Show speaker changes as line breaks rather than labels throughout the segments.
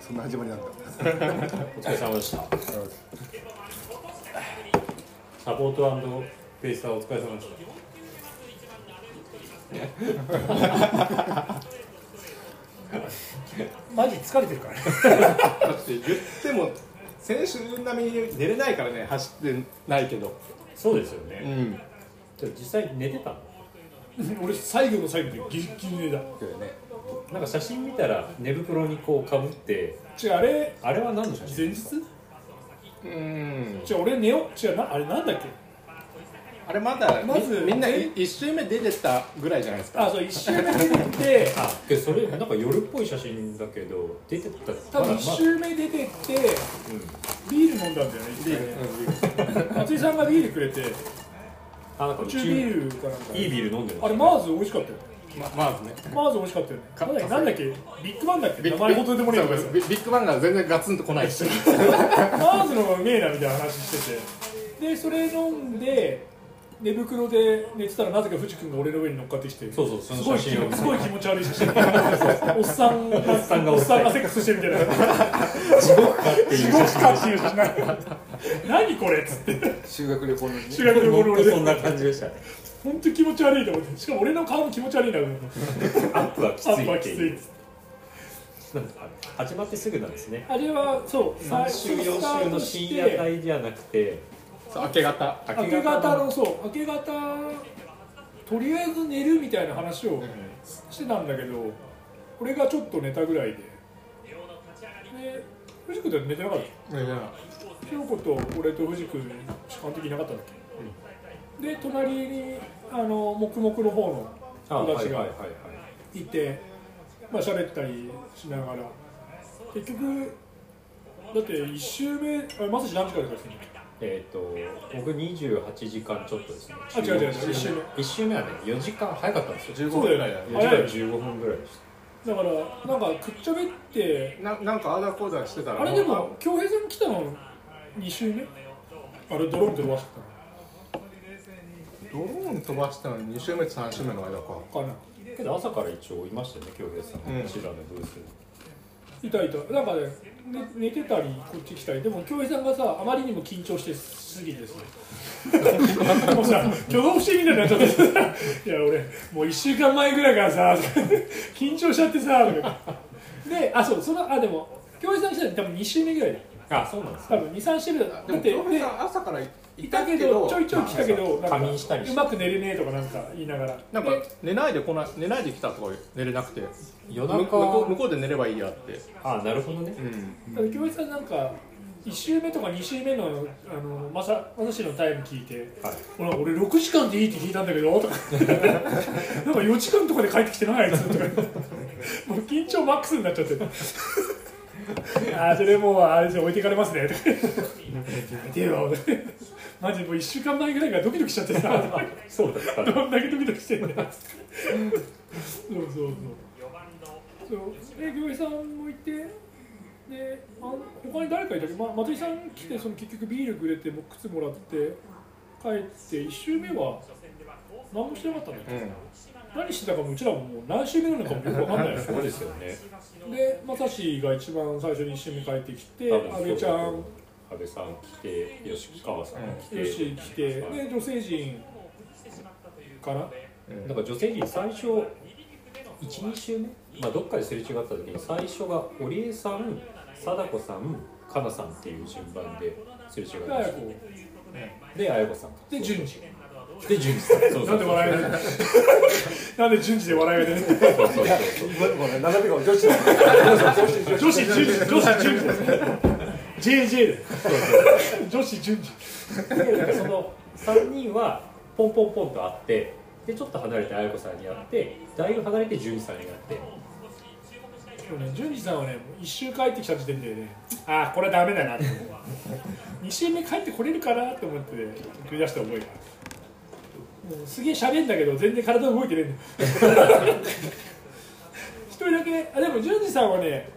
そんな始まりなんだ。
お疲れ様でしたサポートペースターお疲れ様でした
マジ疲れてるからね
だって言っても先週並みに寝れないからね走ってないけど
そうですよ
う
ね、
ん
でも実際寝てたの
俺最後の最後でギリギリだ
だよね
なんか写真見たら寝袋にこうかぶって
違うあれ
あれは何の写
前
真
日
うん
違う俺寝よう違うなあれなんだっけ
あれまだ
まず
みみんな
え
1周目出てったぐらいじゃないですか
あそう一周目出てって
あでそれなんか夜っぽい写真だけど出てた
多分一
ま
周目出てって
あうん
ビール飲んだんだよね一回ね松井さんがビールくれて
あなんか
途
う
中
ち
ビールかなんか
いいビール飲んでる
あれマーズ美味しかったよ
ままあね
マーズ美味しかったよね
か
なんだっけなんだっけビッグバンだっけ名前ほどでもねえのか
そうビビッグバンが全然ガツンと来ないし
マーズの方がうめえなみたいな話しててでそれ飲んで寝袋で寝てたらなぜか藤君が俺の上に乗っかってきて
そうそうそ
す
の
ごい
写
気
真を
持ちすごい気持ち悪い写真 おっさんがおっさん
んが
が
お
お
っ
っ
さん
さんがセックスしてるみたいな 地獄かっていう写真何これっつって
修学旅行のね。
修学旅
ほ
行の
んと
俺
そん
で
な感じでしたね
本当気持ち悪いと思ってしかも俺の顔も気持ち悪いなと思って
アップはきつ
アップ
い
は
っ
きつ
て
い
い
っ
う
つって
なんか始まってすぐなんですね
あれはそう
3週4週の深夜帯じゃなくて
そう明け方
明け方のそう明け方とりあえず寝るみたいな話をしてたんだけど俺がちょっと寝たぐらいでで藤君って寝てなかった
いや
京子と俺と藤君しか完璧いなかったんだっけ、で隣にあの黙々の方の
あ
友達
はい
が
はいはいはい
いてまあ喋ったりしながら結局だって1周目あまさし何時からですか
えっ、と僕28時間ちょっとですね
あ違う違う違う一周目
一周目はね4時間早かったんですよ
15
そうだよね
4時間15分ぐらいでし
だからなんかくっちゃべって
ななんかあだこうだしてたら
あれでも恭平さん来たの2週目あれドローン飛ばして
ドローン飛ばしたのに2周目と3周目の間か
たのかな
たけど朝から一応いましたよね京平さん、
うん
うちらのブースに
いたいたなんかね寝寝てたりこっち来たりでも恭平さんがさあまりにも緊張してすぎてさ もうさ挙動不審みたいになっちゃってさ「いや俺もう1週間前ぐらいからさ 緊張しちゃってさ」とかであそうそのあでも恭平さん来たの多分2週目ぐらいだよ
あそうなんです
多分23週目だだ
でも
って
京
で
平さん朝からい
いたけどちょいちょい来たけどなんか
仮眠したりし
う
て
まく寝れねえとかなんか言いながら
なんか
で
寝ないで来ない寝ないで来たとか寝れなくて
夜
向こう向
中
こうで寝ればいいやって
あなるほどね
うん
ただ京一さんなんか1周目とか2周目のあのまさまさしのタイム聞いて
はい
「ほら俺6時間でいいって聞いたんだけど」とか「なんか4時間とかで帰ってきてないやつ」とかもう緊張マックスになっちゃって「ああそれもうあれじゃ置いていかれますね」とか「やめてよ」マジもう1週間前ぐらいからドキドキしちゃってさ
そうだったね
どんだけドキドキしてんだよそうそうそうそうで行司さんもいてであ他に誰かいたけど、ま、松井さん来てその結局ビールくれても靴もらって帰って1周目は何もしてなかったんだよ、何してたかもうちらももう何周目なのかもよく分かんないです
そうですよね
でまさしが一番最初に1周目帰ってきて
多分
阿部ちゃん
安倍さん来て吉川さん来て、
よし来てで女性陣かな
なんか女性陣最初12週目、まあ、どっかですれ違った時に最初が織江さん貞子さんかなさんっていう順番ですれ違い
で
ま
綾
し
子
たで綾子さんか
で順次
で順次さんそう
な
そ
ん
うそ
で
う
笑えない なんで順次で笑えない
そうそうそう
ごめんごめん並べが女子だ。
女子順次女子順次ですね JJ で女子順次
でなんかその3人はポンポンポンと会ってでちょっと離れて綾子さんに会ってだいぶ離れて純次さんに会って
でもね順次さんはねもう一周帰ってきた時点でねああこれはダメだなって思う2周目帰ってこれるかなって思ってね繰り出した覚えがあるもうすげえ喋んだけど全然体動いてねえんだ 一人だけあでも順次さんはね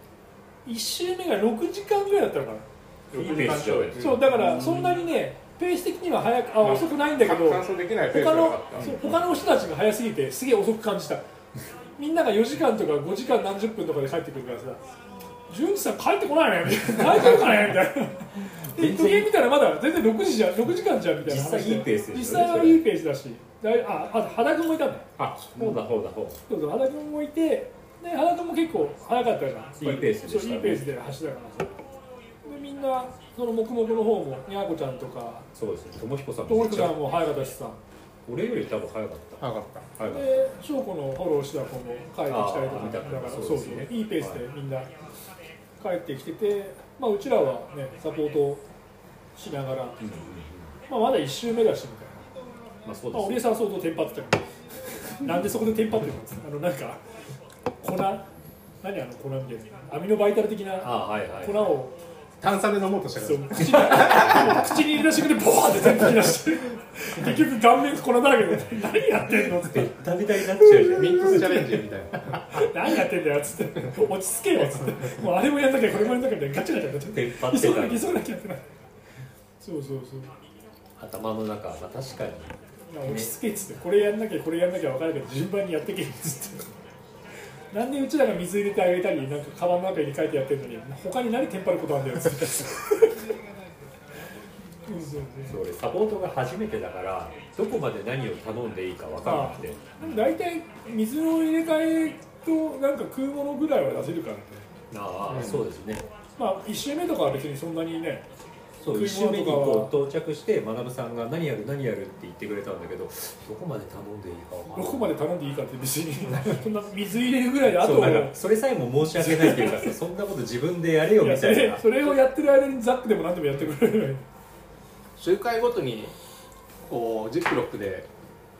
1周目が6時間ぐらいだったのかな
6ペース上映
そうだからそんなにねペース的には早くあ遅くないんだけど
想できない
他のそう他の人たちが早すぎてすげえ遅く感じたみんなが4時間とか5時間何十分とかで帰ってくるからさ純次さん帰ってこないねみたいな大丈夫かねみたいなで時計見たらまだ全然6時じゃん6時間じゃんみたいな話で
実際いいペースですよね
実際はいいペースだしだいああと羽田君もいたんだよ
あそうだそうだそう
そうそう原君もいてで原君も結構早かったから
いいペースでしたね
そういいペースで走ったからさでみんなその黙々の方もにゃこちゃんとか
そうですね智彦さん
と
も
もちゃんも早かったしさ
俺より多分早かった
かっ
早かっ
で翔子のフォローしてた子も帰ってきたりと
あー見
か
た
だから
そ
そう
で
う
すね
そういいペースでみんな帰ってきてて、まあ、うちらはねサポートしながら、
た、うんうんうん
まあ、まだ1周目だしみたいな。
まあそう
まあ、お
で
姉
す
さんは相当テンパってたけどなんでそこでテンパってるんですかあのなんか粉何あの粉みたいなアミノバイタル的な
あはいはい
粉を
炭酸で飲もうとした
そ
け
う
ど
口に 口に入れた瞬間でボワーって全部吹き出して結局顔面粉だらけで何やってんのっつって
ダメダメになっちゃうじゃん
ミックスチャレンジみたいな
何やってんだよっつって落ち着けよっつってもうあれもやんなきゃこれもやんなきゃみたいなガチャガチャガチャ
テンパっ
急
て
がなきゃ
た
急がなきゃってなそうそうそう
頭の中、まあ、確かに
まあ落ち着けっつってこれやんなきゃこれやんなきゃ分からないから順番にやってけっつってなんでうちらが水入れてあげたりなんかカバンの中に入れ替えてやってるのに他に何テンパることあんだよっつってうんそうね
そう俺サポートが初めてだからどこまで何を頼んでいいか分からなくて
でも大体水の入れ替えとなんか食うものぐらいは出せるからね
ああ、そうですね
まあ1周目とかは別にそんなにね
そう1
食い
周
物
目
と
に
かは
こう到着して学さんが何やる何やるって言ってくれたんだけどどこまで頼んでいいか分か
ど
んない
こまで頼んでいいかって別に そんな水入れるぐらいであ
そ
と
う
は
なんかそれさえも申し訳ないっていうかさそんなこと自分でやれよ
いや
み
そ
たい
れ
な
それをやってる間にザックでも何でもやってくれるのに
周回ごとにこうジップロックで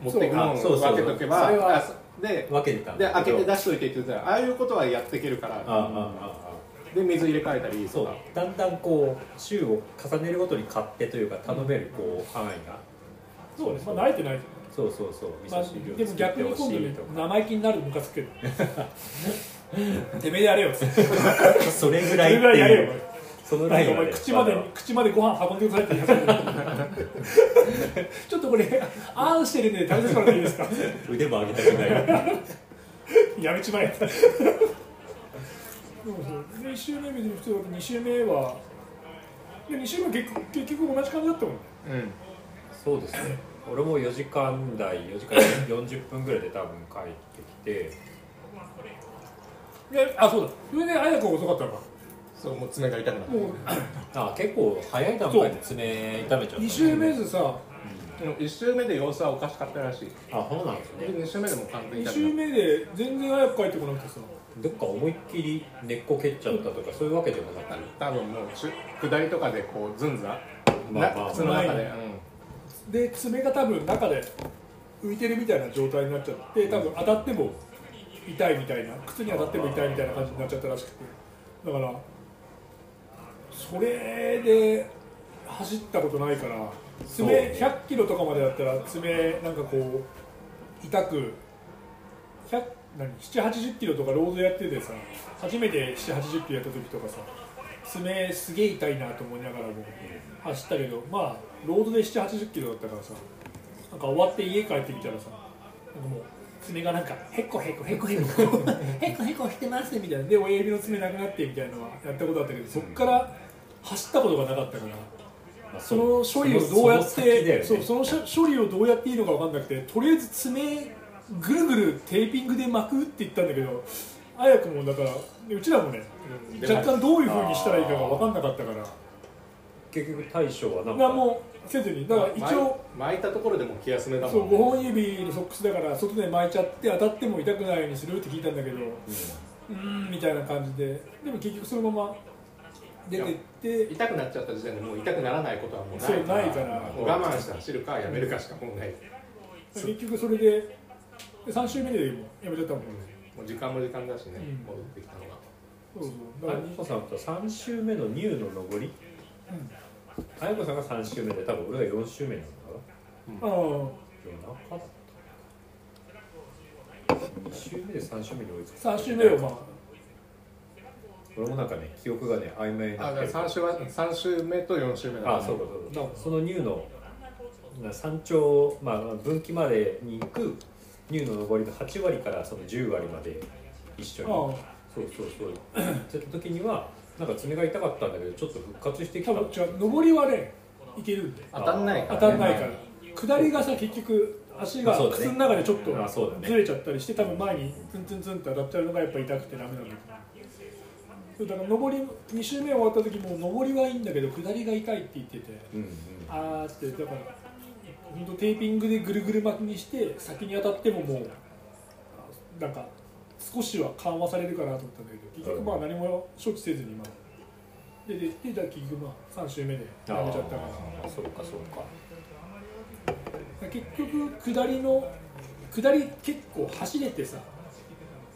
持っていくもの
そう
を
そう
分けとけば
それは
あそで
分けてたん
で
だ
開けて
あ
出しといてって言ってたらああいうことはやっていけるか
あああ
ら
ああ
で水入れ替えたり
そ
と
う
か
だんだんこう週を重ねるごとに買ってというか頼めるこう範囲が
そうですまあ慣れてないと
そうそうそう味
まあ、
噌汁
で
を
も
作っ
逆
て
に
ほ
今
し
度
い
ね
とか
生意気になるムカつくけど てめえでやれよっつって
それぐ
そ
らい
れ
っ
ぐら
て
いや
い
れ
う
よ
その
お
ライン
前
はね
口まで
まだ
口までご飯運んでくださいって言われて ちょっとこれあんしてるんで食べさせてもらっていいですか
腕も上げたくない
やめちまえって1周目別に普通だ2周目は2周目結局結局同じ感じだったもんね
うん
そうですね俺も4時間台4時間40分ぐらいで多分帰ってきて
であそうだそれで綾子が遅かったのか
そうもう爪が痛くなる
もう
あ結構早い段階で爪痛めちゃった
2周目でさ
1周目で様子はおかしかったらしい
あそうなんですね
2周目でも完全に
2
痛くな
周
る
目で全然綾子帰ってこなくてさ
どっか思いっきり根っこ蹴っちゃったとかそういうわけでもなく
多分もうしゅ下りとかでこうずんざ
まあ
な
まあ
靴の中でうん
で爪が多分中で浮いてるみたいな状態になっちゃって多分当たっても痛いみたいな靴に当たっても痛いみたいな感じになっちゃったらしくてだからそれで走ったことないから
そう
爪100キロとかまでだったら爪なんかこう痛く100何780キロとかロードやっててさ初めて780キロやった時とかさ爪すげえ痛いなと思いながらも走ったけどまあロードで780キロだったからさなんか終わって家帰ってきたらさなんかもう爪がなんかへっこへっこへっこへっこへっこへっこしてますみたいなで親指の爪なくなってみたいなのはやったことあったけどそっから走ったことがなかったから
まあ
その処理をどうやっ
その先だよ
て
ね
そうその処理をどうやっていいのか分かんなくてとりあえず爪ぐるぐるテーピングで巻くって言ったんだけど綾くもだからでうちらもね
でも
若干どういうふうにしたらいいかが分かんなかったから
結局対処はなんか
何もせずにだから一応
巻いたところでも気休めだ
そ
も
うん5
ね
本指のソックスだから外で巻いちゃって当たっても痛くないようにするって聞いたんだけどうーんみたいな感じででも結局そのまま出てって
痛くなっちゃった時点でもう痛くならないことはもうない
そうないから
もう我慢して走るかやめるかしかもうない、
結局それで3周目でもうやめちゃったもんね
もう時間も時間だしね、
うん
戻ってきたのが
そうそうだ
あ
から
やこさんと3周目のニューの上りあやこさんが3周目で多分俺が4周目なのか
ああ
な夜中だった2周目で3周目に追いつく
3周目をまあ
俺もなんかね記憶がね曖昧にな
あ
っ
だ
て
から
る
3週は三週目と4週目だから
あそうかそう
どう
かそのニューの山頂、まあ、分岐までに行くニューの上りの8割からその10割まで一緒に
あ
そうそうそうやってた時にはなんか爪が痛かったんだけどちょっと復活してき
多
た
分じゃあ上りはねいけるんで
当たんないから、
当
ね、
たんないから下りがさ結局足が
あそうだね
靴の中でちょっと
あそうだね
ずれちゃったりして多分前にツンツンツンって当たっちゃうのがやっぱ痛くてダメなんだけどだから上り2周目終わった時も上りはいいんだけど下りが痛いって言ってて
うんうん
あーってだから本当テーピングでぐるぐる巻きにして先に当たってももうあなんか少しは緩和されるかなと思ったんだけど結局まあ何も処置せずにまあでででだから結局まあ3周目で
あ
やめちゃったか
ー
ら。
そうかそうか
結局下りの下り結構走れてさ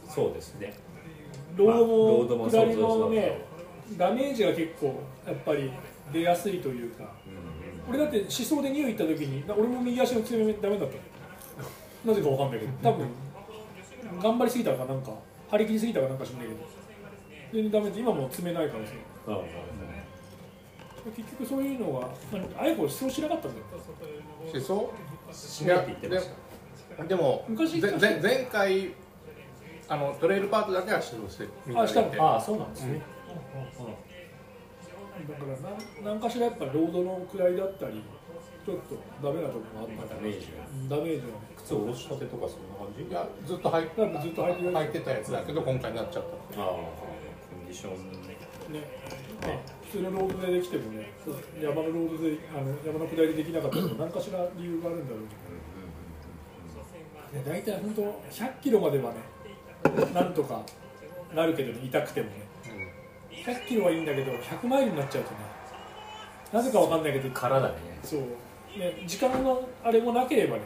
そうですね
ロ
ロー
ー
ド
ド
も
も
そう
下
そう
り
そ
の
う
ねダメージが結構やっぱり出やすいというか俺だって思想でニュー行った時にな俺も右足の 強めダメだったのなぜかわかんないけど多分頑張りすぎたのかなんか張り切りすぎたのかなんか知んないけど全然ダメで今もう詰めないからさ
あー
結局そういうのがあやこ思想しなかったんだよ
しそ
しないって言ってました
うでも
昔
ぜぜ前回あのトレイルパートだけは指導してみんなでやって
ああそうなんですね、
だからな何かしらやっぱロードの下りだったりちょっとダメなとこがあったから
ダメージが
うんダメージはね
靴を下ろしたてとかそんな感じ
いやずっと履い
だからずっと履いてる
履いてたやつだけど今回になっちゃった
ああコンディション
ねね普通のロードでできてもね山のロードであの山の下りでできなかったら何かしら理由があるんだろうけど、ね、大体本当100キロまではねなんとかなるけどね痛くてもね100キロはいいんだけど100マイルになっちゃうとねなぜかわかんないけど
からだね
そう、ね、時間のあれもなければね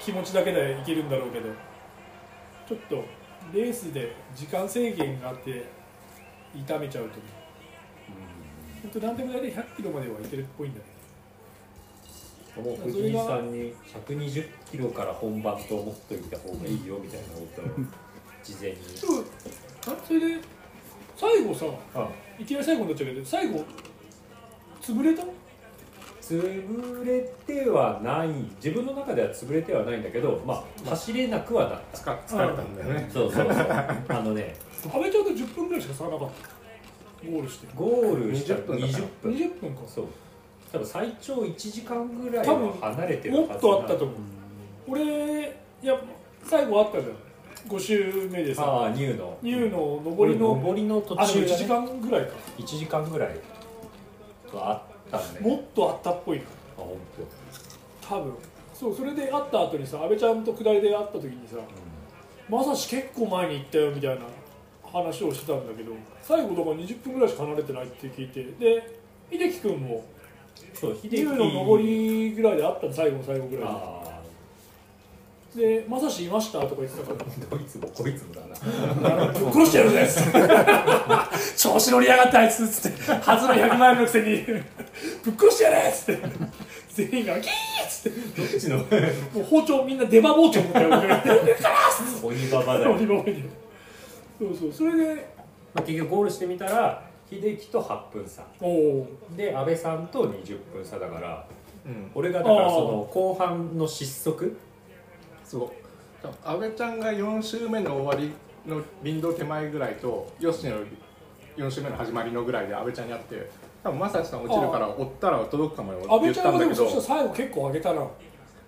気持ちだけでいけるんだろうけどちょっとレースで時間制限があって痛めちゃうとね本当何でも大体100キロまではいけるっぽいんだね
もう藤井さんに120キロから本番と思っといた方がいいよみたいなこと を事前に
でもあそれで最後さ
あ
いきなり最後になっちゃうけど最後潰れた
潰れてはない自分の中では潰れてはないんだけどまあ走れなくはなった
疲疲れたんだよね
そうそうそうあのね
阿部ちゃんと10分ぐらいしか差がなかったゴールして
ゴールしたら
20分だから
20分
20分か
そう多分最長1時間ぐらいは離れてるはず
もっとあったと思う俺いや最後あったじゃん5周目でさ
ああニューの
ニューの上りの
上りの途
あで
中
も1
だ
時
ね
間ぐらいか
1時間ぐらいはあったんで、ね、
もっとあったっぽいな
あ本当。
多分そうそれで会った後にさ阿部ちゃんと下りで会った時にさ「まさし結構前に行ったよ」みたいな話をしてたんだけど最後だから20分ぐらいしか離れてないって聞いてで秀樹君も
そう秀樹
ニューの上りぐらいで会ったの最後の最後ぐらいで
あ
で「まさしいました」とか言ってたから
あどいつもこいつもだな
ぶっ 殺してやる ぜ調子乗りやがったあいつっつってはずの100万円のくせにぶっ殺してやれっつって全員がキーッつって
どっちの
もう包丁みんな出刃包丁みたいなのが
鬼ババだよ
俺の上にそうそうそれで
まあ結局ゴールしてみたら秀樹と8分差
おお
で阿部さんと20分差だから
うん
俺がだから
あー
その後半の失速
すごい阿部ちゃんが4週目の終わりの林道手前ぐらいとよしの4週目の始まりのぐらいで阿部ちゃんに会って多分正志さん落ちるから追ったら届くかもよ
阿
言
部
っ
ちゃ
た
んは
ん
で
だ
も
け
そ
ど
したら最後結構上げたな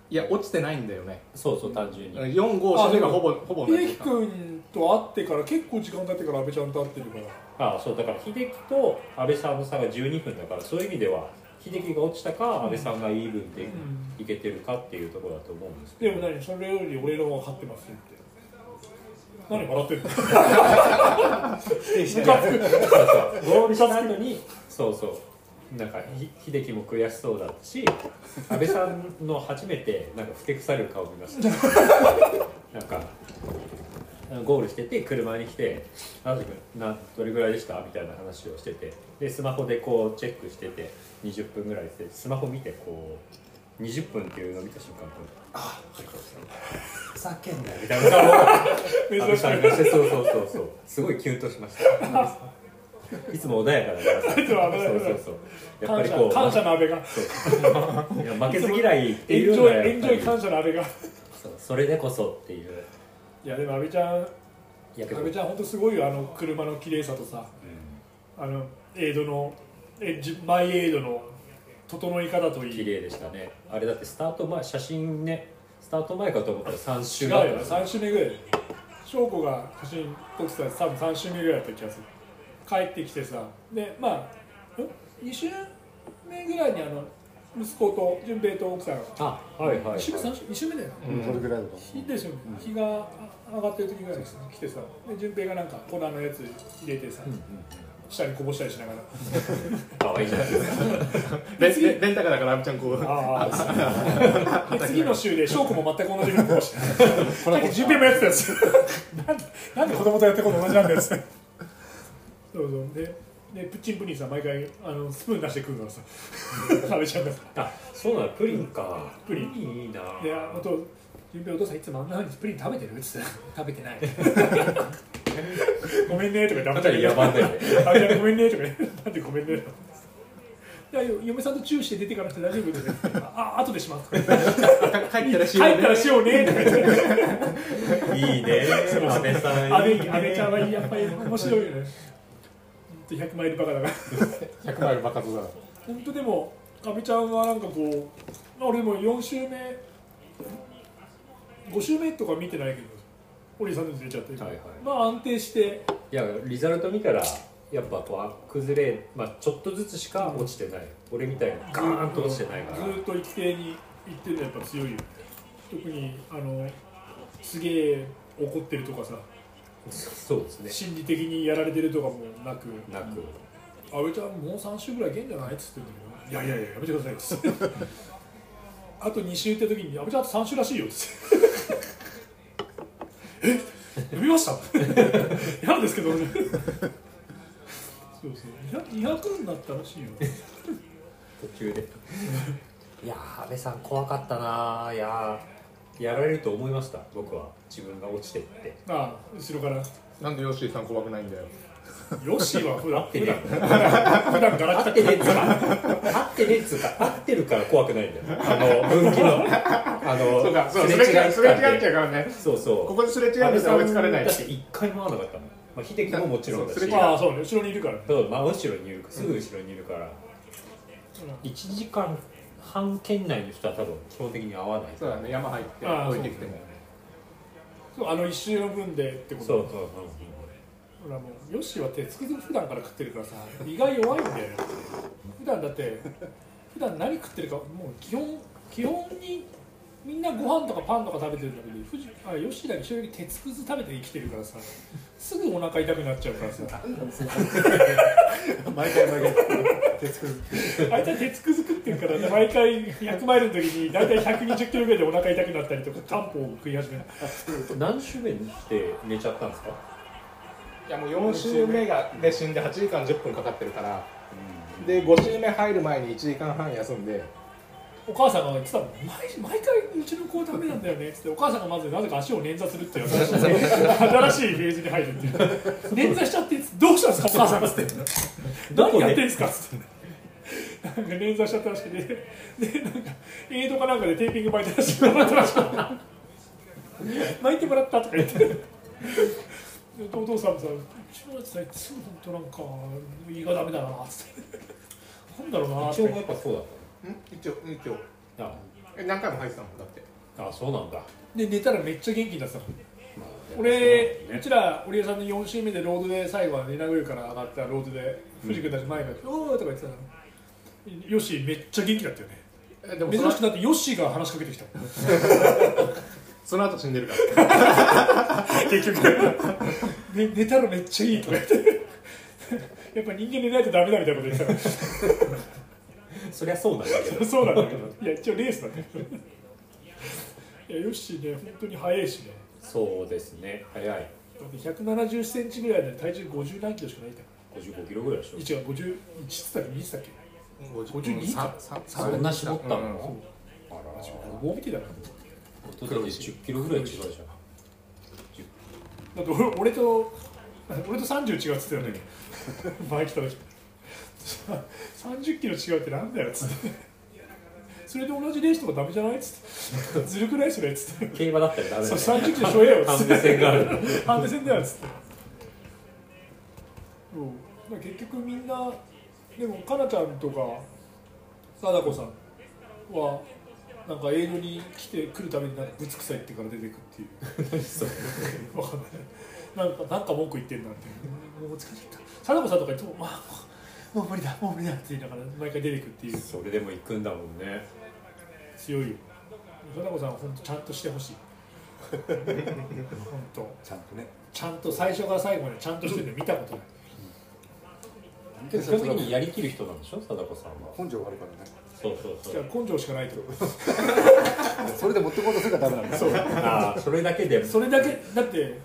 い
や落ちてないんだよね
そうそう単純に、
4 5週目がほぼほぼ同
秀
じ
樹君と会ってから結構時間経ってから阿部ちゃんと会ってるから
ああそうだから秀樹と阿部さんの差が12分だからそういう意味では秀樹が落ちたか阿部さんがイーブンでいけてるかっていうところだと思うんですけ
で
ど
も何それより俺の方が勝ってますよって何笑ってるの
そうそうゴールした後にそうそうなんかひ秀樹も悔しそうだったし安倍さんの初めてなんかふてくされる顔見ましたなんかゴールしてて車に来て「なぜなどれぐらいでした?」みたいな話をしててでスマホでこうチェックしてて20分ぐらいしてスマホ見てこう20分っていうのを見た瞬間こう「あっふざけんなよ」みたいな顔を安倍さんがしてそうそうそうそうすごいキュンとし ましたいつも穏やかだから
いつも危ない
そうそうそうやっぱりこう
感謝感謝の阿部が
そういや負けず嫌いって
エ
い
ン
う
ジ
のはやっ
ョイ
ぱり
エンジョイ感謝のあれが
そうそれでこそっていう
いやでも阿部ちゃん
やけ
阿
ど、う
部
ん、
ちゃん本当すごいよあの車の綺麗さとさあのエイドのエッジマイエイドの整い方といい
綺麗でしたねあれだってスタート前写真ねスタート前かと思ったら3
違
周
う
だっ
よ
た
3週目ぐらい翔子が写真撮ってたやつ多分3週目ぐらいだった気がする帰ってきてさでまあ2週目ぐらいにあの息子と順平と奥さんが
あはいはい、はい、
2週目三週2週目だよな
うんそれぐらいだと
日ですよね日が上がってる時ぐらいですね来てさで順平がなんか粉のやつ入れてさ、下にこぼしたりしながら
かわいいじゃないですか
レンレンレンタカーだから阿部ちゃんこう
ああで次の週で翔子も全く同じことをしてさっき順平もやってたやつ なんでなんで子供とやってること同じなんだよっつってそうそうででプッチンプリンさ毎回あのスプーン出してくるからさ食べちゃうから
あそうなのプリンか
プリン
いいな
でああと順平お父さんいつもあんなふうにプリン食べてるって言ってた食べてないごめんねとか
あ
言って
たりやばんだよね
あいやごめんねとかねなんでごめんねいや嫁さんとチューして出てからって大丈夫ですあ後でしますとか言って
帰ったらしい
帰
よ
ったらしようねとか言って
いい ね安倍さん
阿
い
部
いね
阿部ちゃんはやっぱり面白いよねほんと100マイルバカだから
100マイル爆発だ
本当でも阿部ちゃんはなんかこう俺も4周目5周目とか見てないけど俺3年出ちゃってる、
はいはい
まあ安定して
いやリザルト見たらやっぱこう崩れ、まあ、ちょっとずつしか落ちてない、俺みたいにガーンと落ちてないから、
ずーっと一定にいってるのやっぱ強いよ特にあのすげえ怒ってるとかさ
そうですね
心理的にやられてるとかもなく
なく
阿部ちゃんもう3週ぐらいいけんじゃないっつってんだけどいやいやいややめてくださいっつって あと2週って時に阿部ちゃんあと3週らしいよっ つってえ読みました 嫌ですけどねそうそう200 200になったらしいよ
途中 でいやー安倍さん怖かったなーいやーやられると思いました僕は自分が落ちてって
ああ後ろから
なんでヨッシーさん怖くないんだよ
ヨッシーは普段
て
普
ね
段普段ガラ
合
ク
ってねえっつう か合ってねえっつうか合ってるから怖くないんだよあの分岐 のあの
そうかそうす
す
れ
れ違い
違うすれ違っ
感
ちゃ
で
うからね
そうそう
ここですれ違
安
うん
倍
です
さ
よ追
ん
いつかれない
だって一回も合わなかったもん、まあ、秀樹ももちろんだし
そうすれ違
ああそうね後ろにいるから
そう真後ろにいるすぐ後ろにいるから、1時間半圏内の人は多分基本的に合わない
そうだね山入って
あー
置いてきても
そうあの1周の分でってこと
そうそうそう
ほらもうヨッシーは手つくづく普段から食ってるからさ胃が弱いんだよね普段だって普段何食ってるかもう基本基本にみんなご飯とかパンとか食べてるんだけど富士あヨッシーだけ正直手つくず食べて生きてるからさすぐお腹痛くなっちゃうからさ
毎回毎回手作る
あいつは鉄くず食ってるからね毎回100マイルの時に大体120キロぐらいでお腹痛くなったりとか漢方を食い始める
そう何周目して寝ちゃったんですか、
いやもう4周目がで死んで8時間10分かかってるからで5周目入る前に1時間半休んで
お母さんが言ってたもん毎毎回うちの子ダメなんだよねっつってお母さんがまずなぜか足を捻挫するっていう新しい新しいフェーズに入るっていう捻挫しちゃってどうしたんですかお母さんっつって
どこ
何
で
やってんすかっつってなんか捻挫しちゃったらしくてでなんかエイドかなんかでテーピング巻いてらしく巻いてらしく巻いてもらったとか言ってでお父さんもさうちのやつさいつも本当なんか胃がダメだなっつってなんだろうなっ
一
て
応やっぱそうだっ
ん一応一応
たの
え何回も入ってたもんだって
ああそうなんだ、
で寝たらめっちゃ元気になってたの
まあそ
俺
うなんだ
う
ね
ちら織江さんの4周目でロードで最後は寝殴るから上がったロードで藤君たち前が「おー」とか言ってたのヨッシーめっちゃ元気だったよね
えでもそ
珍
の
しくだってヨッシーが話しかけてきたもん
その後死んでるから
結局、ね、寝たらめっちゃいいと か言ってやっぱ人間寝ないとダメだみたいなこと言ってたか
そりゃそうなんだけど
ら そうなんだけどいや一応レースだねいやヨッシーね本当に速いしね
そうですね早い
だって170センチぐらいで体重50何キロしかないんだから
55キロぐらいでしょ
一応51つったっけ2つったっけ52か
そ
そんな絞ったの、あら
棒みてえだな
おととし10キロぐらい違うじゃん
だって俺俺と俺と30違うっつってたよね前来た時30キロ違うってなんだよっつってそれで同じレースとかダメじゃないっつってずるくないそれっつって
競馬だったらダメだ
そう
よ
30キロしょえよっ
完
つっ
全
て
性がある
ハンデ戦だよっつってうんだから結局みんなでもかなちゃんとか貞子さんはなんか営業に来てくるためになんかぶつくさいってから出てくっていうわかんないなんかなんか文句言ってんなってもう疲れた貞子さんとかいつも「まあもうもう無理だもう無理だ」って言いながら毎回出てくっていう
それでも行くんだもんね
強いよ貞子さんは本当ちゃんとしてほしい本当
ちゃんとね
ちゃんと最初から最後までちゃんとしてるの見たことない
でも基本的にやりきる人なんでしょ貞子さんは
根性があるから
そうそうそ
じゃあ
う
根性しかないと
ねそれで持ってこうとするからダメなんだよ
ああそれだけで
それだけだって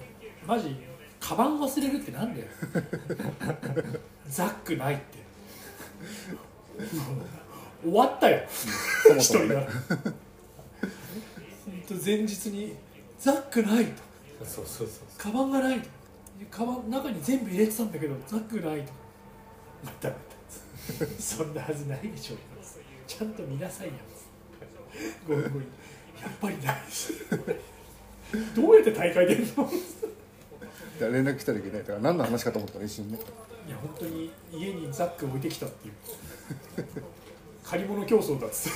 マジカバン忘れるってなんだよ ザックないって終わったよ
そも
一
そも
人
ね
が本当前日にザックないと
そうそうそう
カバンがないとカバン中に全部入れてたんだけどザックないとダメだ そんなはずないでしょちゃんと見なさいよごめんごめんやっぱりないどうやって大会出るの
だから連絡来た時ねだから何の話かと思ったら一瞬ね
いや本当に家にザック置いてきたっていう借り物競争だっつっ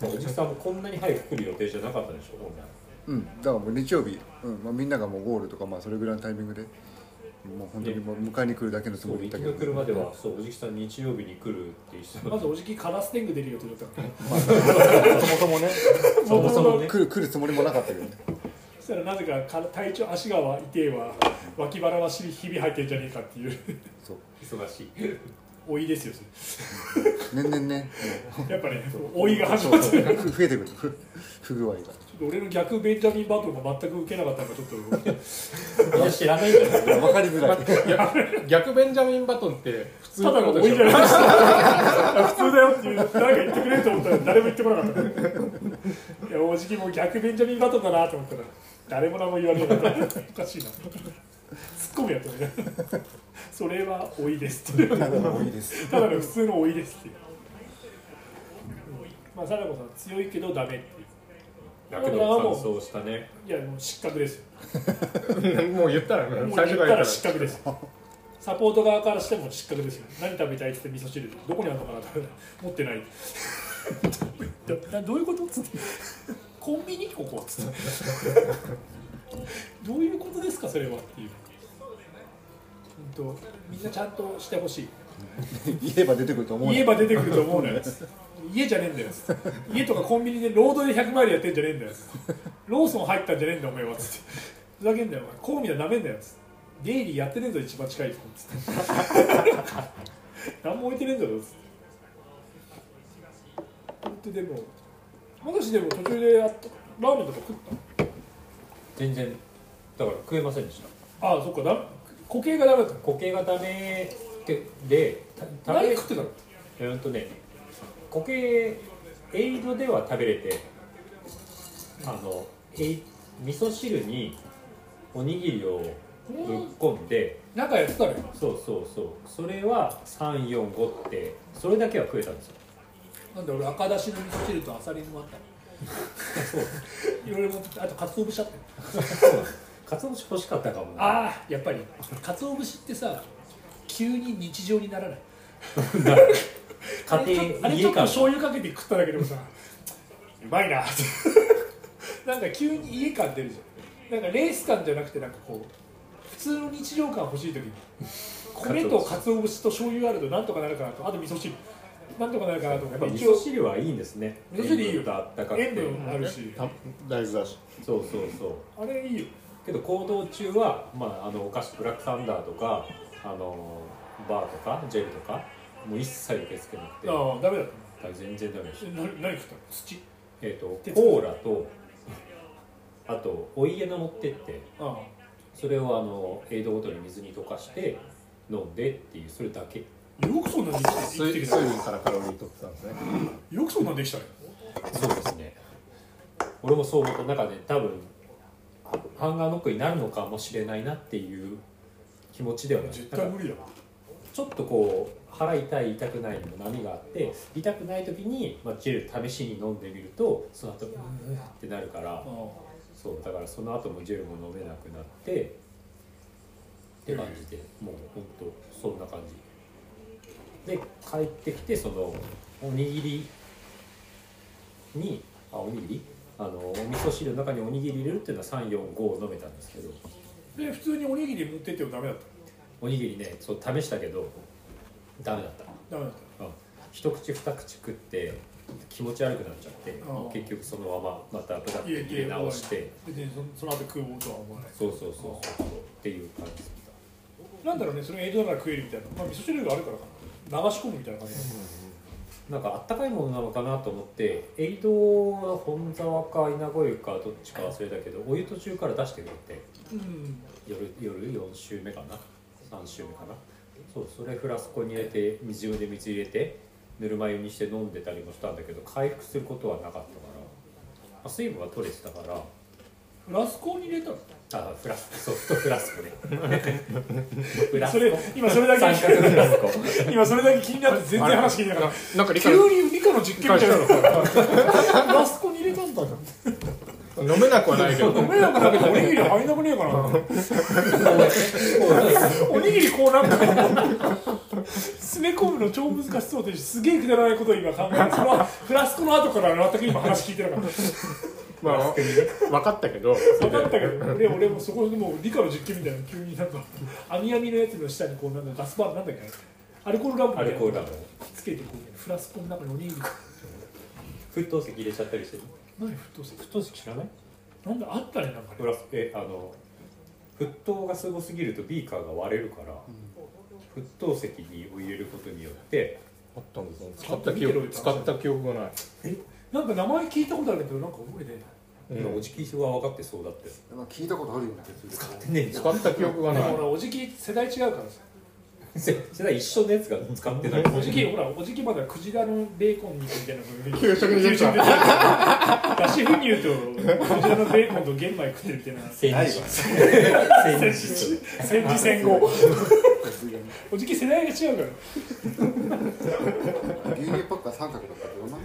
て
おじさんもこんなに早く来る予定じゃなかったでしょ本来
うんだからもう日曜日、うんまあ、みんながもうゴールとかまあそれぐらいのタイミングでもう本当にもう迎えに来るだけのつ
そ
も
う
り
行
だ
き
け
の
ど、
車ではそうおじさん日曜日に来るって言ってた
まずおじきカラステング出る予定だったから
そもそもね
そもそもね
来る来るつもりもなかったけどね
そしたらなぜかか体調足がは痛えわ脇腹はしひび入ってんじゃねえかって いう
そう
忙しい
老いですよそれ
年々ね
やっぱね、老いが始ま
そうそ
っ
う
てる。
ふ増えてくるふ不具合が
ちょっと俺の逆ベンジャミン・バトンが全く受けなかったから、ちょ っと。
いや知らないんだよ
分かりづらい
逆ベンジャミン・バトンって普通
ただの老いじゃないですか。普通だよっていう、誰か言ってくれると思ったら、誰も言ってこなかった。いや、おじきもう逆ベンジャミン・バトンだなと思ったら、誰も何も言われなかった。おかしいな。ツッコミやったね。それは老いですって。
ただもういいです
ただの普通の老いですっていう。まあ、貞子さん強いけどダメっていう。
だけど乾燥したね
いや、もう失格ですよ。
もう言ったらね
もう
最
最初
初か
からら
言った
失格ですサポート側からしても失格ですよ何食べたいって言って味噌汁どこにあるのかなと思って持ってない どどういうことっつってコンビニここっつってどういうことですかそれはっていう本当みんなちゃんとしてほしい
言えば出てくると思う
言えば出てくると思うの よ家じゃねえんだよ家とかコンビニでロードで100マイルやってんじゃねえんだよローソン入ったんじゃねえんだお前はつってふざけんなよお前コーミだなめんだよつってデイリーやってねえぞ一番近いとこ つって何も置いてねえんだろつって本当でも私でも途中であったラーメンとか食っ
全然だから食えませんでした
たああそっかだ固形がダメだっ
固形がダメってで
た
た
何
食
食ってたの
べうんとね固形エイドでは食べれてあのえい味噌汁におにぎりをぶっ込んで、
中やってたのよ
そうそうそうそれは345ってそれだけは食えたんですよ
なんで俺赤だしの味噌汁とアサリもあっ たのいろいろ持ってあと鰹節あったよ
かつお節欲しかったかもな
ああやっぱり鰹節ってさ急に日常にならない
家庭家
あれちょっと
感
醤油かけて食っただけでもさうまいなって なんか急に家感出るじゃんなんかレース感じゃなくてなんかこう普通の日常感欲しい時に米と鰹節と醤油あるとなんとかなるかなとあと味噌汁なんとかなるかなと
やっぱ
思っ
味
て一応
噌汁はいいんですね
味噌汁いいよ
塩分とあったかくて
塩分もあるし
大豆だし
そうそうそう
あれいいよ
けど行動中は、まあ、あのお菓子ブラックサンダーとかあのバーとかジェルとかもう一切受け付けなくてだか
ああダメだった
ら全然ダメでした
えな何食ったの土
えっ、と
鉄
コーラとあとお家の持ってって
あ
それをあのエイドごとに水に溶かして飲んでっていうそれだけ
あよくそんなに生き
水
て
水
きたね
分からカロリー取ってたんですね
よくそんなんできたね
そうですね俺もそう思った中で多分ハンガーノックになるのかもしれないなっていう気持ちではない
絶対無理だわ
ちょっとこう腹痛い痛くないの波があって痛くない時に、まあ、ジェル試しに飲んでみるとその後うーってなるからそうだからその後もジェルも飲めなくなってって感じでもうほんとそんな感じで帰ってきてそのおにぎりにあおにぎりあのお味噌汁の中におにぎり入れるっていうのは345飲めたんですけど
で普通におにぎり持ってってもダメだった
おにぎりねそう試したけどダメだった
ダメだっ
うん一口二口食って気持ち悪くなっちゃって
うん
結局そのまままたブタ
た
ッと入れ直して
別にそその後食おうとは思わない
そうそうそうそうそうっていう感じだった
なんだろうねその江戸だから食えるみたいな、まあ、味噌汁があるからかな流し込むみたいな感じ
なんかあったかいものなのかなと思ってエイドは本沢か稲子湯かどっちか忘れたけどお湯途中から出してくれて
うん
夜夜4週目かな3週目かなそうそれフラスコに入れて水用で水入れてぬるま湯にして飲んでたりもしたんだけど回復することはなかったからまあ水分は取れてたから
フラスコに入れたの
あフラスコソフトフラスコねフラス
そ
コ
れ今それだ
三
け
角フラスコ
今それだけ気になって全然話聞いてなかった
なんか理
急
解
に理科の実験みたいなフラスコに入れたんだ
飲めなくはないけど
飲めなくなるけどおにぎり入んなくねえかなおにぎりこうなんか詰め込むの超難しそうですしすげえくだらないことを今考えてそのフラスコの後から全く今話聞いてなかった
まあ分かったけど
分かったけど俺俺もそこでもう理科の実験みたいな急になんか網網のやつの下にこうなんかガスバーなんだっけあれアルコールランプ
ア
み
ル
たい
コー
な
ルだも
つけてこうフラスコの中におにぎり
沸騰石入れちゃったりしてる
何沸騰石
沸騰石知らない
なんだあったねなんか
フ
ね
ラスえあの沸騰がすごすぎるとビーカーが割れるから、沸騰石にを入れることによって
あったんですね使った記憶使った記憶がない
なんか名前聞いたことあるけどなんか覚えてない
おじきいは分かってそうだって
まあ、聞いたことあるような気がする
使ってねえじゃ
使った記憶が
で
ない
もほらおじき世代違うからさ
ん世代一緒のやつが使ってない
おじきほらおじきまだクジラのベーコン肉みたいな風に
給食に出
給
ちゃ
食
う
でだし粉乳とクジラのベーコンと玄米食ってるみたいな
戦
ないわ
時
さ
戦時
戦時戦後
すがに
おじき世代が違うから
牛乳パックは三角だったけどな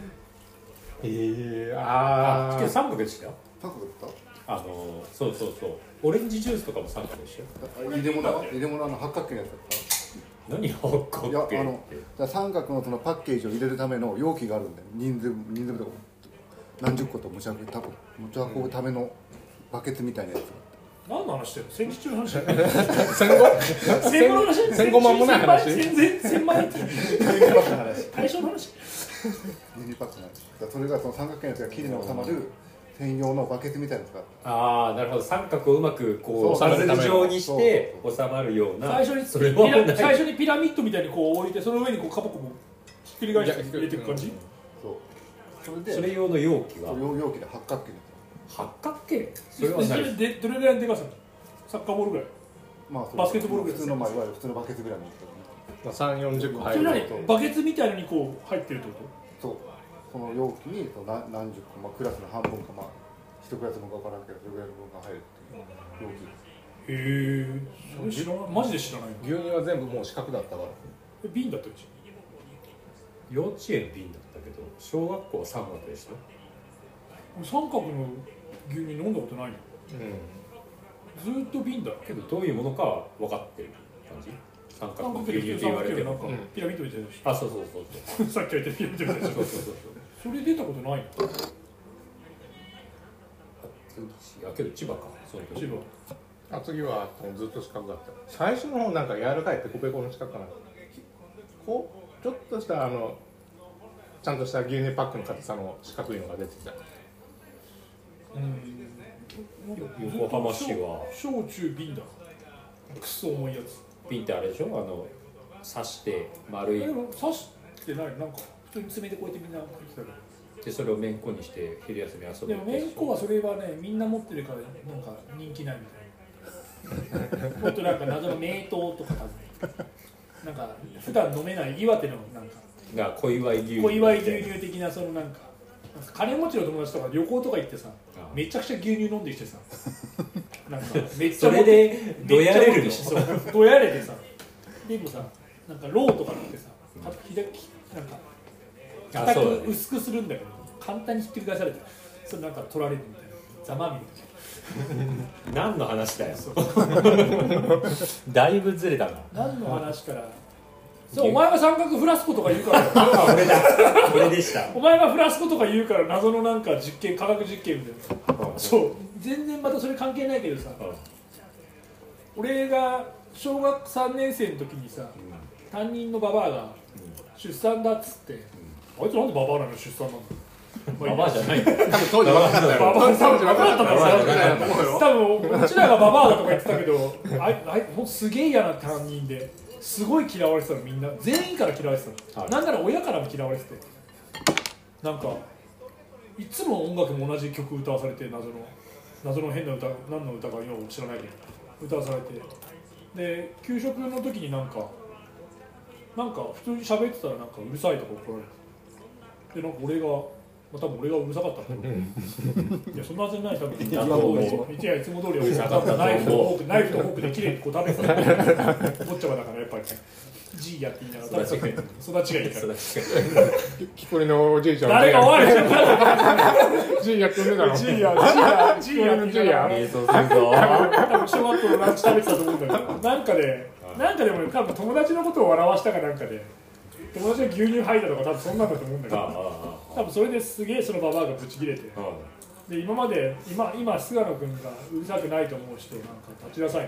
ええ
あ
あ
っ
あ
三角でしたよ
三角だっ
あのそうそうそうオレンジジュースとかも三角でしたよ
たあ入れ物は入れ物はあの八角形のやつだった
何をこ
いや
って
あのだから三角のそのパッケージを入れるための容器があるんだよ人数分人数分とか何十個と持ち運ぶ多分持ち運ぶためのバケツみたいなやつ
何の話してるの戦時中の話してる
戦後
戦後の話
戦後間もない話
戦前戦前って大正の話
ミニパックなんですだからそれがその三角形のやつがきれいに収まる専用のバケツみたいなやつがあっ
ああなるほど三角をうまくこう
そう
パズル状にして収まるような
最初に
それ
ピ
も
ラ
ない
最初にピラミッドみたいにこう置いてその上にこうカボコボひっくり返して入れていく感じ
たそうそれで
それ用の容器が
それ容容器で八角形のや
八角形そ
で
れは
そ
何
れでどれぐらいのでかさなのサッカーボールぐらい
つまあそう
バスケットボールぐらい
普通の前は普通のバケツぐらいのやつだよね
三四十個
そ
入
れ
る
なり
と
バケツみたいのにこう入ってるってこ
そうその容器にその何何十個、まあ、クラスの半分かまあ一クラス分か分からんけどそれぐらいの分が入るっていう容器
とへえそれ知らないマジで知らないの
牛乳は全部もう四角だったから
え瓶だったうち
幼稚園の瓶だったけど小学校は三角でした
俺三角の牛乳飲んだことないの
う
ずーっと瓶だ
けどどういうものかは分かってる感じ三角
三
の
角
牛乳っ
で
て言われて
なん
も
か
うん
ピラミッドみたいだし
あそうそうそうそ
さっき言ったピラミッドみたいだし
うそうそうそう
それ出たことないの
そうあけど千葉かその時
千葉
ん厚木はずっと四角だった最初の方なんか柔らかいペコペコの四角かなこうちょっとしたあのちゃんとした牛乳パックの硬さの四角いのが出てきた
うん
横浜市は
焼酎瓶だくそ重いやつ
瓶ってあれでしょあの刺して丸い
でも刺してないなんか普通に爪でこうやってみんな入ってたけ
でそれをめんこにして昼休み遊ぶ
どでも麺粉はそれはねみんな持ってるからなんか人気ないみたいなもっとなんか謎の名刀とか多分なんか普段飲めない岩手のなんか
が小祝牛乳
小祝牛乳的なそのなんかなんか金持ちの友達とか旅行とか行ってさ
あ
めちゃくちゃ牛乳飲んできてさなんかめっちゃ
そ
持
れ
って
でどやれるでしょ
そうどやれてさでもさなんかローとかってさあとひだきなんか
あ
硬
そうだ
く
ね
薄くするんだけど簡単にひっくり返されてそれなんか取られるみたいなざまみたい
何の話だよ だいぶずれたな
な何の話からそうお前が三角フラスコとか言うから
あ俺だ俺でした
お前がフラスコとか言うから謎のなんか実験科学実験みたいなそう全然またそれ関係ないけどさ俺が小学3年生の時にさ担任のババアが出産だっつって、あいつなんでババアなの出産なの
ババアじゃないよ
多分 当時分か ったよ
ババアさん
当時分かった
ババアさん
と思うよ
多分うちらがババアだとか言ってたけどあいあいほんとすげえ嫌な担任ですごい嫌われてたのみんな全員から嫌われてたの、
はい
なんなら親からも嫌われててなんかいつも音楽も同じ曲歌わされて謎の謎の変な歌何の歌か今知らないけど歌わされてで給食の時になんかなんか普通に喋ってたらなんかうるさいとか怒られてでなんか俺が、まあ、多分俺がうるさかった んだけどいやそんなはずない多分いつも通りいやいつも通りはうるさかったナイフとフォークナイフとフォークで綺麗にこう食べてたぼっちゃまだからやっぱり G やって言いながら食べてた育ちがいいから
木こりのおじいちゃん
誰が悪い
じいやってんでたの
ジーヤ、ジーヤ、ジーヤ。
映像するぞ
多分小学校のランチ食べてたと思うんだけど、なんかで、なんかでも、多分友達のことを笑わしたかなんかで。友達が牛乳吐いたとか、多分そんなんだと思うんだけ
ああ
ど。多分それですげえそのババアがブチ切れて
あああ
で今まで今今菅野君がうるさくないと思う人なんか立ちなさいみ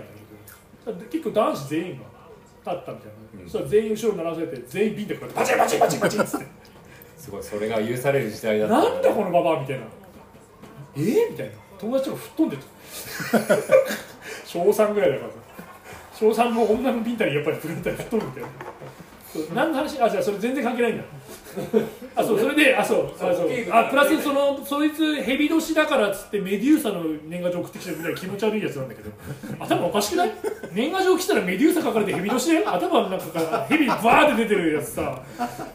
たいなことで結構男子全員が立ったみたいな、
うん
そしたら全員後ろに並らせて全員ビンタくらってバチンバチンバチンバチンっつって
すごいそれが許される時代だった
なんだこのババアみたいなえー、みたいな友達とか吹っ飛んでた 小3ぐらいだからさ小3の女のビンタにやっぱりプレンタに吹っ飛ぶみたいなそう何の話あじゃあそれ全然関係ないんだあそうそれであそうあそうあプラスそのそいつ蛇年だからっつってメデューサの年賀状送ってきたみたいな気持ち悪いやつなんだけど頭おかしくない年賀状来たらメデューサ書かれて蛇年だよ頭の中から蛇バーって出てるやつさ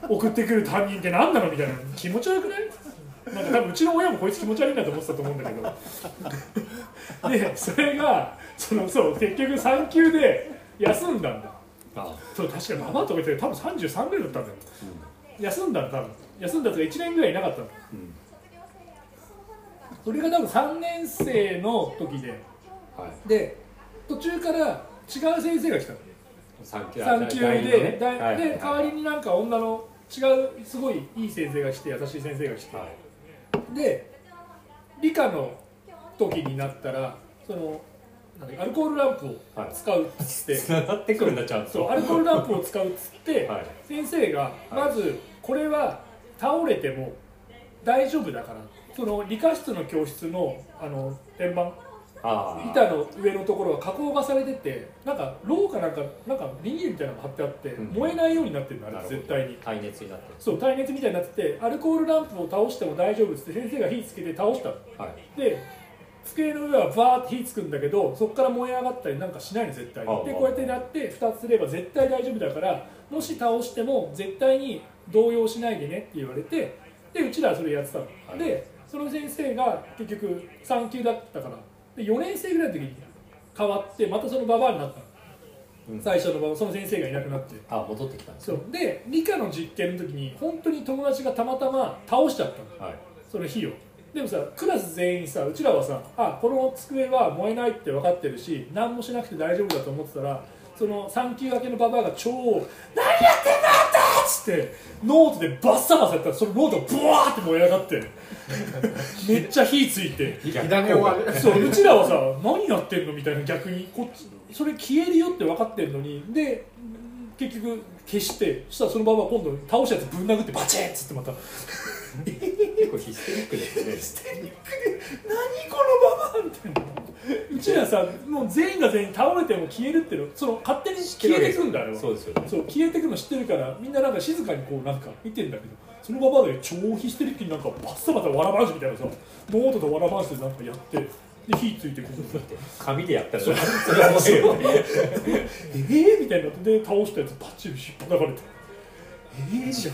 送ってくる担任って何なのみたいな気持ち悪くないなんか多分うちの親もこいつ気持ち悪いなと思ってたと思うんだけどでそれがそのそう結局産休で休んだんだ
あ
そう確かにママとか言ってたけど多分33ぐらいだったんだよ、休んだの多分休んだとか1年ぐらいいなかったの、それが多分3年生の時で
あはい
で途中から違う先生が来たの
産休
産休で、
で
だいで代わりになんか女の違うすごいいい先生が来て優しい先生が来て、
はい
で理科の時になったらそのなんかアルコールランプを使うっつって、
繋がってくるんだちゃんと
そうアルコールランプを使うっつって、
はい
先生がまずこれは倒れても大丈夫だからその理科室の教室のあの天板
ああ
板の上のところは加工がされててなんかろうかなんかなんかビニールみたいなのが貼ってあって、
うん
燃えないようになってるのあ
なる
れ
ほど
絶対に
耐熱になって
そう耐熱みたいになっててアルコールランプを倒しても大丈夫っつって先生が火つけて倒したの
るはい
で机の上はバーって火つくんだけどそこから燃え上がったりなんかしないの絶対
ああ
にでこうやってやって2つすれば絶対大丈夫だからもし倒しても絶対に動揺しないでねって言われてでうちらはそれやってたの、
はい
でその先生が結局3級だったからで4年生ぐらいの時に変わってまたそのババアになった
う
の、
ん
最初のババアその先生がいなくなって
あ戻ってきたんです
そうで理科の実験の時に本当に友達がたまたま倒しちゃったの
はい
その火をでもさクラス全員さうちらはさあこの机は燃えないって分かってるし何もしなくて大丈夫だと思ってたらその3級明けのババアが超「何やってんだあんた!」っつってノートでバッサバサやったらそのノートがブワーって燃え上がってめっちゃ火ついて
火種を割る
そううちらはさ何やってんのみたいな逆にこっちそれ消えるよって分かってんのにで結局消してそしたらそのババア今度倒したやつぶん殴ってバチンっつってまた
結構ヒステリックですね
何このババアみたいなうちらさもう全員が全員倒れても消えるっていうのその勝手に消えてくんだあれは
そうですよね
そう消えてくの知ってるからみんななんか静かにこうなんか見てんだけどそのババアが超ヒステリックになんかバッサバサわらばんしみたいなさノートとわらばんしでなんかやってで火ついてくる
紙でやったらそれ面白いよね
ええー、みたいになってで倒したやつパッチリ引っ張られてええー、
そ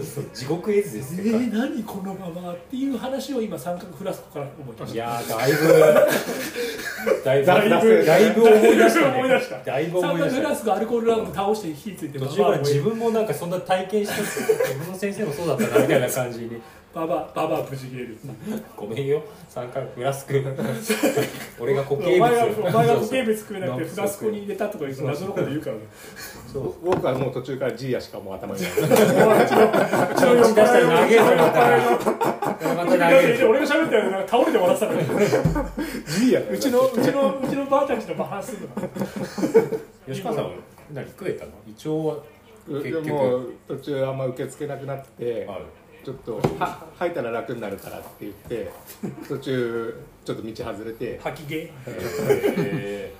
うそう地獄絵図です
え
よ
ー、何このままっていう話を今三角フラスコから思い出
い
した
やーだいぶだいぶだいぶだいぶ思い出したね
思い出した
だいぶ
三
思い出
角フ
し
ラ
た
スコアルコールランド倒して火ついて
途
バ
中か
バ
ら
ア
自分もなんかそんな体験したんですよ自分の先生もそうだったなみたいな感じ に
ババアババア無事ゲール
ごめんよ三角フラスク 俺が固
お
形
前
物
がお前が
そうそう
固形物食えなくてフラスコに入れたとか言って謎のこと言うからね
僕はもう途中からジーヤしかもう頭にない
ちょっと出したら投げるよまたまた投げるよ
俺が喋ったらなんか倒れて笑ってたからね
ジーヤ
うちのうちのうちのばあちゃんちのバランスの
吉川さんは何食えたの胃腸は結
で
局
も途中あんま受け付けなくなってちょっとは吐いたら楽になるからって言って途中ちょっと道外れて
吐き芸
え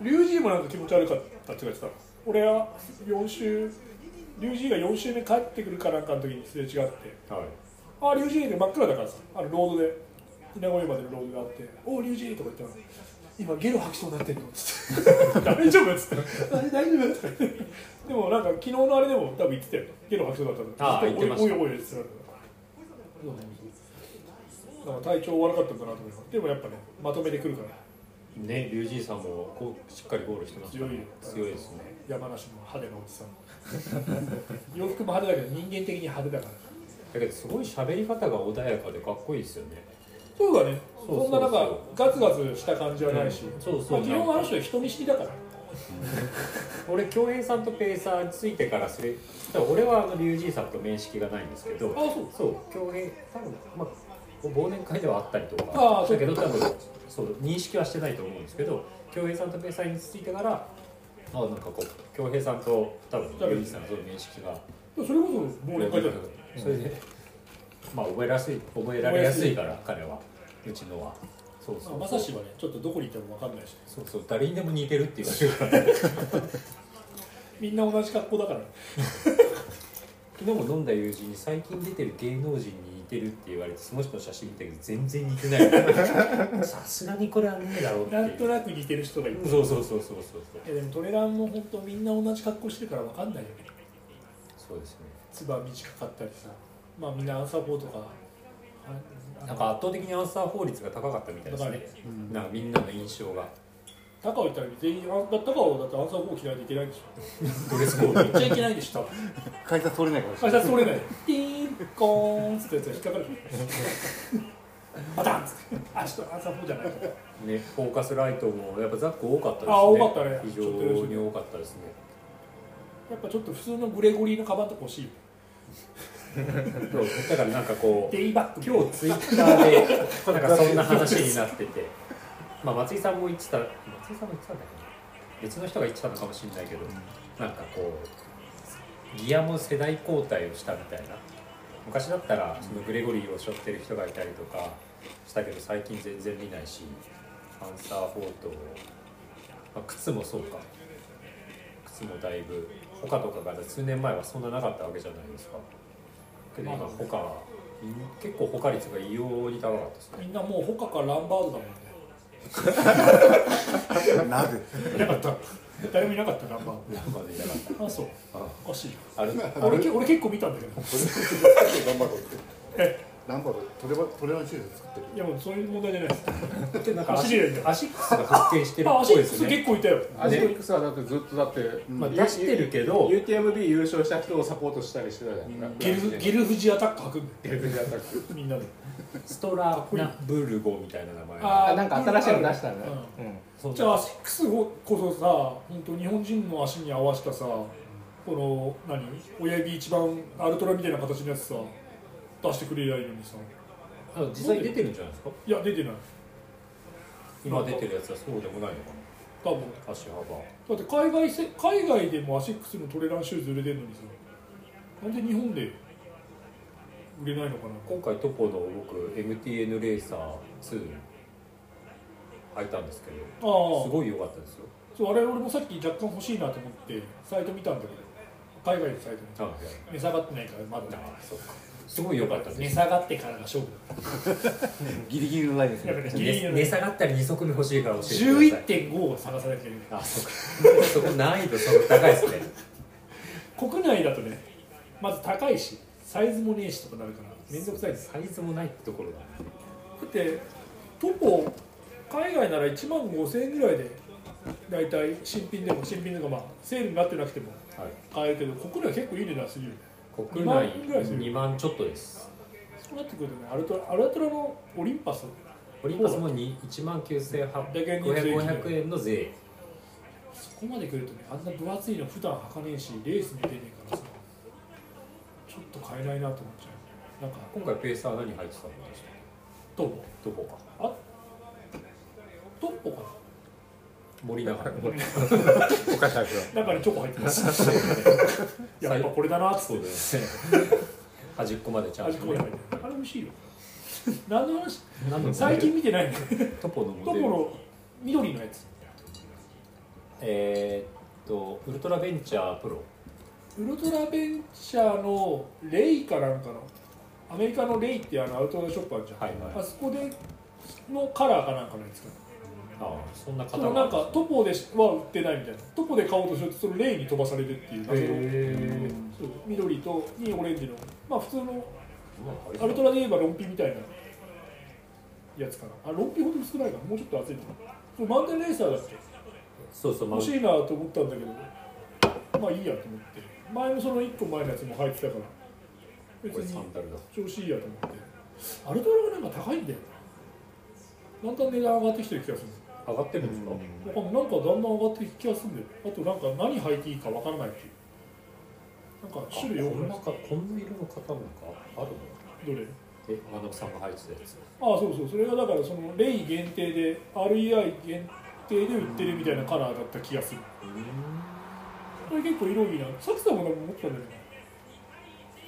リュウジーもなんか気持ち悪かったって言ってた俺は4週リュウジーが4週目帰ってくるかなんかの時にすれ違って
ーはい
あリュウジーで真っ暗だからさあのロードで稲子湯までのロードがあって「おうリュウジー」とか言ったら「今ゲロ吐きそうになってるの」つって「大丈夫?」っつってあ「大丈夫?」っつってでもなんか昨日のあれでも多分言ってたよゲロ吐きそうだったんだ
あー言ってました
おいおいおい」って言ってたからなんか体調悪かったんだなと思いますでもやっぱねまとめてくるから
ね、龍神さんもこうしっかりゴールしてますからね
強い
強いですね。
山梨の派手なおじさん洋服も派手だけど人間的に派手だから
だけどすごい喋り方が穏やかでかっこいいですよね。
そうだね
そうそうそう
そんななんかガツガツした感じはないし、
うんそうそう
まあ、基本あの人は人見知りだから
俺京平さんとペイさんついてからすれ、だから俺はあの龍神さんと面識がないんですけど、
そ
そう京平多分まあ忘年会ではあったりと
あ
か
あ、
だけど多分そう認識はしてないと思うんですけど、京平さんとペイさんについてから、あなんかこう京平さんと多分龍神さんのそういう面識が。
うそれこそ忘年会じゃない
それで、まあ覚えやすい覚えられやすいから彼はうちのはそうそう
まあまさしはねちょっとどこにいても分かんないし
そうそう誰にでも似てるっていう昨
みんな同じ格好だからね
日も飲んだ友人に最近出てる芸能人に似てるって言われてその人の写真見たけど全然似てない さすがにこれはねえだろうってい
な
うん
となく似てる人がいる
そうそうそうそうそうそう
いやでもトレランも本当みんな同じ格好してるから分かんないよね
そうですね
つば短かったりさまあみんなアンサー4とかあ
なんか圧倒的にアンサー法率が高かったみたいですねなんかみんなの印象が
高尾行ったら全員あだ高尾だってアンサー4着ないといけないんでしょ
ドレスコード
言っちゃいけないんでしょ
改札通れないから
改札通れないティーンコーンっつってやつが引っかかるバタンっつってあちょっと朝4じゃない
ね、フォーカスライトもやっぱザック多かったですね。
あ多かったね
非常に多かったですね。
やっぱちょっと普通のグレゴリーのカバンとか欲しいよ
そうだからなんかこう
デイバッグ
今日ツイッターでなんかそんな話になってて、まあ松井さんも言ってた松井さんも言ってたんだけど、別の人が言ってたのかもしれないけど、なんかこうギアも世代交代をしたみたいな。昔だったらそのグレゴリーを背負ってる人がいたりとかしたけど最近全然見ないし、アンサーフォートを、まあ、靴もそうか。靴もだいぶ他とかが数年前はそんななかったわけじゃないですかけど今他は結構他率が異様に高かったですね
みんなもうホカかランバードだもんね
なぜ
いなかった誰もいなかったランバー
なんかねだか
ドあそう
あ
おかしい
らあれ
あ俺け俺結構見たんだけど
ランバードって
え
ランバードトレバトレランシーズン作ってる
いやもうそういう問題じゃないです
ってなんか
走りやんじゃん
アシックスが発見してるっ
あ
ぽ
足
いです
靴
ね
結構いたよ
アジックスはだってずっとだって、
まあ出してるけど
UTMB 優勝した人をサポートしたりしてたじゃん
ギルギルフジアタック履くんだよ
ゲルジアタック
みんなで
ストラナブルゴみたいな名前の
あなんか新しいの出したんだ、
うん
うん
そん
じゃ
な
あシックスこそさ本当日本人の足に合わせたさこの何親指一番アルトラみたいな形のやつさ出してくれりゃいいのにさ
あ実際出てるんじゃないですか
いや出てない
今出てるやつはそうでもないのか
多分
な足幅
だって海外せ海外でもアシックスのトレランシューズ売れてるのにさなんで日本で売れないのかな
今回トポの僕 MTN レーサー2履いたんですけど
ああ
すごい良かったですよ。
そうあれ俺もさっき若干欲しいなと思ってサイト見たんだけど海外のサイト見た
あ
値下がってないからまだ
あ、そうか。すごい良かった
値
です。
下がってからが勝負だ
ギリギリのライン です
やっ
ね
ぱねギリギリ
値
の
値下がったり二足目欲しいから教えてください。
11.5を探さなきゃいけない
あ、そうか。そこ難易度そこ高いですね。
国内内だとねまず高いしサイズもねえしとかなるから面倒くさいです
サイズもないってところだ
だってトポ海外なら1万5000円ぐらいで大体新品でも新品でもまあセールになってなくても
はい
買えるけど国内は結構いい値段するよね
国内
二万ぐらいする
2万ちょっとです
そうなってくるとねアルトラアルトラのオリンパス
オリンパスもに1万9800 500円の税
そこまで来るとねあんな分厚いの普段履かねえしレースに出ねえからさちょっと買えないなと思っちゃうなんか
今回ペーサー何入ってたんですか
トポ
どこか
あトッポか
森永 の
おかしいですよ
な中にチョコ入ってます やっぱこれだなっつ
そ
って
うですね端っこまでちゃん
味
と
込ま
ね
ないあれ美味しいよ何の話
何の
最近見てないんだよ
トポの
ト
モ
コ
デル
の緑のやつ
えーっとウルトラベンチャープロ
ウルトラベンチャーのレイかなんかのアメリカのレイってあのアウトドアショップあるじゃん、
はいはい
あそこでのカラーかなんかのやつか
ああそんな方
その
が
なんかトポでは売ってないみたいなトポで買おうとするとそのレイに飛ばされるっていう謎の、
へ
そう緑とにオレンジのまあ普通の
まああれ
アルトラで言えばロンピみたいなやつかなあロンピほど少ないかもうちょっと厚いかなこれマウンテンレーサーだっけ
そうそう、ま
欲
あ、
しいなと思ったんだけどまあいいやと思って前のその1個前のやつも入ってたから別
これ
に
サンダルだ
調子いいやと思ってアルトラがなんか高いんだよだんだん値段上がってきてる気がする
上がってるんですか、
なんかなんかだんだん上がってきてる気がするんだよあとなんか何履いていいか分からないっていうなんか種類多
こ
く
ん
な
ないかこんな色の方なんかあるの
どれ
え真野さんが入ってたやつ
ああそうそうそれがだからそのレイ限定で REI 限定で売ってるみたいなカラーだった気がするこれ結構色いいなさっきさんもなんか持ってたんだけど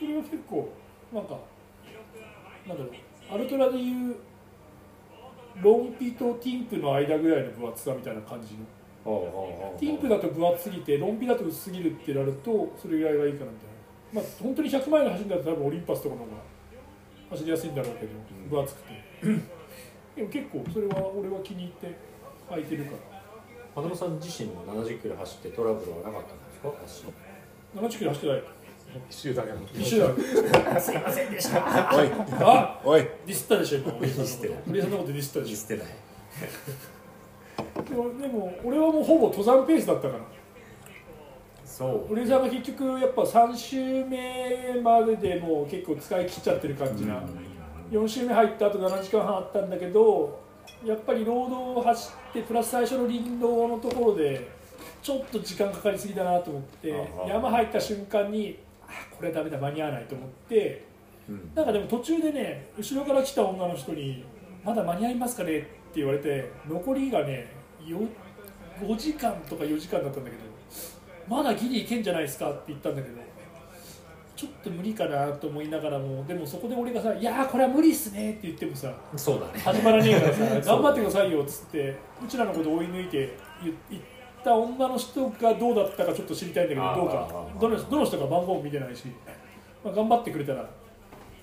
それは結構なんかなんだろうアルトラでいうロンピとティンプの間ぐらいの分厚さみたいな感じの
ああああああ
ティンプだと分厚すぎてロンピだと薄すぎるってなるとそれぐらいがいいかなみたいなまあ本当に100マイル走るんだったら多分オリンパスとかの方が走りやすいんだろうけど
うん
分厚くてでも結構それは俺は気に入って履いてるから
真野さん自身も70キロ走ってトラブルはなかったんですか走り
70キロ走ってない
一周だけの
一緒だよすいませんでした
おい
あ
おい
ディスったでしょ今俺さん
ディスって
の
ない
こと俺さんの ことディスったでしょ
てない
でもでも俺はもうほぼ登山ペースだったから
そう
俺さんが結局やっぱ3周目まででもう結構使い切っちゃってる感じな、4周目入った後7時間半あったんだけどやっぱりロードを走ってプラス最初の林道のところでちょっと時間かかりすぎだなと思って
ああ
山入った瞬間にあこれはダメだ間に合わないと思って
うん
なんかでも途中でね後ろから来た女の人に「まだ間に合いますかね?」って言われて残りがねよ5時間とか4時間だったんだけどまだギリいけんじゃないですかって言ったんだけどちょっと無理かなと思いながらもでもそこで俺がさ「いやーこれは無理っすね」って言ってもさ
そうだね
始まらねえか らさ頑張ってくださいよっつってうちらのことを追い抜いて言言った女の人がどうだったかちょっと知りたいんだけ
あ
ど
ー
どう
あー
か
あー
どのどの人か番号も見てないし、まあ、頑張ってくれたら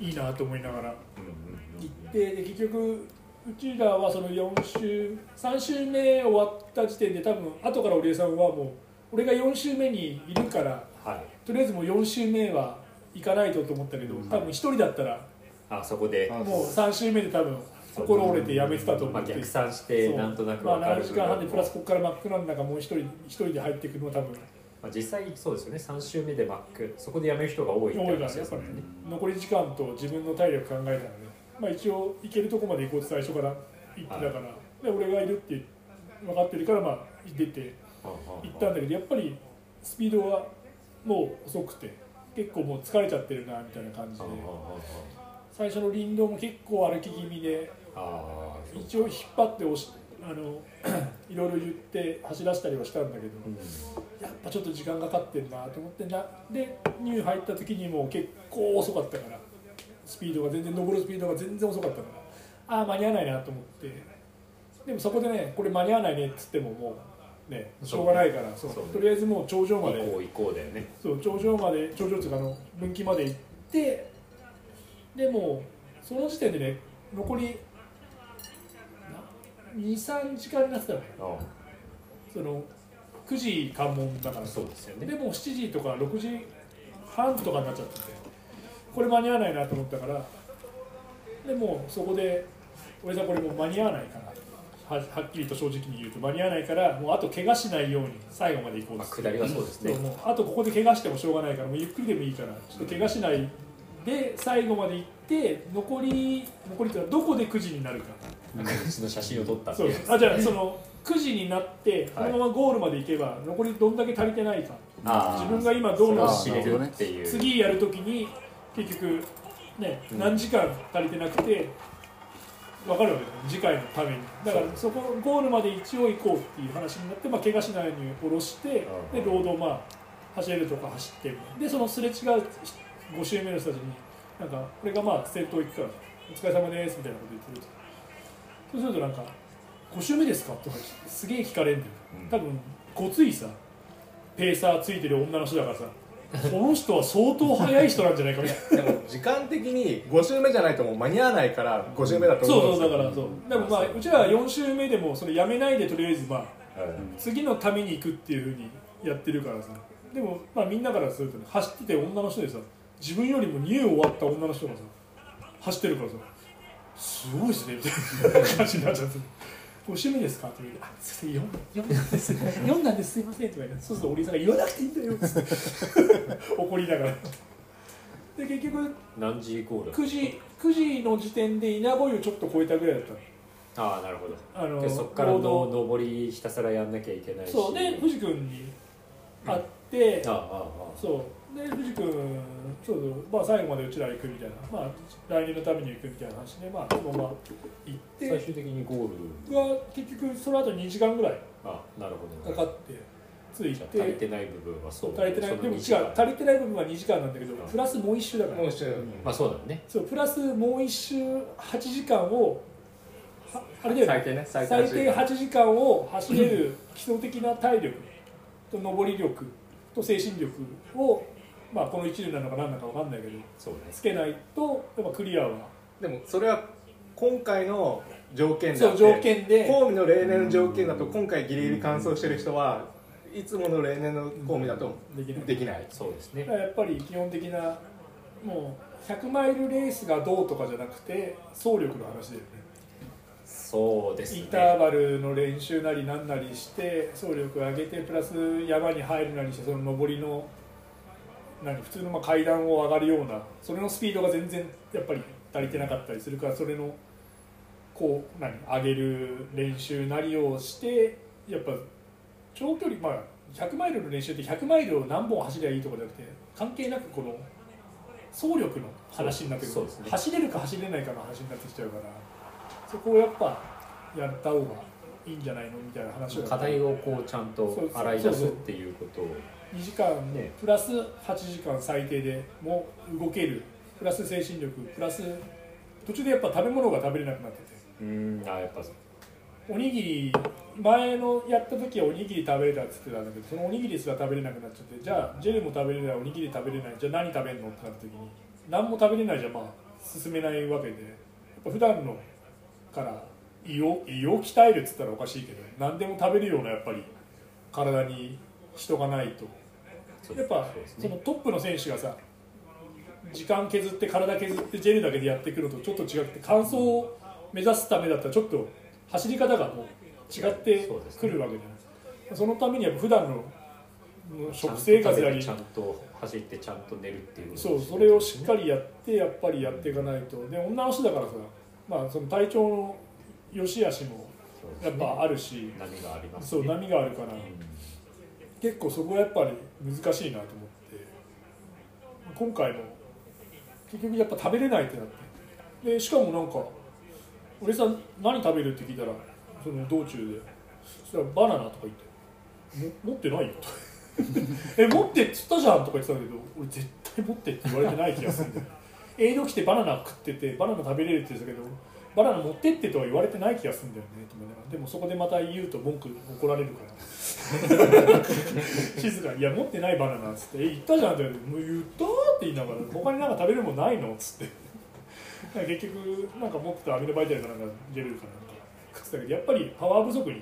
いいなと思いながら
うんうん
行ってで結局うちらはその4週3週目終わった時点で多分後から織江さんはもう俺が4週目にいるから
はい
とりあえずもう4週目は行かないとと思ったけど多分1人だったら
あそこで
あ
もう3週目で多分心折れてやめてたと思
ま
っ
あ、
て
逆算して
そう
なんとなく
ま
わ
あ
かる
7
部
時
分
間半でプラスここから真っ暗の中もう一人一人で入っていくのは多分
まあ、実際そうですよね3周目でマックそこでやめる人が多いって
多いから
話
ねや
で
っ
す
ぱ
よ
り
ね
ね残り時間と自分の体力考えたらねまあ一応行けるとこまで行こうって最初から言ってたから、で俺がいるって分かってるからまあ出て行ったんだけどやっぱりスピードはもう遅くて結構もう疲れちゃってるなみたいな感じで最初の林道も結構歩き気味で
ああー
一応引っ張って押しあの いろいろ言って走らせたりはしたんだけど、やっぱちょっと時間かかってるなと思ってなでニュー入った時にもう結構遅かったからスピードが全然登るスピードが全然遅かったからああ間に合わないなと思ってでもそこでねこれ間に合わないねっつってももうねしょうがないからそう
そうね
とりあえずもう頂上ま
行こ
で
う行こうだよね
そう頂上まで頂上っていうかあの分岐まで行ってでもうその時点でね残り23時間になってたのね
あ
その9時関門だから
あそうですよ
で
ね
もう7時とか6時半とかになっちゃったんでこれ間に合わないなと思ったからでもうそこで俺さんこれもう間に合わないからははっきりと正直に言うと間に合わないからもうあと怪我しないように最後まで行こう
まあ、
っつって
下りはそうですね
そうもうあとここで怪我してもしょうがないからもうゆっくりでもいいからちょっと怪我しないで最後まで行って残り残りってのはどこで9時になるか
赤口の写真を撮ったって
そ
いう
う
やつ
あじゃあその9時になってこ
はい
のままゴールまで行けば残りどんだけ足りてないか
あー
自分が今どうな
そ
知
れ
れ
は
の
るっていう
次やるときに結局ね何時間足りてなくて分かるわけだよ次回のためにだからそこゴールまで一応行こうっていう話になって、まあ、怪我しないように下ろしてで
うん
ロードをまあ走れるとか走ってでそのすれ違う5周目の人たちになんかこれがまあ先頭行くからお疲れ様ですみたいなこと言ってるとそうするとなんか5周目ですかとかすげえ聞かれるんだよ多分ごついさペーサーついてる女の人だからさこの人は相当速い人なんじゃないかみたいな
でも時間的に5周目じゃないともう間に合わないから5周目だと思
そううんそ
で
うだ
すよ
からそうでもまあうちらは4周目でもそれやめないでとりあえずまあ
うん
次のために行くっていうふうにやってるからさでもまあみんなからするとね走ってて女の人でさ自分よりも2終わった女の人がさ走ってるからさすごいですねみたいな感じになっちゃって。ご趣味ですかって言うあ、すいません、読んだんです、読んだんです、すいませんとか言って、そうすると、おさんが言わなくていいんだよっつって怒りながら。で、結局、
何時以降だ
9時9時の時点で稲穂湯ちょっと超えたぐらいだったの
ああなるほど
あの
でそっからの
労働
上りひたすらやんなきゃいけないし
そうで藤君に会って、
あああ
そうで藤君そうそう、まあ、最後までうちら行くみたいな、まあ、来年のために行くみたいな話で、まあ、そのまま行っ
最
て
終的にゴール
僕は結局その後2時間ぐらい
あなるほ
か
ど
かって着い
じゃあ足り
て
てない部分はそう
足りてない
そ
で
の
も違う
二時間
足りてない部分は2時間なんだけど
うん
プラスもう1周だから
もう一周
まあそうだね
そうプラスもう1周8時間をはあれだよね
最低ね最低
最低
8
8時間を走れる基礎的な体力と上り力と精神力を、まあ、この一流なのか何なのか分かんないけど
そうね
つけないとやっぱクリアは
でもそれは今回の条件であ
そ
っ
う
て
条件で
公務の例年の条件だと今回ギリギリ完走してる人はいつもの例年の公務だと
できない
できない
そうです
だ
ね
からやっぱり基本的なもう100マイルレースがどうとかじゃなくて走力の話だよね
そうです
イ
ね
ンターバルの練習なりなんなりして走力上げてプラス山に入るなりしてその上りの何普通のまあ階段を上がるようなそれのスピードが全然やっぱり足りてなかったりするからそれのこう何上げる練習なりをしてやっぱ長距離まあ100マイルの練習って100マイルを何本走りゃいいとかじゃなくて関係なくこの走力の話になってく
そう
る、
ですね
走れるか走れないかの話になってきちゃうからそこをやっぱやった方がいいんじゃないのみたいな話を
課題をこうちゃんと洗い出すっていうことを
2時間
ね
プラス8時間最低でもう動けるプラス精神力プラス途中でやっぱ食べ物が食べれなくなってて
うーんあやっぱそう
おにぎり前のやった時はおにぎり食べれたっつってたんだけどそのおにぎりすら食べれなくなっちゃってじゃあジェルも食べれないおにぎり食べれないじゃあ何食べるのってなった時に何も食べれないじゃまあ進めないわけでやっぱ普段のから胃を胃を鍛えるっつったらおかしいけど何でも食べるようなやっぱり体に人がないと
そう
やっぱ
そうです
その
ね
トップの選手がさ時間削って体削ってジェルだけでやってくるとちょっと違くて完走を目指すためだったらちょっと走り方がもう違って
そうです
く
ね
るわけじゃないそのためにやっぱ普段のもう
ちゃん
食
と
生活なり
ちゃんと走ってちゃんと寝るっていうこと
そうそれをしっかりやってやっぱりやっていかないとで女の人だからさ、まあ、その体調の良し悪しも
そうです
やっ
ね
ぱあるし
波があります
そう
ね
波があるから
うん
結構そこはやっぱり難しいなと思って今回も結局やっぱ食べれないってなってでしかもなんか「俺さん何食べる?」って聞いたらその道中でそしたら「バナナ」とか言って「も持ってないよ」と「え持ってっつったじゃん」とか言ってたけど俺絶対持ってって言われてない気がするんだよエイド来てバナナ食っててバナナ食べれるって言ってたけどバナナ持ってってとは言われてない気がするんだよねと思いながらでもそこでまた言うと文句怒られるから静かに「いや持ってないバナナ」っつって「え言ったじゃん」って言われてもう言った」って言いながら「他になんか食べるもんないの?」っつって だから結局なんか持ってたアミノバイタルかなんかジェルかなんか食ってたけどやっぱりパワー不足に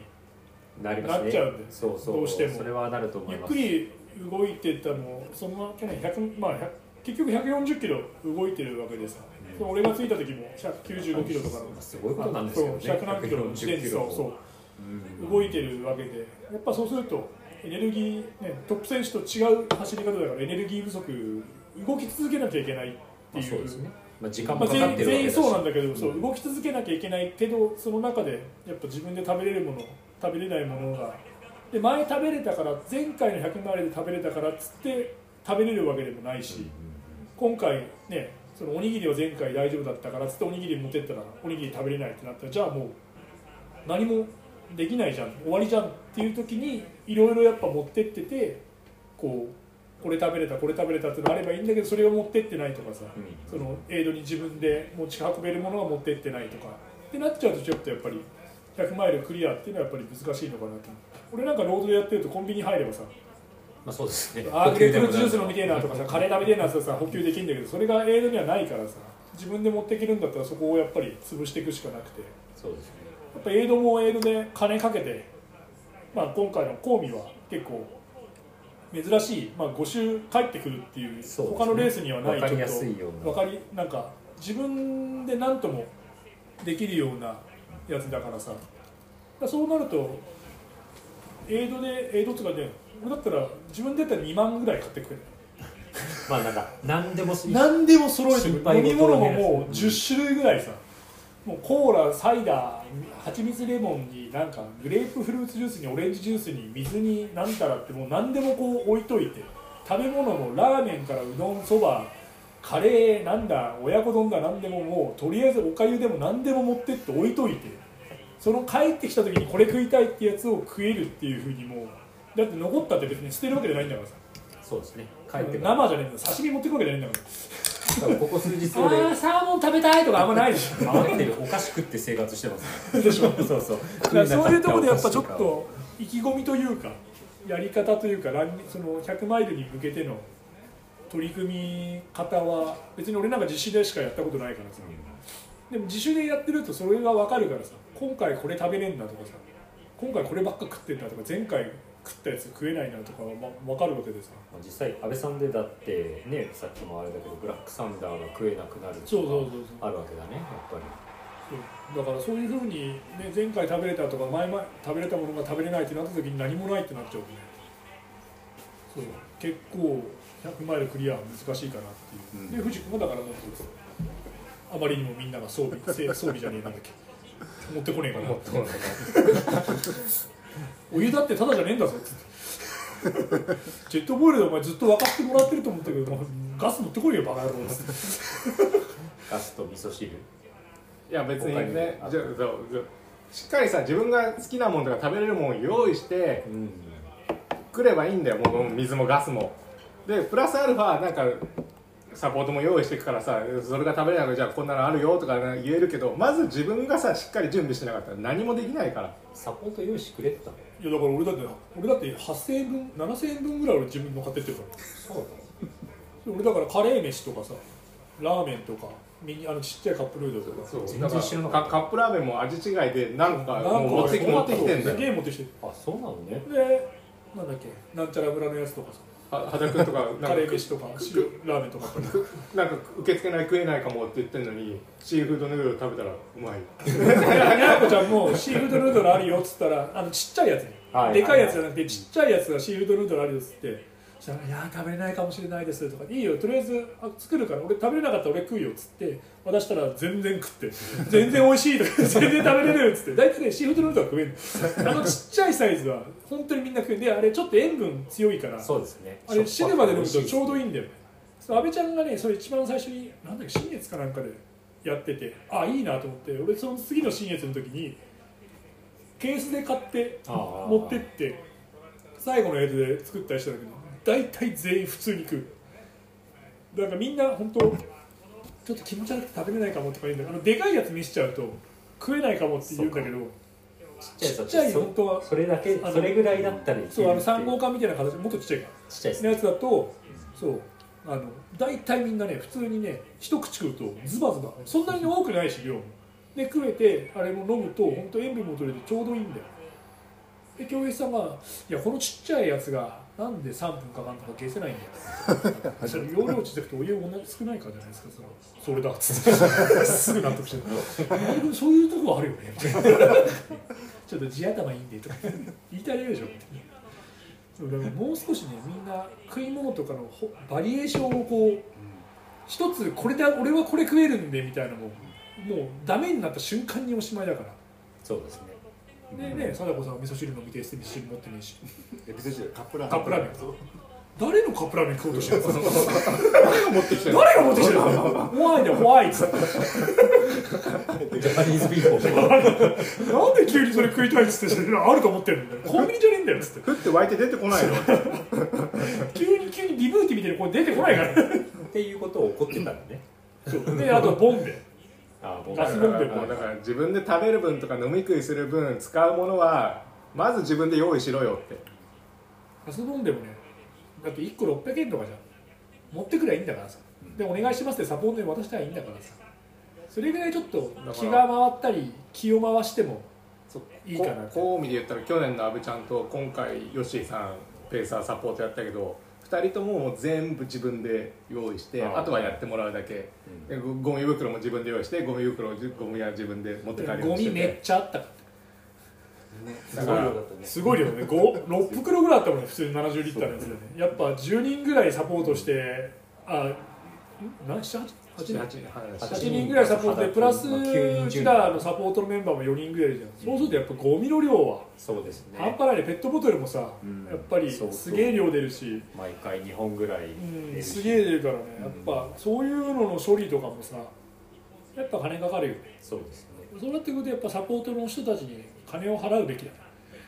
なりますね
なっちゃうんで
そうそう
どうしても
それはなると思
ゆ
い
っ
ま
く
す
り動いてたのその去年100、まあ、100結局140キロ動いてるわけですから、俺が着いた時も195キロとかの
すごいことなんですよね
そう100何キロの自転車をそう
うん
動いてるわけでやっぱそうするとエネルギー、ね、トップ選手と違う走り方だからエネルギー不足動き続けなきゃいけないって
まあ
いう,、
そうですね、まあ、時間
ま
も
あ
かかって
全
るわ
全
けだ
員
し
そうなんだけど、そう
うん
動き続けなきゃいけないけどその中でやっぱ自分で食べれるもの食べれないものがで前食べれたから前回の100マイルで食べれたからっつって食べれるわけでもないし、今回ねそのおにぎりは前回大丈夫だったからっつっておにぎり持ってったらおにぎり食べれないってなったらじゃあもう何もできないじゃん終わりじゃんっていう時にいろいろやっぱ持ってっててこうこれ食べれたこれ食べれたってのあればいいんだけどそれを持ってってないとかさ、
うん
そのエイドに自分で持ち運べるものは持ってってないとかってなっちゃうとちょっとやっぱり100マイルクリアっていうのはやっぱり難しいのかなと俺なんかロードでやってるとコンビニ入ればさ
まあそうですね
あーグレープフルーツジュース飲みてえなとかさカレー食べてえなってさ補給できるんだけどそれがエイドにはないからさ自分で持っていけるんだったらそこをやっぱり潰していくしかなくてや
そうですね
っぱエイドもエイドで金かけて、まあ、今回のコーミは結構珍しい、まあ、5周帰ってくるっていう
そうですね
他のレースにはない
わかりやすいような
わかりなんか自分で何ともできるようなやつだからさだからそうなるとエイドでエイドとかね俺だったら自分でやったら2万ぐらい買ってくれる
まあなんか何でもす
何でも揃えて
心配
飲
事
み物も
ね
もう10種類ぐらいさもうコーラサイダー蜂蜜レモンになんかグレープフルーツジュースにオレンジジュースに水になんたらってもう何でもこう置いといて食べ物もラーメンからうどんそばカレーなんだ親子丼だ何でももうとりあえずおかゆでも何でも持ってって置いといてその帰ってきた時にこれ食いたいってやつを食えるっていうふうにもうだって残ったって別に捨てるわけじゃないんだからさ
そうですね帰ってから
生じゃねえんだ刺身持ってくわけじゃないんだから
多分ここ数日
あ
俺
ーサーモン食べたいとかあんまないでし
回ってるお菓子食って生活してます
ょでしょ
ね そうそう
だからそういうところでやっぱちょっと意気込みというかやり方というかランその100マイルに向けての取り組み方は別に俺なんか自主でしかやったことないからさでも自主でやってるとそれが分かるからさ今回これ食べれんなとかさ今回こればっか食ってんなとか前回食ったやつ食えないなとかは、ま、分かるわけでさ
まあ実際安倍さんでだってねさっきもあれだけどブラックサンダーが食えなくなるとか
そうそうそうそう
あるわけだねやっぱり
そうだからそういうふうに、ね、前回食べれたとか前々食べれたものが食べれないってなった時に何もないってなっちゃうとねそう結構100マイルクリアは難しいかなっていう、
うん
で藤君もだからなんかあまりにもみんなが装備せ装備じゃねえなんだっけ持ってこねえかなお湯だってただじゃねえんだぞ っつってジェットボイルでお前ずっと分かってもらってると思ったけどお前ガス持ってこいよバカ野郎っつって
ガスと味噌汁
いや別に
他にも
ね
あった
じゃあそうそうしっかりさ自分が好きなものとか食べれるものを用意して
うん
くればいいんだよもう水もガスもでプラスアルファなんかサポートも用意していくからさそれが食べれないからじゃあこんなのあるよとかね言えるけどまず自分がさしっかり準備してなかったら何もできないから
サポート用意してくれてたの
いやだから俺だって俺だって8000円分7000円分ぐらい俺自分の買ってってるから
そう
俺だからカレー飯とかさラーメンとかミニあのちっちゃいカップヌードルとか
そう
全然知らなか
か
った
カップラーメンも味違いでなんか
なんか
もう持ってき持ってきてんだ
すげ
よ
え持ってきてる
だあそうなのね
でなんだっけなんちゃら村のやつとかさ
は畑君と かなんか
カレー飯とか塩ラーメンと か
なんか受け付けない食えないかもって言ってんのにシーフードヌードル食べたらうまい
にゃーこちゃんもシーフードヌードルあるよっつったらあのちっちゃいやつね
はい
でかいやつじゃなくてちっちゃいやつがシーフードヌードルあるよっつってそしたら「いやー食べれないかもしれないです」とか「いいよとりあえずあ作るから俺食べれなかったら俺食うよ」っつって渡したら全然食 って「全然美味しい」とか「全然食べれるよ」っつって大体ねシーフードヌードルは食えるあのちっちゃいサイズは本当にみんな食えるであれちょっと塩分強いから
そうですね
あれシネマで飲む
しょ
と
っぱくて美味し
ちょうどいいんだよそう安倍ちゃんがねそれ一番最初になんだっけ新月かなんかでやっててあいいなと思って俺その次の新月の時にケースで買って
あー
持ってって最後の映像で作ったりしたんだけど大体全員普通に食うだからみんな本当ちょっと気持ち悪くて食べれないかもとか言うんだけどあのでかいやつ見せちゃうと食えないかもって言うんだけど
ちっちゃいやつ
ちっちゃい本当は
それだけ
あの
それぐらいだったらいけるってい
そうあの3号館みたいな形もっとちっちゃいから。
ちっちゃいですね
のやつだとそうあの大体みんなね普通にね一口食うとズバズバそんなに多くないし量もで食えてあれも飲むと本当塩分も取れてちょうどいいんだよで教員さんが「いやこのちっちゃいやつがなんで3分かかんとか消せないんだよ それ容量ちっちゃくてお湯も少ないからじゃないですかそのそれだ っつってすぐ納得してるそういうとこはあるよ ねちょっと地頭いいんでとか言いたいでしょみたいなそうだからもう少しねみんな食い物とかのほバリエーションをこう一つこれで俺はこれ食えるんでみたいなのももうダメになった瞬間におしまいだから
そうですね
でね貞子さんは味噌汁飲みてえして味噌汁持ってねえし
エビ寿司カップラーメン
カップラーメン誰のカップラーメン食おうとしてるの
誰が持ってきてるの
誰が持ってきてるの怖いね怖いっつって
ジャパニーズビーフォー
なんで急にそれ食いたいっつってしてあると思ってるんだよコンビニじゃねえんだよっつって
ふって湧いて出てこないの
急に急にビブーティみたいな声出てこないから
っていうことを怒ってたんだ ね
であとボンベ
ああ
ガスボンベも
だから自分で食べる分とか飲み食いする分使うものはまず自分で用意しろよって
ガスボンベもねだって1個600円とかじゃん持ってくりゃいいんだからさでお願いしますってサポートに渡したらいいんだからさそれぐらいちょっと気が回ったり気を回してもいいかなって
こう近江で言ったら去年の阿部ちゃんと今回ヨッシーさんペーサーサポートやったけど2人とももう全部自分で用意して
あ
あ
ー
とはやってもらうだけ、でゴゴミ袋も自分で用意してゴミ袋をじゴミは自分で持って帰るよ
ゴ
うにし
ミ
て
め
て
っちゃあったから
ね
だから
すごい量だね5 6袋ぐらいあったもんね普通に70リッターのやつでねやっぱ10人ぐらいサポートしてあん何7 8 8
8人話
八
8人ぐらいサポートでプラス
まあ9人
うちらのサポートのメンバーも4人ぐらいじゃんそうするとやっぱゴミの量は
そうです
半
ね
端ないねペットボトルもさ
うん
やっぱり
そうそう
すげえ量出るし
毎回2本ぐらい出
う
る
ん
し
すげえ出るからねやっぱそういうのの処理とかもさやっぱ金かかるよね
そうですね
そうなってくるとやっぱサポートの人たちに金を払うべきだな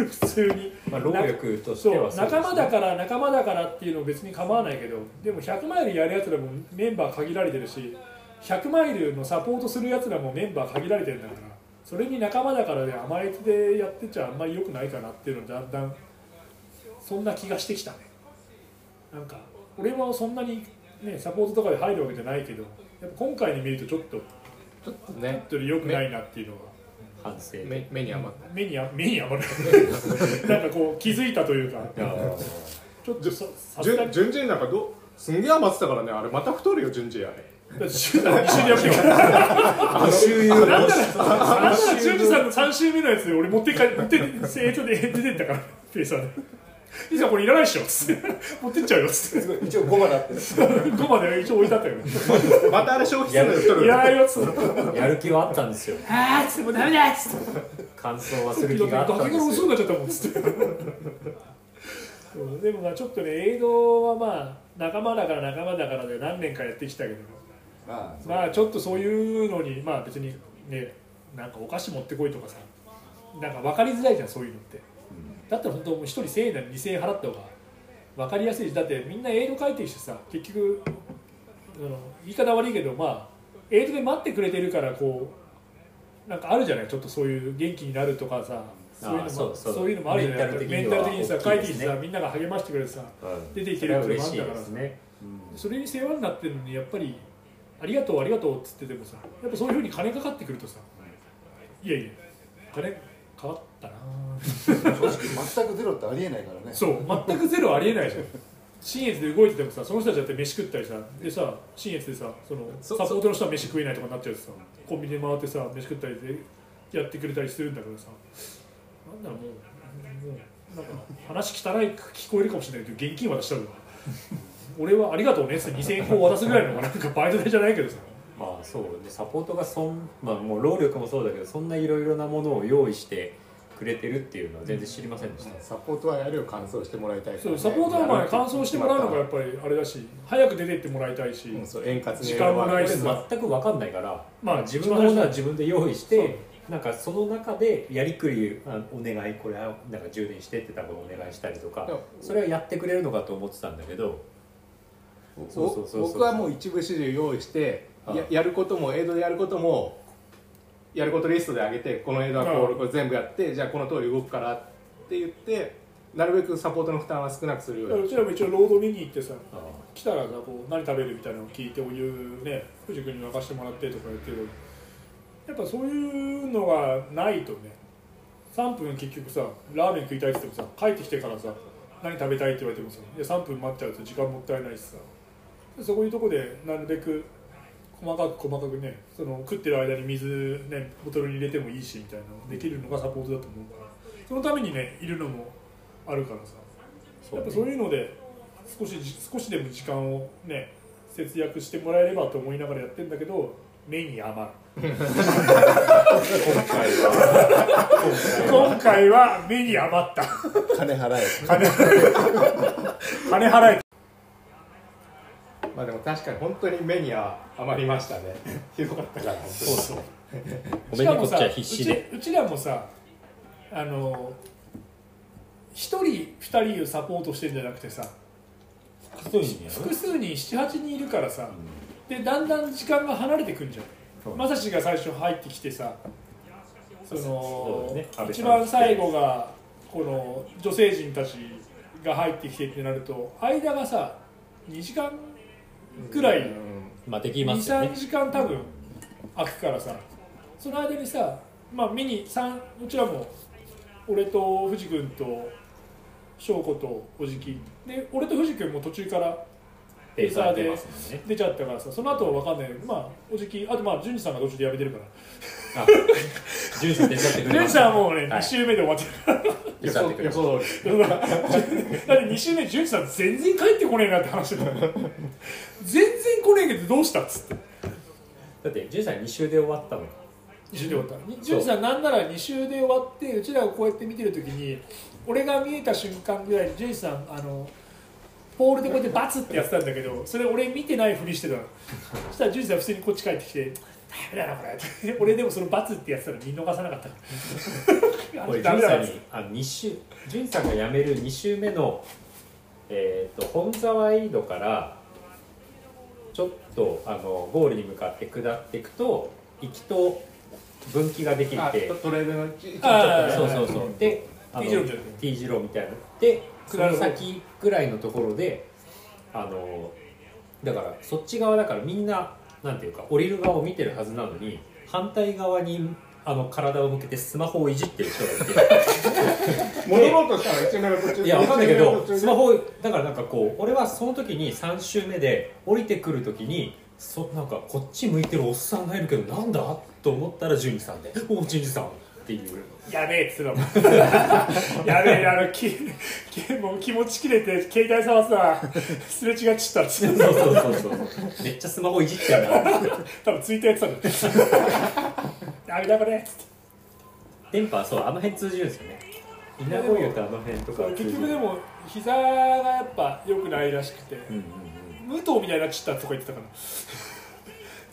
普通に
まあ労力として
そ
はそうで
う
すね
仲間だから仲間だからっていうの別に構わないけどでも100マイルやるやつらもメンバー限られてるし100マイルのサポートするやつらもメンバー限られてるんだからそれに仲間だからで甘えてやってちゃあんまり良くないかなっていうのだんだんそんな気がしてきたねなんか俺はそんなに、ね、サポートとかで入るわけじゃないけどやっぱ今回に見るとちょっとち
ちょっとね
ょっと良くないなっていうのは
反省
目目に余っ
目に あ目に余るなんかこう気づいたというか
あー
ちょっとささ
た
すが
順
に
順次なんかどうすんげえ余ってたからねあれまた太るよ順次あれ
だって週なの一緒にやってるから
周遊
なんならなんなら純次さんの3週目のやつで俺持って帰って生徒で出てったからペーサーで「じいさんこれいらないっしょ」つって「持ってっちゃうよ」つって
すごい一応5まであってる
5まで一応置いてあったよ
またあれ消費するのに太
い
る
らないよ」つって
やる気はあったんですよ
「ああ」つって「もうダメだ」つって
感想は
「
する
崖
気
か
があったん
ら
です
嘘
よ
になっちゃったもん」つってそうでもまあちょっとね映像はまあ仲間だから仲間だからで何年かやってきたけど
まあ
まあちょっとそういうのにまあ別にねなんかお菓子持ってこいとかさなんか分かりづらいじゃんそういうのってだったら本当もう1人1000円なら2000円払った方が分かりやすいしだってみんなエイド書いてきてさ結局あの言い方悪いけどまあエイドで待ってくれてるからこうなんかあるじゃないちょっとそういう元気になるとかさそういうのも
そうそう
そういうのもあるじゃないメ
メ
ン
ン
タ
タ
ル
ル的
的に
に
さ
は
書い
大き
てき
いですね
てさみんなが励ましてくれてさ
うん
出てき
そ
て
れ
る
は
っていうのも
嬉
あっ
したい
か
で
ら
すねうん
それに世話になってるのにやっぱり「ありがとうありがとう」っつっててもさやっぱそういうふうに金かかってくるとさ「いやいや金かかったな」
正直全くゼロってありえないからね
そう全くゼロありえないじゃん新越で動いててもさその人たちだって飯食ったりさでさ新越でさそのサ
そ
ポートの人は飯食えないとかになっちゃうとさコンビニで回ってさ飯食ったりでやってくれたりするんだからさなんだろうもうもうなんか話汚い聞こえるかもしれないけど現金渡したら俺はありがとうねっつって2000円こう渡すぐらいのがなんかバイト代じゃないけどさ
まあそうでサポートがそん、まあ、もう労力もそうだけどそんないろいろなものを用意してくれてるっていうのは全然知りませんでした、
サポートはやるよ乾燥してもらいたいからね
そうサポートはまあ乾燥してもらうのがやっぱりあれだし早く出てってもらいたいし、
うんそう円滑に
時間もないし
やれば
さ
全く分かんないから、
ま
ま
あ
あ、自分のものは
一
自分で用意してなんかその中でやりくりあお願いこれはなんか充電してって多分お願いしたりとか
でも
それはやってくれるのかと思ってたんだけどそうそうそうそう
お僕はもう一部始終用意して
ああ
ややることもエイドでやることもやることリストで上げてこのエイドはこ
あ
うこれ全部やってじゃあこの通り動くからって言ってなるべくサポートの負担は少なくするよう
う
に
ちらも一応ロード見に行ってさ
ああ
来たらさこう何食べるみたいなのを聞いてお湯ね藤君に任せてもらってとか言ってるけどやっぱそういうのがないとね3分結局さラーメン食いたいって言ってもさ帰ってきてからさ何食べたいって言われてもさいや3分待っちゃうと時間もったいないしさそこいうとこでなるべく細かく細かくねその食ってる間に水ねボトルに入れてもいいしみたいなのできるのがサポートだと思うからそのためにねいるのもあるからさやっぱそういうので少し少しでも時間をね節約してもらえればと思いながらやってんだけど目に余る
今回は
今回は目に余った
金払え
金払え
まあでも確かに本当に目には余りましたね ひどかったから
そうそうお
し
め
か
にこ
も
っち
さ
は必死で
うちうちらもさあの一人二人をサポートしてんじゃなくてさ
一人にや
複数人78人いるからさ、でだんだん時間が離れてくんじゃんまさしが最初入ってきてさそ
そう
の
だね安倍
一
さん
番最後がこの女性陣たちが入ってきてってなると間がさ2時間くらい、
まあできますよ
23
ね
時間多分空くからさその間にさまあ見に三うちらも俺と藤君と翔子とおじきで俺と藤君も途中から
ペーサー出ますもんね
出ちゃったからさその後は分かんないけどまあおじきあとまあ淳二さんが途中でやめてるから
あジュンさん手伝ってくれま
淳二
し
さ
た
んはもう
は
ね、
い
2周目で終わって
予想予想通り
るだって2周目淳二さん全然帰ってこねえなって話 だった全然来ねえけどどうしたっつって
だってジュンさん2週で終わったの
2周で終わったに淳二さんなんなら2周で終わってうちらがこうやって見てる時に俺が見えた瞬間ぐらいに淳二さんあのポールでこうやってバツってやってたんだけどそれ俺見てないふりして たのそしたら淳二さん普通にこっち帰ってきて「ダメだなこれ」って俺でもそのバツってやってたの見逃さな かったから
これジ
ダ
ュン
メだ
さ
なんっつって
にあ二週ジュンさんが辞める2週目のえっ、と本沢井戸からちょっとあのゴールに向かって下っていくと行きと分岐ができ
あ
て
トトレードのちちょっと
あ
ね
そうそうそうであの
T 字路みたいな
T 字路みたいなでそ
下る
の
方
先ぐらいのところであのだからそっち側だからみんななんていうか降りる側を見てるはずなのに反対側にあの体を向けてスマホをいじってる人がいて。
戻ろうとしたら一目の途中
いやわかんないけ どスマ
ホ
ホだからなんかこう俺はその時に3周目で降りてくる時にそなんかこっち向いてるおっさんがいるけどなんだと思ったら純二さんで「おお純二さん」っていう
やべえっつうのやべえあのききもう気持ち切れて携帯触ってたらすれ違っちゃったっつっ
そ
て
うそうそうそうめっちゃスマホいじってんな
多分ツイッターやってた のあれだこれっつって
電波はそうあの辺通じるんですよね稲穂湯とあの辺とか
そう
は通じ
結
る
局でも膝がやっぱ良くないらしくて、
うんうん
武藤みたいになっちゃったとか言ってたから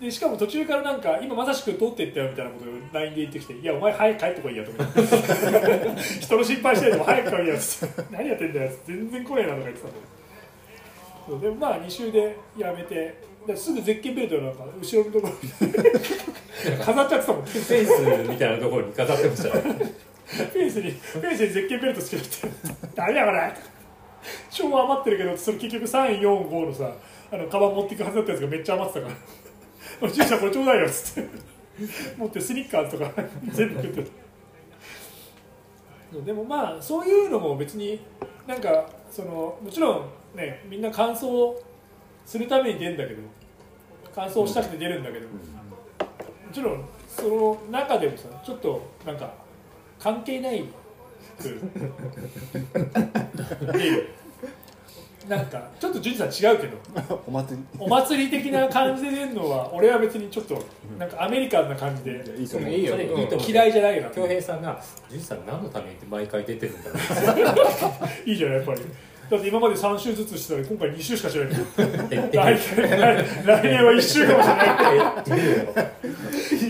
でしかも途中からなんか今まさしく通っていったよみたいなことを LINE で言ってきて「いやお前早く帰ってこいや」とか言って 人の心配してるの早く来いや」っつって「何やってんだよ」っつって全然来ねえなとか言ってたのそうでもまあ2周でやめてですぐゼッケンベルトのなんか後ろのところに 飾っちゃってたもん
うんフェンスみたいなところに飾ってましたね
フェンスにフェンスにゼッケンベルトつけられて「ダメだこれ!」超余ってるけどそれ結局345のさあのカバン持っていくはずだったやつがめっちゃ余ってたから「おじいちゃんこれちょうだいよ」っつって持ってスニッカーズとか全部食ってたでもまあそういうのも別になんかそのもちろんねみんな感想するために出るんだけど感想したくて出るんだけど、もちろんその中でもさちょっとなんか関係ないく なんかちょっと純次さん違うけど
お祭
お祭り的な感じで出るのは俺は別にちょっとなんかアメリカンな感じで
りいいと思う
いいよ
それいいと思う
嫌いじゃないよな
恭平さんが「純二さん何のために?」って毎回出てるんだろ う
いいじゃないやっぱりだって今まで3週ずつしてたのに今回2週しかしてないの
って
来年来年は1週かもしれない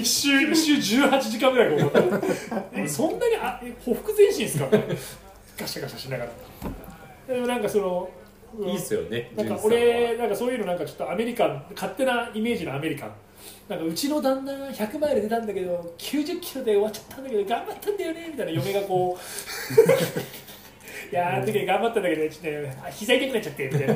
1週一週18時間ぐらいここえ そんなにあえほふく前進ですかガシャガシャしながらでもなんかそのうん
いいっすよね
なんか俺なんかそういうのなんかちょっとアメリカン勝手なイメージのアメリカンなんかうちの旦那が100マイル出たんだけど90キロで終わっちゃったんだけど頑張ったんだよねみたいな嫁がこ ういやーあの時は頑張ったんだけどちょっとねあ膝痛くなっちゃってみたいな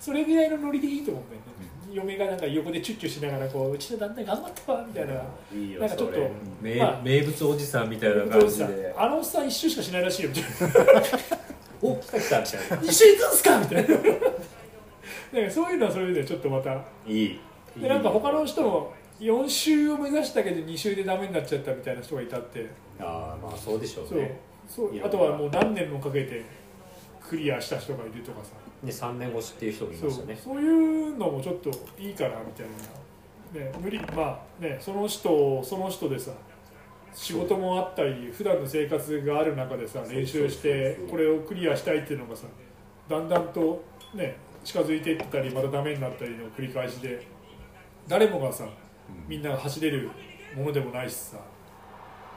それぐらいのノリでいいと思うんだよね嫁がなんか横でチュッチュしながらこううちの旦那頑張ったわみたいない
いよ
なんかちょっと
それ名
まあ
名物おじさんみたいな感じで
あのおっさん一周しかしないらしいよみたいな
お来た来たみたいな
一緒に行くんすかみたいな なんかそういうのはそれでちょっとまた
いい
でなんか他の人も4周を目指したけど2周でダメになっちゃったみたいな人がいたって
ああまあそうでしょう
そう
ね
そう
いや
あとはもう何年もかけてクリアした人がいるとかさ
で3年越しっていう人もい
そ
ま
う
したね
そういうのもちょっといいかなみたいな、ね、無理まあねその人その人でさ仕事もあったり普段の生活がある中でさ
そう
練習して
そうそうそう
これをクリアしたいっていうのがさだんだんとね近づいていったりまたダメになったりの繰り返しで誰もがさみんなが走れるものでもないしさ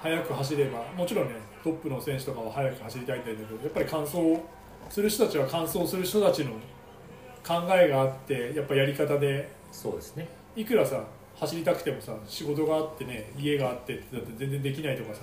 速く走ればもちろんねトップの選手とかは速く走りたいんだけどやっぱり完走する人たちは完走する人たちの考えがあってやっぱやり方で
そうですね
いくらさ走りたくてもさ仕事があってね家があってってだって全然できないとかさ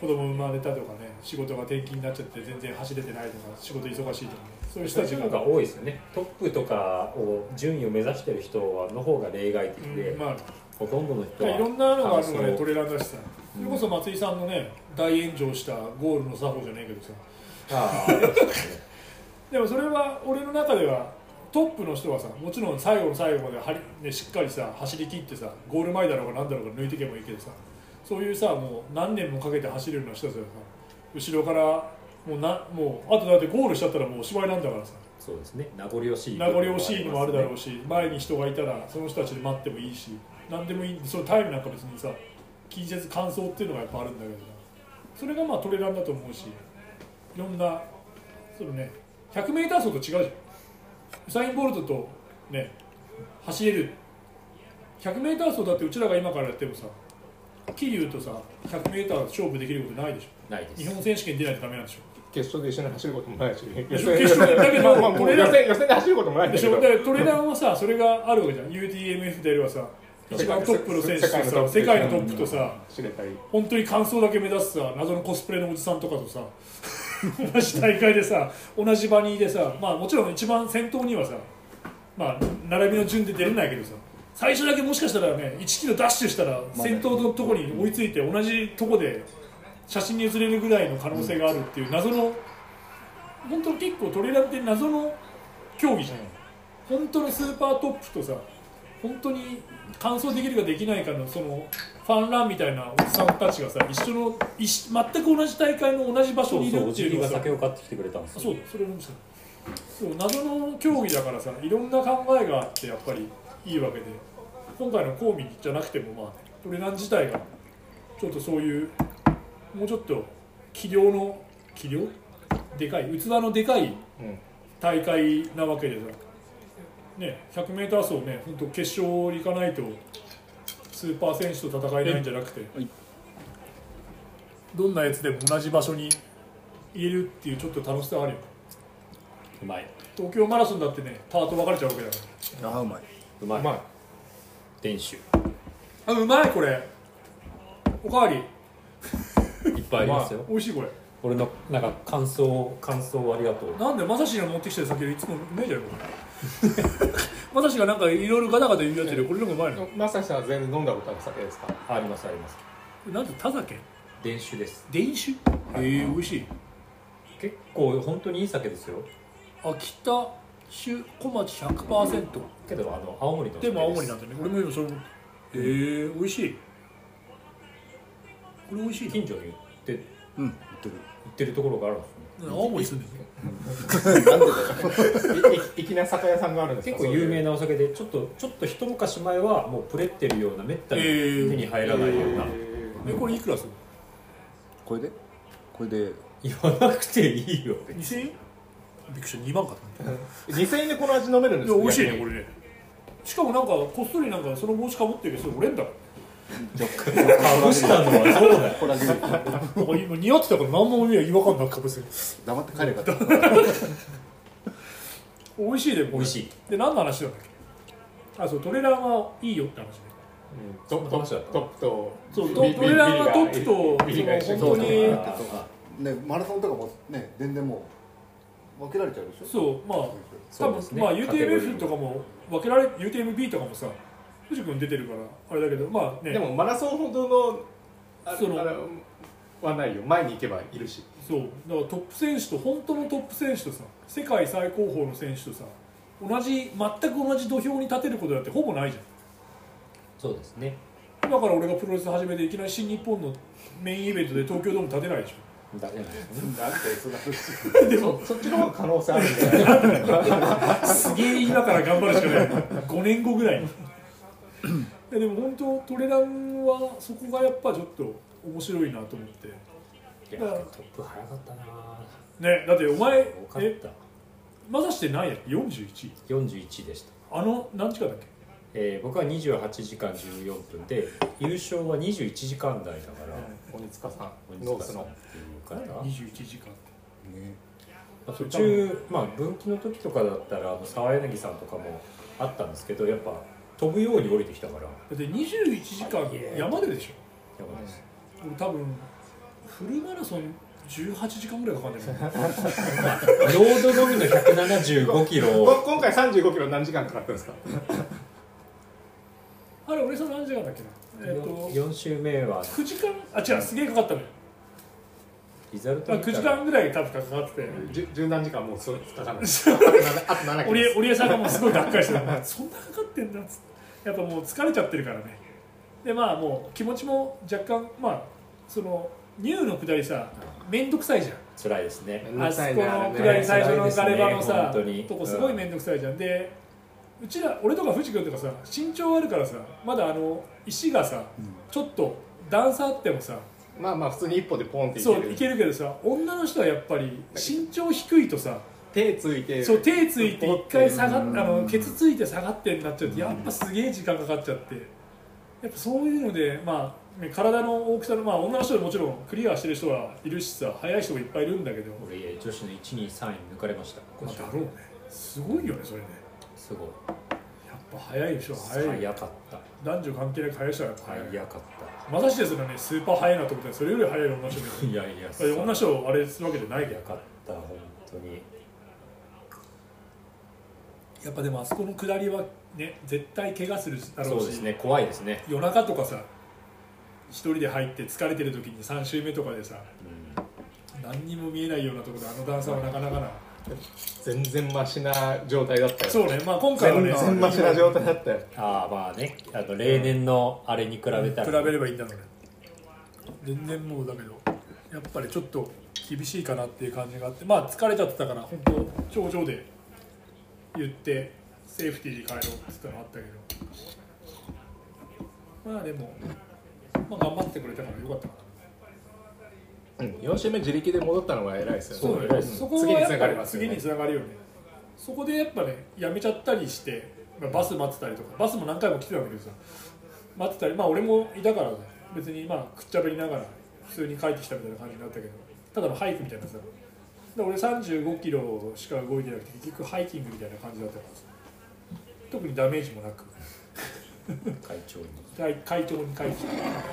子供生まれたとかね仕事が転勤になっちゃって全然走れてないとか仕事忙しいとかねそういう
人
人た
た
ち
ち
が
の方が多いですよねトップとかを順位を目指してる人はの方が例外的で、
うんまあ
ほとんどの人はい
ろんなのがあるのがね
感想
トレーラーだしさそれこそ松井さんのね大炎上したゴールの作法じゃねえけどさ
あーありましたね
でもそれは俺の中ではトップの人はさもちろん最後の最後まではり、ね、しっかりさ走り切ってさゴール前だろうが何だろうが抜いていけばいいけどさそういうさもう何年もかけて走るような人たちはさ後ろからもうなもうあとだってゴールしちゃったらもうおしまいなんだからさ
そうですね名残惜しい
名残惜しいのもあるだろう
し
し、前に人がいたらその人たちで待ってもいいし何でもいいんでそのタイムなんか別にさ気にせず感想っていうのがやっぱあるんだけどさそれがまあトレランだと思うしいろんなそのね 100m 走と違うじゃんウサイン・ボルトとね走れる 100m 走だってうちらが今からやってもさ桐生とさ 100m 勝負できることないでしょ
ないです
日本選手権出ないとダメなんでしょ
決勝で一緒に走ることもないし
決勝でだけど
まあまあもう
俺
予
ら
選予選で走ることもないん
で
だ
し
け
ょ
ど
だからトレランはさそれがあるわけじゃん UTMF であればさ一番トップの選手とさ世界のトップとさ
知れたり
本当に感想だけ目指すさ謎のコスプレのおじさんとかとさ同じ大会でさ同じ場にいてさまあもちろん一番先頭にはさまあ並びの順で出れないけどさ最初だけもしかしたらね1キロダッシュしたら先頭のとこに追いついて同じとこで写真に写れるぐらいの可能性があるっていう謎の本当に結構トレーラーって謎の競技じゃない本当にスーパートップとさ本当に完走できるかできないかのそのファンランみたいなおじさんたちがさ一緒の一緒全く同じ大会の同じ場所
そう
にい
そう
る
お
って
じ
い
ぎ
うの
が
がさ
酒を買ってきてくれたんですよ
そうだそれなんですよそう謎の競技だからさいろんな考えがあってやっぱりいいわけで今回のコーミじゃなくてもまあトレラン自体がちょっとそういうもうちょっと器量の器量でかい器のでかい
うん
大会なわけでさ、ね、100m 走ね本当決勝に行かないとスーパー選手と戦えないんじゃなくて、
はい
どんなやつでも同じ場所にいれるっていうちょっと楽しさはあるよ
うまい
東京マラソンだってねパート分かれちゃうわけだか
ああうまいう
まい
ま
店主い
らあうまいこれおかわり
っぱいありますよ、
美味しいこれ
俺のなんか感想感想ありがとう
なんでまさしが持ってきてる酒よりいつもうめえじゃんこ れまさしがなんかいろいろガタガタ言うやつでこれの方がうまい
あまさしさんは全然飲んだことある酒ですか
ありますあります
のなんで田酒
電酒です
伝酒ええ美味しい
結構本当にいい酒ですよ
秋田酒小町100%
けどあの青森の
でも青森なん
ん
だね俺も今それ思ったえー、美味しいこれ美味しい
近所に売って売
うん言ってる
ってるところがあるんですね
な青森住んでる
いい粋な酒屋さんがあるんですか
結構有名
な
なお酒でちょっとちょっと一昔前はもうプレってるようなめったに
えー
手に入らないような、
えこれいくらする
これでこれで
言わなくていいよ
2000円びっくりした2万かと思っ
2000円でこの味飲めるんで
た
す
で
か
美味しいねこれねしかもなんかこっそりなんかその帽子かぶってるけどそれ俺んだ
かぶしたのはそうだよ
これあげる
なんか今似合ってたから何も意味わかんなくかぶせる
黙って帰ればよかっ
美味しいでも
美味しい
で何の話なんだっけあそうトレーラーはいいよって話ね
うんト
そん
ップ
な話だった
トップと
そう
ビ
トトレランはトップと
ビリが一緒
そ
に
の
そ
本
う
当
だ
に
なたねマラソンとかもね全然もう分けられちゃうでしょ
そうまあ多
そうで
分、
すね
まあ
カテゴリー
UTMF とかも分けられ UTMB とかもさ藤君出てるからあれだけどまあね
でもマラソンほどのあ
その
あれはないよ前に行けばいるし
そうだからトップ選手と本当のトップ選手とさ世界最高峰の選手とさ同じ全く同じ土俵に立てることだってほぼないじ
そうですね
ゃんだから俺がプロレス始めていきなり新日本のメインイベントで東京ドーム立て ないでし
だじゃないですね
なんてそんな
そそっちの方が可能性あるんだよ
ょすげえ今から頑張るしかない5年後ぐらいにいやでも本当トレランはそこがやっぱちょっと面白いなと思って
いやトップ早かったな
ねだってお前
多かっ
え
た
まだしてないやっけ41位
41でした
あの何時間だっけ
えー僕は28時間14分で優勝は21時間台だから
鬼塚さん
ノ
ノ
ー
ー
ス
ス
のっ
の
ていうかな
21時間
ね
まあ途中まあ分岐の時とかだったらあの沢柳さんとかもあったんですけどやっぱ飛ぶように降りてきたから
だって21時間山ででしょ
やばいです
俺多分フルマラソン18時間ぐらいかかんない もん
ロードのみの175キロ
こ
を
今回3 5キロ何時間かかったんですか
あれ俺その何時間だっけなえっ、と
4周目は
9時間あ違うすげえかかったのよ
リザル
だか
ト
ら
見た
9
ら
時間ぐらい多分かかってて
十十何時間もうそれかかんないあと7あと7キロ
折江さんがもうすごいがっかりしてた そんなかかってんだっつってやっぱもう疲れちゃってるからねでまあもう気持ちも若干まあそのニューの下りさ面倒くさいじゃん
辛いですね
うん
あそこの下り最初のガレ場
辛いで
のさ、
すね本当に
とこすごい面倒くさいじゃん、でうちら俺とか藤君とかさ身長あるからさまだあの石がさ、ちょっと段差あってもさ
まあまあ普通に一歩でポンっていけ
そうい
る
けるけどさ女の人はやっぱり身長低いとさ、
手ついて
そう手ついて一回下がっ
うん
あのケツついて下がってになっちゃうとやっぱすげえ時間かかっちゃってやっぱそういうのでまあね体の大きさのまあ女の人でもちろんクリアしてる人はいるしさ速い人もいっぱいいるんだけど
俺女子の123位抜かれました
まあだろうねすごいよねそれね
すごい
やっぱ速いでしょ速い
早かった
男女関係なく速い人はやっぱ速い、
早かっ
まさしですらねスーパー速いなと思ったらそれより速い女の人もい
たいやいや
るだって女の人をあれするわけじゃないけど
早かった本当に
やっぱでもあそこの下りはね絶対怪我するだろう
そ
し
うですね怖いですね、
夜中とかさ一人で入って疲れてる時に3周目とかでさ
うん、
何にも見えないようなところであの段差はなかなかな
全然マシな状態だったよ
そうねまあ今回は
全
ね
然マシな状態だったよ
ああまあねあの例年のあれに比べたら、
比べればいいんだろうね全然もうだけどやっぱりちょっと厳しいかなっていう感じがあってまあ疲れちゃってたから本当頂上で言ってセーフティーに帰ろうって言ったのあったけどまあでも、まあ、頑張ってくれたからよかったかな
うん4周目自力で戻ったのが偉いですよ
そう
ね
偉いです
そこは
次に
やっ
つな
ぱ
が
り
りますよ
次
ね
につながるよねそこでやっぱねやめちゃったりして、まあ、バス待ってたりとかバスも何回も来てたんだけどさ待ってたりまあ俺もいたからね別にまあくっちゃべりながら普通に帰ってきたみたいな感じになったけどただのハイクみたいなさで俺3 5キロしか動いてなくて結局ハイキングみたいな感じだったからさ特にダメージもなく
会長に
会会長に帰ってき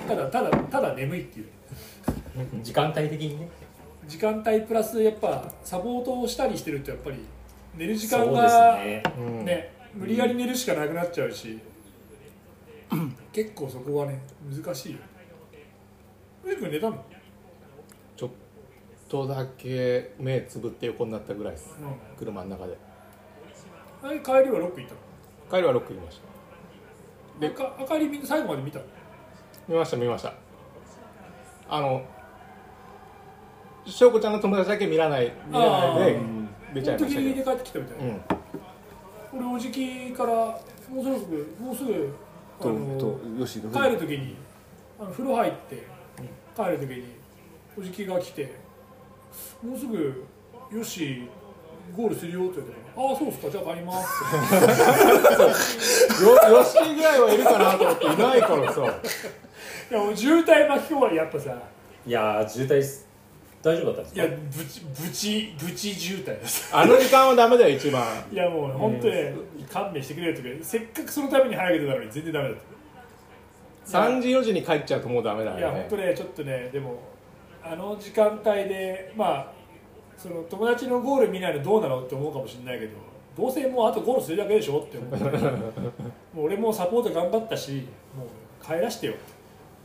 たただただただ眠いっていう
時間帯的にね
時間帯プラスやっぱサポートをしたりしてるとやっぱり寝る時間
そうです
が
ね
うん
ね、無理やり寝るしかなくなっちゃうし、 結構そこはね難しいよ上君寝たの、
ちょっとだけ目つぶって横になったぐらいです車の中で
あれ帰りはロック行ったの
帰りはロック見ました
でか明かりみんな最後まで見たの
見ました見ましたあのしょうこちゃんの友達だけ見らない見れないで出ちゃいま
時
したけ
で帰ってきたみたい
ど、うん、
な、俺おじきからもうそろそろもうすぐあ
と
の
とよしで
帰る時にあの風呂入って帰る時におじきが来て「もうすぐよしゴールするよ」って言って「ああそうっすかじゃあ帰ります」
よよしぐらいはいるかなと思っていないからさ
いやもう渋滞巻き込まれやっぱさ
いやー渋滞す大丈夫だったん
いや
ですか
ぶちぶちぶち渋滞です
あの時間はダメだよ一番
いやもう本当ね勘弁してくれよとかせっかくそのために早く出たのに全然ダメだっ
3時4時に帰っちゃうともうダメだ
たいや
よ
本
ね
当ねちょっとねでもあの時間帯でまあその友達のゴール見ないのどうなのって思うかもしれないけどどうせもうあとゴールするだけで しょって思ってもう俺もサポート頑張ったしもう帰らしてよ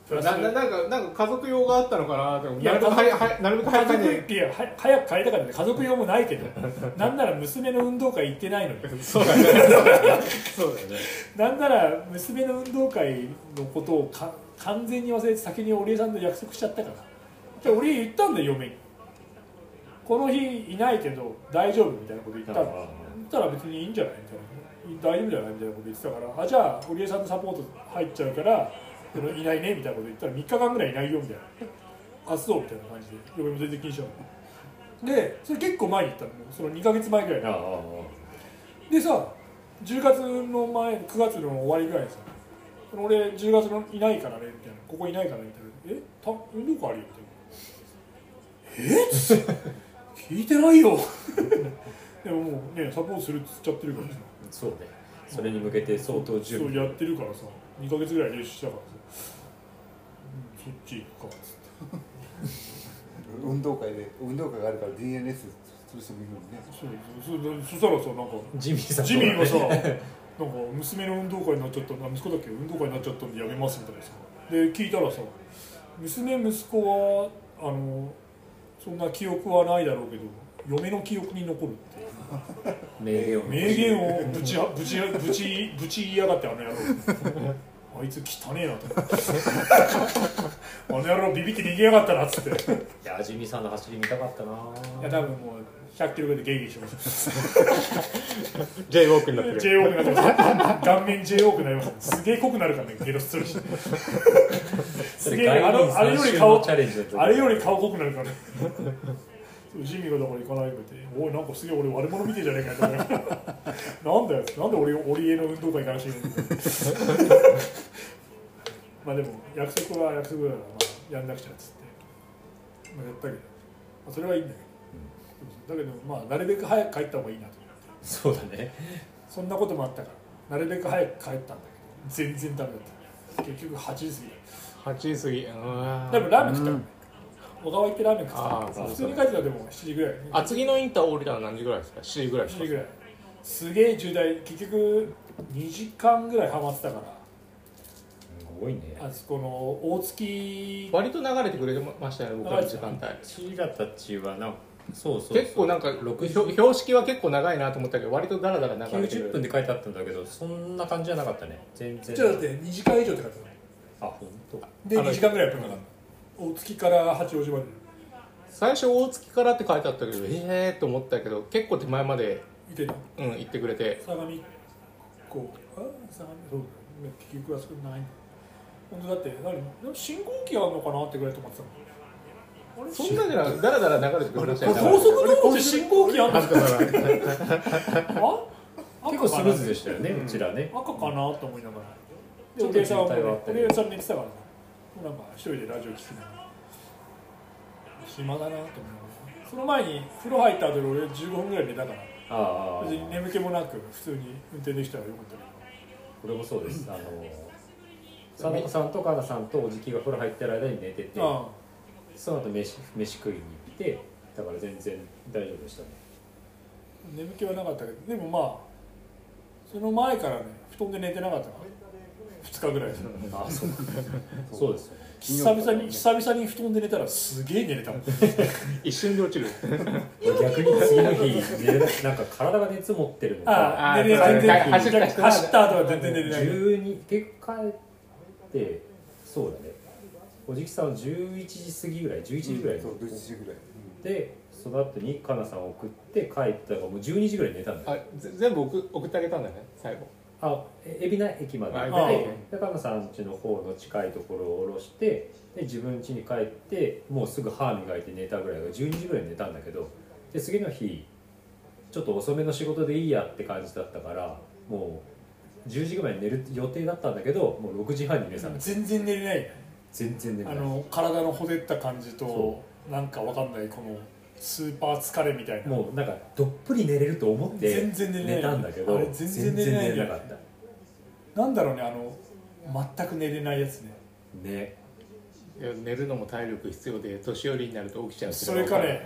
プラス
なななんかなんか家族用があったのかなと思って
いや
なるべく早い早いなるべく
家
早
族
めに
いやは早く帰りたかったね家族用もないけどなんなら娘の運動会行ってないのに
そうだねそうだね
なんなら娘の運動会のことをか完全に忘れて先にお礼さんと約束しちゃったからで俺言ったんだよ嫁にこの日いないけど大丈夫みたいなこと言ったら
ああ
言ったら別にいいんじゃないみたいな大丈夫じゃないみたいなこと言ってたからあじゃあお礼さんのサポート入っちゃうからそのいないねみたいなこと言ったら3日間ぐらいいないよみたいなあそうみたいな感じで嫁も全然気にしちゃうでそれ結構前に言ったのその2ヶ月前ぐらい
あああ
でさ10月の前9月の終わりぐらいにさ俺10月のいないからねみたいなここいないからねみたいなえた運動会あるよみたいなえっつって聞いてないよ でももうねサポートするっつっちゃってるからさ
そうねそれに向けて相当準
そう
備
やってるからさ2ヶ月ぐらい練習したからさうんそっち行くかっつって
運動会で運動会があるから DNS する人もいるのにね
そうそそしたらさなんか
ジミーさんと
ジミ ーがさ、なんか娘の運動会になっちゃったんだ、息子だっけ、運動会になっちゃったんでやめますみたいなさ、で、聞いたらさ、娘、息子は、あの、そんな記憶はないだろうけど、嫁の記憶に残るっていう、
名言を
名言をぶちはぶちはぶちぶち言いやがって、あの野郎。あいつ汚ねえなと 思ってあの野郎ビビって逃げやがったなっつってい
いやジミーさんの走り見たかったな
や多分もう100キロぐらいでゲイゲイしてます
J ウォークになってる
J 多くなってます顔面 J 多くなりますすげえ濃くなるからねゲロするし
そ
すげえあの
外輪三周のチャレンジだった
あれより顔濃くなるからねジミーがだから行かないって言っておいなんかすげえ俺悪者見てえじゃねえかよと思いながらなんだよなんで俺俺家の運動会行かなしいのまあでも約束は約束だから、まあ、やんなくちゃっつって、まあ、やったけど、まあ、それはいいんだけど、だけどまあなるべく早く帰った方がいいなと思っ
そ
て
うだね
そんなこともあったからなるべく早く帰ったんだけど全然ダメだった結局8時過ぎだ
8時過ぎうーん
でもラーメン食ったよね小川行ってラーメン食
あ
っ
ー
て
そ
た
う
普通に帰ってたらでも7時ぐらいね
あ次のインター降りたの何時ぐらいですか7時ぐらいです
7
か
時ぐらいすげえ渋滞結局2時間ぐらいハマってたから
多いね
あそこの大月
割と流れてくれましたよね僕らの時間帯
千賀たちはなそうそうそう
結構なんか
6
ひょ標識は結構長いなと思ったけど割とダラダラ流れてく
90
る
分で書いてあったんだけどそんな感じじゃなかったね全然
ちょっと待って2時間以上って書いて
あ本当
た
あ
で
の
2時間ぐらいやってなかった大月から八王子まで
最初大月からって書いてあったけどええー、と思ったけど結構手前まで、
見てた
うん、行ってくれて
相模湖あ相模そうだね結局あそこない本当だって何信号機あるのかなってぐらい止まってたもんあれ
そんなにダラダラ流れてくれましたよ
高速道路で信号機あんの
恥ずかしいな
あ
結構スムーズで
し
したよねうちらね
赤かなと思いながらで
ちょ
お
っと
客さんは
渋滞はあった
お
けど
客さん寝てたからねなんか一人でラジオ聞きながら暇だなと思いながらその前に風呂入った後で俺15分ぐらい寝たから
ああああ
別に眠気もなく普通に運転できたらよかったけ
これもそうですあの佐野さんと加賀さんとおじきが風呂入ってる間に寝てて
どあ
その後飯飯食いに行ってだから全然大丈夫でしたね
眠気はなかったけどでもまあその前からね布団で寝てなかったから2日ぐらいです
ああそうそうですよね
久々に久々に布団で寝たらすげえ寝れたもん
一瞬で落ちる
逆に次の日寝れななんか体が熱持ってるのか
あ
あ
あ、
ー
寝れない全然
走った人は
走った後は全然寝れない。
12結果帰ってそうだねおじきさんは11時過ぎぐらい11時ぐらいに
そう11時ぐらい
でその後にかなさんを送って帰ったからもう12時ぐらいに寝たんだよ
あぜ全部送送ってあげたんだね最後
あえ海老名駅まで
あ
行
海老名
ってでかなさん家の方の近いところを下ろしてで自分家に帰ってもうすぐ歯磨いて寝たぐらいが12時ぐらいに寝たんだけどで次の日ちょっと遅めの仕事でいいやって感じだったからもう10時ぐらいに寝る予定だったんだけどもう6時半に目覚めた
全然寝れない。
全然寝れ
あ
ない
の体のほてった感じと
そ
なんかわかんないこのスーパー疲れみたいな。
もうなんかどっぷり寝れると思って
全然寝れない
寝たんだけど
あれ全然寝れない
全然寝れなかった
なんだろうねあの全く寝れないやつね。
ね
いや寝るのも体力必要で年寄りになると起きちゃうっていう
それかね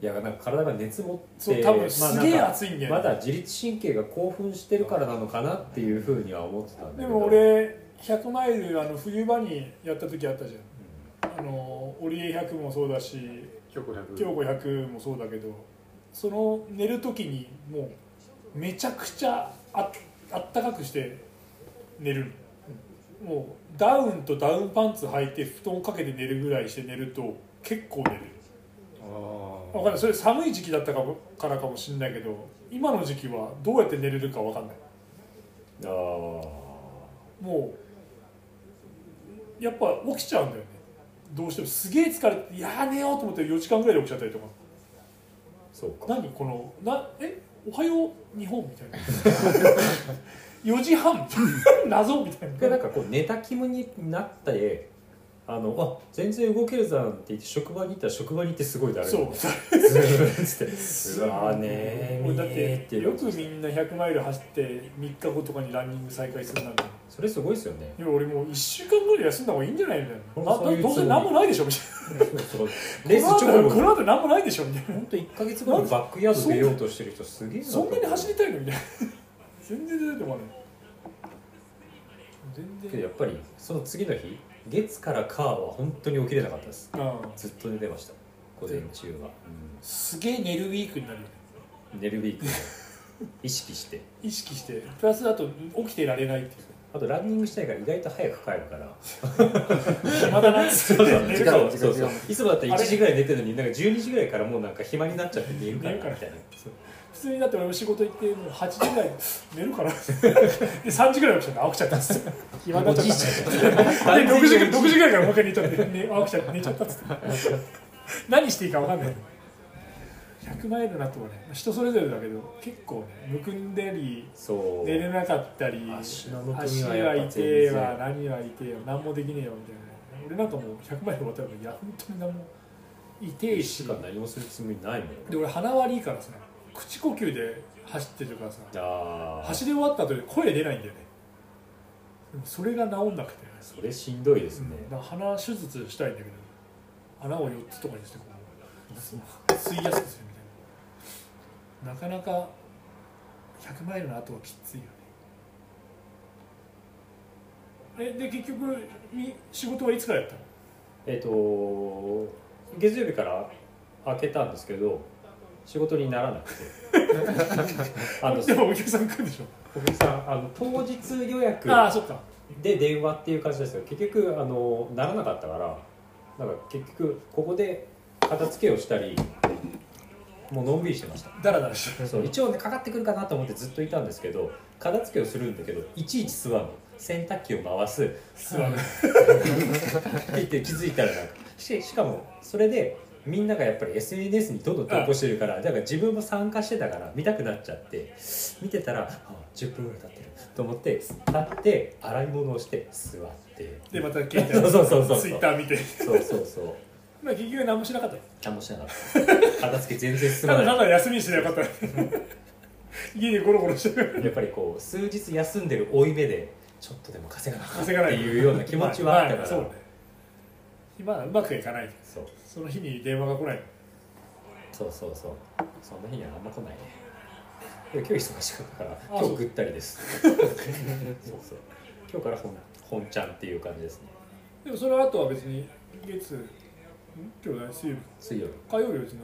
いやなんか体が熱持って
そう多分
まあ
すげえ
なんか
熱いんだよね
まだ自律神経が興奮してるからなのかなっていうふうには思ってたんだけ
で
ど
も俺100マイルあの冬場にやった時あったじゃん、あの織江100もそうだし
京子100
京子100もそうだけどその寝る時にもうめちゃくちゃああったかくして寝るのもうダウンとダウンパンツ履いて布団かけて寝るぐらいして寝ると結構寝れる
あ
わかんないそれ寒い時期だったかもからかもしれないけど今の時期はどうやって寝れるかわかんない
ああ
もうやっぱ起きちゃうんだよねどうしてもすげえ疲れていやー寝ようと思って4時間ぐらいで起きちゃったりとか
そうか
何このなえおはよう日本みたいな4時半謎みたい
で
な
なんかこう寝た気分になってあのあ全然動けるじゃんって言って職場に行ったら職場に行ってすごいだるい
そう
ずーっつってうわーねー
だっ
って
てよくみんな100マイル走って3日後とかにランニング再開するなんて
それすごいですよね
いや俺もう1週間ぐらい休んだ方がいいんじゃないみたい
ほん
な
と
な
そういう
どう
つも
せ
り
何もないでしょみたい
そう
な
レース直後
この後この後何もないでしょみたいな
本当1か月後にバックヤード出ようとしてる人すげえ
そんなに走
り
りたいのみたいな全然出てこない全
けど
然
やっぱりその次の日月から火は本当に起きれなかったです
ああ
ずっと寝てました午前中は、
すげえ寝るウィークになるよね
うん寝るウィークを意識 して
意識してプラスあと起きてられないっていう
あとランニングしたいから意外と早く帰るから
暇だなっつって
そう
う
寝
違
る
う
から
違う
そうそういつもだったら1時ぐらい寝てるのになんか12時ぐらいからもうなんか暇になっちゃって寝るから
寝るから
みたいなそう
普通にだって俺も仕事行ってもう8時ぐらい寝るからで3時ぐらい起きちゃってあ起きちゃったっつって暇になっちゃったで6時ぐらい6時ぐらいからもう一回寝ちゃって、ね、あ起きちゃった寝ちゃったっつって何していいか分かんない100マイルなとはね人それぞれだけど結構ねむくんでり
そう
寝れなかったり
足のむくみ
足
は
は
やっぱ
痛
全
え
然
わ何は痛えわ何もできねえよみたいな俺なんかもう100マイル終わったらいや本当に何も痛え
1
し
週間何もするつもりないもん
で俺鼻悪いからさ口呼吸で走ってるからさ
ああ
走り終わった後で声出ないんだよねでもそれが治んなくて
それしんどいですね、
だから鼻手術したいんだけど穴を4つとかにしてこう吸いやすくするみたいななかなか100マイルの後はきついよねえで結局み仕事はいつからやったの
えっ、と月曜日から開けたんですけど仕事にならな くてあの
でもお客さん来るでしょ
お客さんあの当日予約
ああそっか
で電話っていう感じですよ結局あのならなかったからなんか結局ここで片付けをしたりもうのんびりしてました
ダラダラして
そう一応ねかかってくるかなと思ってずっといたんですけど片付けをするんだけどいちいち座るの洗濯機を回す
座る
って言って気づいたらなんかししかもそれでみんながやっぱり SNS にどんどん投稿してるからだから自分も参加してたから見たくなっちゃって見てたらあ10分ぐらい経ってると思って立って洗い物をして座って
でまた携帯
そうそうそうそう
ツイッター見て
そうそうそう
まあ結局何もしなかった
何もしなかった片付け全然進
た
ま
だ
な
た
い
だ休みにしてなかった 家でゴロゴロしてる
やっぱりこう数日休んでる負い目でちょっとでも稼がな
稼がない
っていうよう な気持ちはあったから
ままあそうね今はうまくいかない
そう
その日に電話が来ない
そうそうそうそんな日にはあんま来ないねでも今日忙しかったから
あ
今日
そう
ぐったりですそうそう今日から本本ちゃんっていう感じですね
でもその後は別に月ん今日何水曜日
水曜
火曜日は別に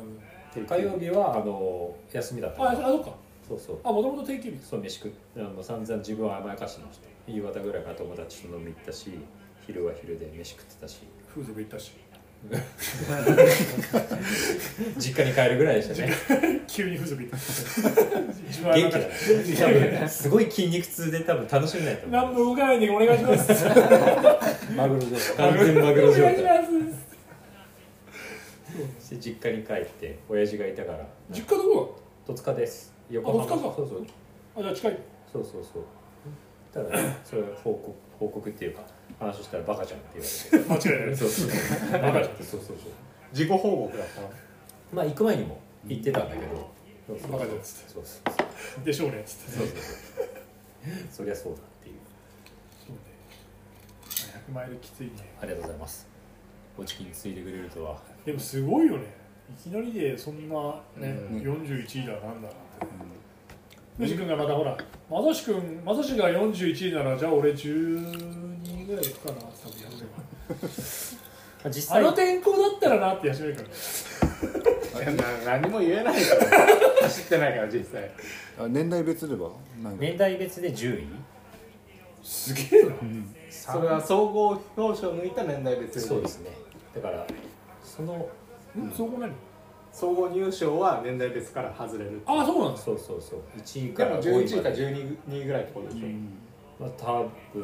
日火曜日はあの休みだった
あ
か
あ
ら
そっか
そうそう
あもともと定休日
そう飯食っあの散々自分は甘やかしてました夕方ぐらいから友達と飲み行ったし昼は昼で飯食ってたし
風俗行ったし
実家に帰るぐらいでしたね
急に風俗行った 一番
元気だ
なん
ね
か
多分すごい筋肉痛で多分楽しめないと思
何
う
も動かないんでお願いします
マグロで
完全マグロ状
お願いし
態
ます
で実家に帰って親父がいたから
実家どこ
戸塚です
あ戸塚か
そうそう
だあじゃあ近い
そうそうそうただ、ね、それを報告報告っていうか話をしたらバカじゃんって言われて間違いないそうそうバカじゃんってそうそうそう
自己報告だった の
まあ行く前にも言ってたんだけど、そうそう
バカじゃんっつって
そうそうそう
でしょうねっつって
そうそうそうそりゃそうだっていう
そうね100マイルきついね
ありがとうございますおちきについてくれるとは
でもすごいよねいきなりでそんなね、
うん
41位だなんだなって藤君がまたほら正志君正志が41位ならじゃあ俺12人ぐらい行くかな多分やってる
実
あ
際
の天候だったらなってやしめるから
な何も言えない から走ってないから実際
あ年代別ではなんか
年代別で10位
すげえな
それは総合表彰を抜いた年代別
そうですねだからその
んそこ何
総合入賞は年代別から外れる
ああそうなんです
そうそうそう1位
で
から
も
5
11
位
位か
まで
12位ぐらいってことでしょ、
まあ多分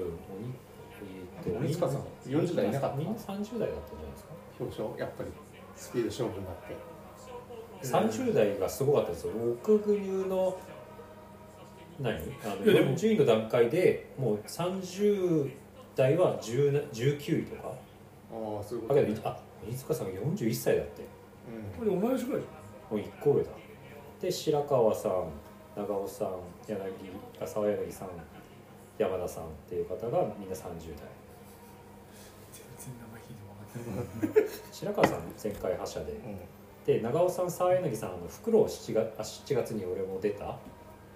おに
鬼塚さん
えーと
40代いなかった
みんな30代だったんじゃないですか
表彰やっぱりスピード勝負になって
30代がすごかったですよ僕グの何あの
いやでも
40位の段階でもう30代は10 19位とか
ああそういうこ
だ
と
けどあ飯塚さんが41歳だって
う
これ同じくらい
もう1個上だで白川さん長尾さん柳あ沢柳さん山田さんっていう方がみんな30代
全然名前聞いても分かんない
白川さん前回覇者で
ん、うん
で長尾さん沢柳さんあのフクロウ7月あ7月に俺も出たあ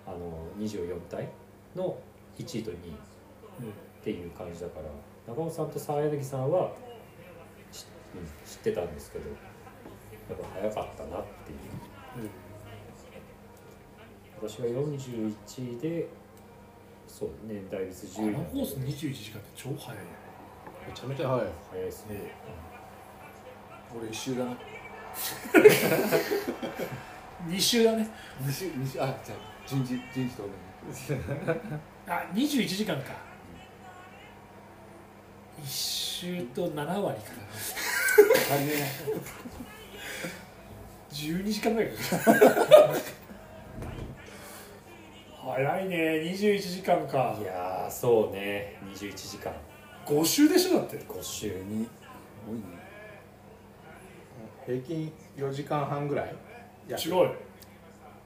の24体の1位と2位っていう感じだから長尾さんと沢柳さんは知,、うん、知ってたんですけどやっぱ早かったなっていう私が41位でそう年代別10位
あ
なん
のコ
で
ース21時間って超早いね
めちゃめちゃ早い
早いですね
俺一周だな
2週だね
二周二周あじゃあ人事人事と同
あ二21時間か1週と7割かな
じ足りね
12時間ぐらいかな早いね21時間か
いやーそうね21時間
5週でしょだって
5周
えなに多いね
平均4時間半ぐらいや
違うよ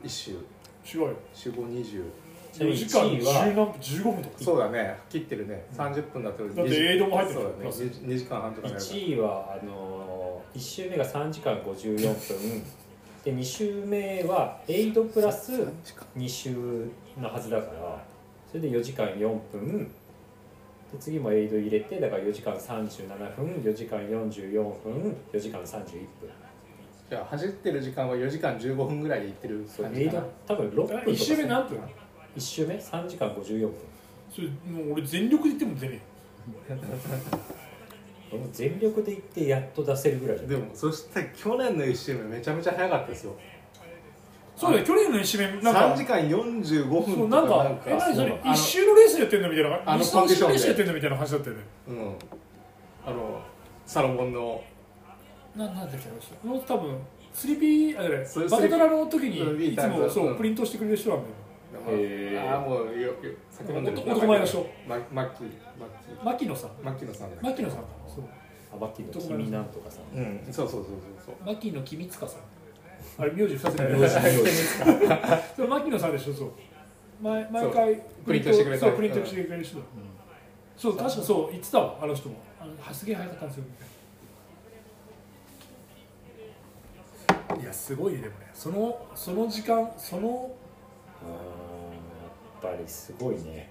1周
違うよ
集合20
4時間
1位は
10何15分とか
そうだね切ってるね30分だと
だってエイドも入ってる
そうだね
そう
2, 時間半とかね
1位はあのー、1周目が3時間54分で2周目はエイドプラス2周のはずだからそれで4時間4分で次もエイド入れてだから4時間37分4時間44分4時間31分
じゃあ走ってる時間は4時間15分ぐらいで行ってる
そう
感
エ
じ
イ
かな
ド多分6分とか
1週目何分
1周目3時間54分
それもう俺全力で言っても出ねえよ
俺も全力でいってやっと出せるぐらいじゃん
でもそして去年の1周目めちゃめちゃ早かったですよ
そうだよ去年の1週目なん
3
か
時間45分
そう
と
な
か
ん
なん
か
か
え何それ
あの
1周のレースやってんのみたいな
あの
2
コンディション
レ
で
ースやってんのみたいな話だったよね
うんあのサロモンの
ななんだっけあの人もう多分スリーピーあれ
そう
バケトラの時
スリーピ
にい
ー
つ
タイ
も
プ
そううんプリントしてくれる人なんだよ
へー
ああもうよよ酒飲んでる
男男前の人
ママッキーマッキ
牧
ー
野さん
マッキーのさんだ
牧野さんかなそう
あマッキーの君なんとかさ
うんそうそうそうそう
牧野君塚さんあれ名字2つで
名字名字
そう牧野さんでしょそう毎毎
そ
回
プリントしてくれた
そうプリントしてくれる人だ、そう確かそう言ってたわあの人もあの発言早かったんですよいやすごいねでもねそのその時間その
うーんやっぱりすごいね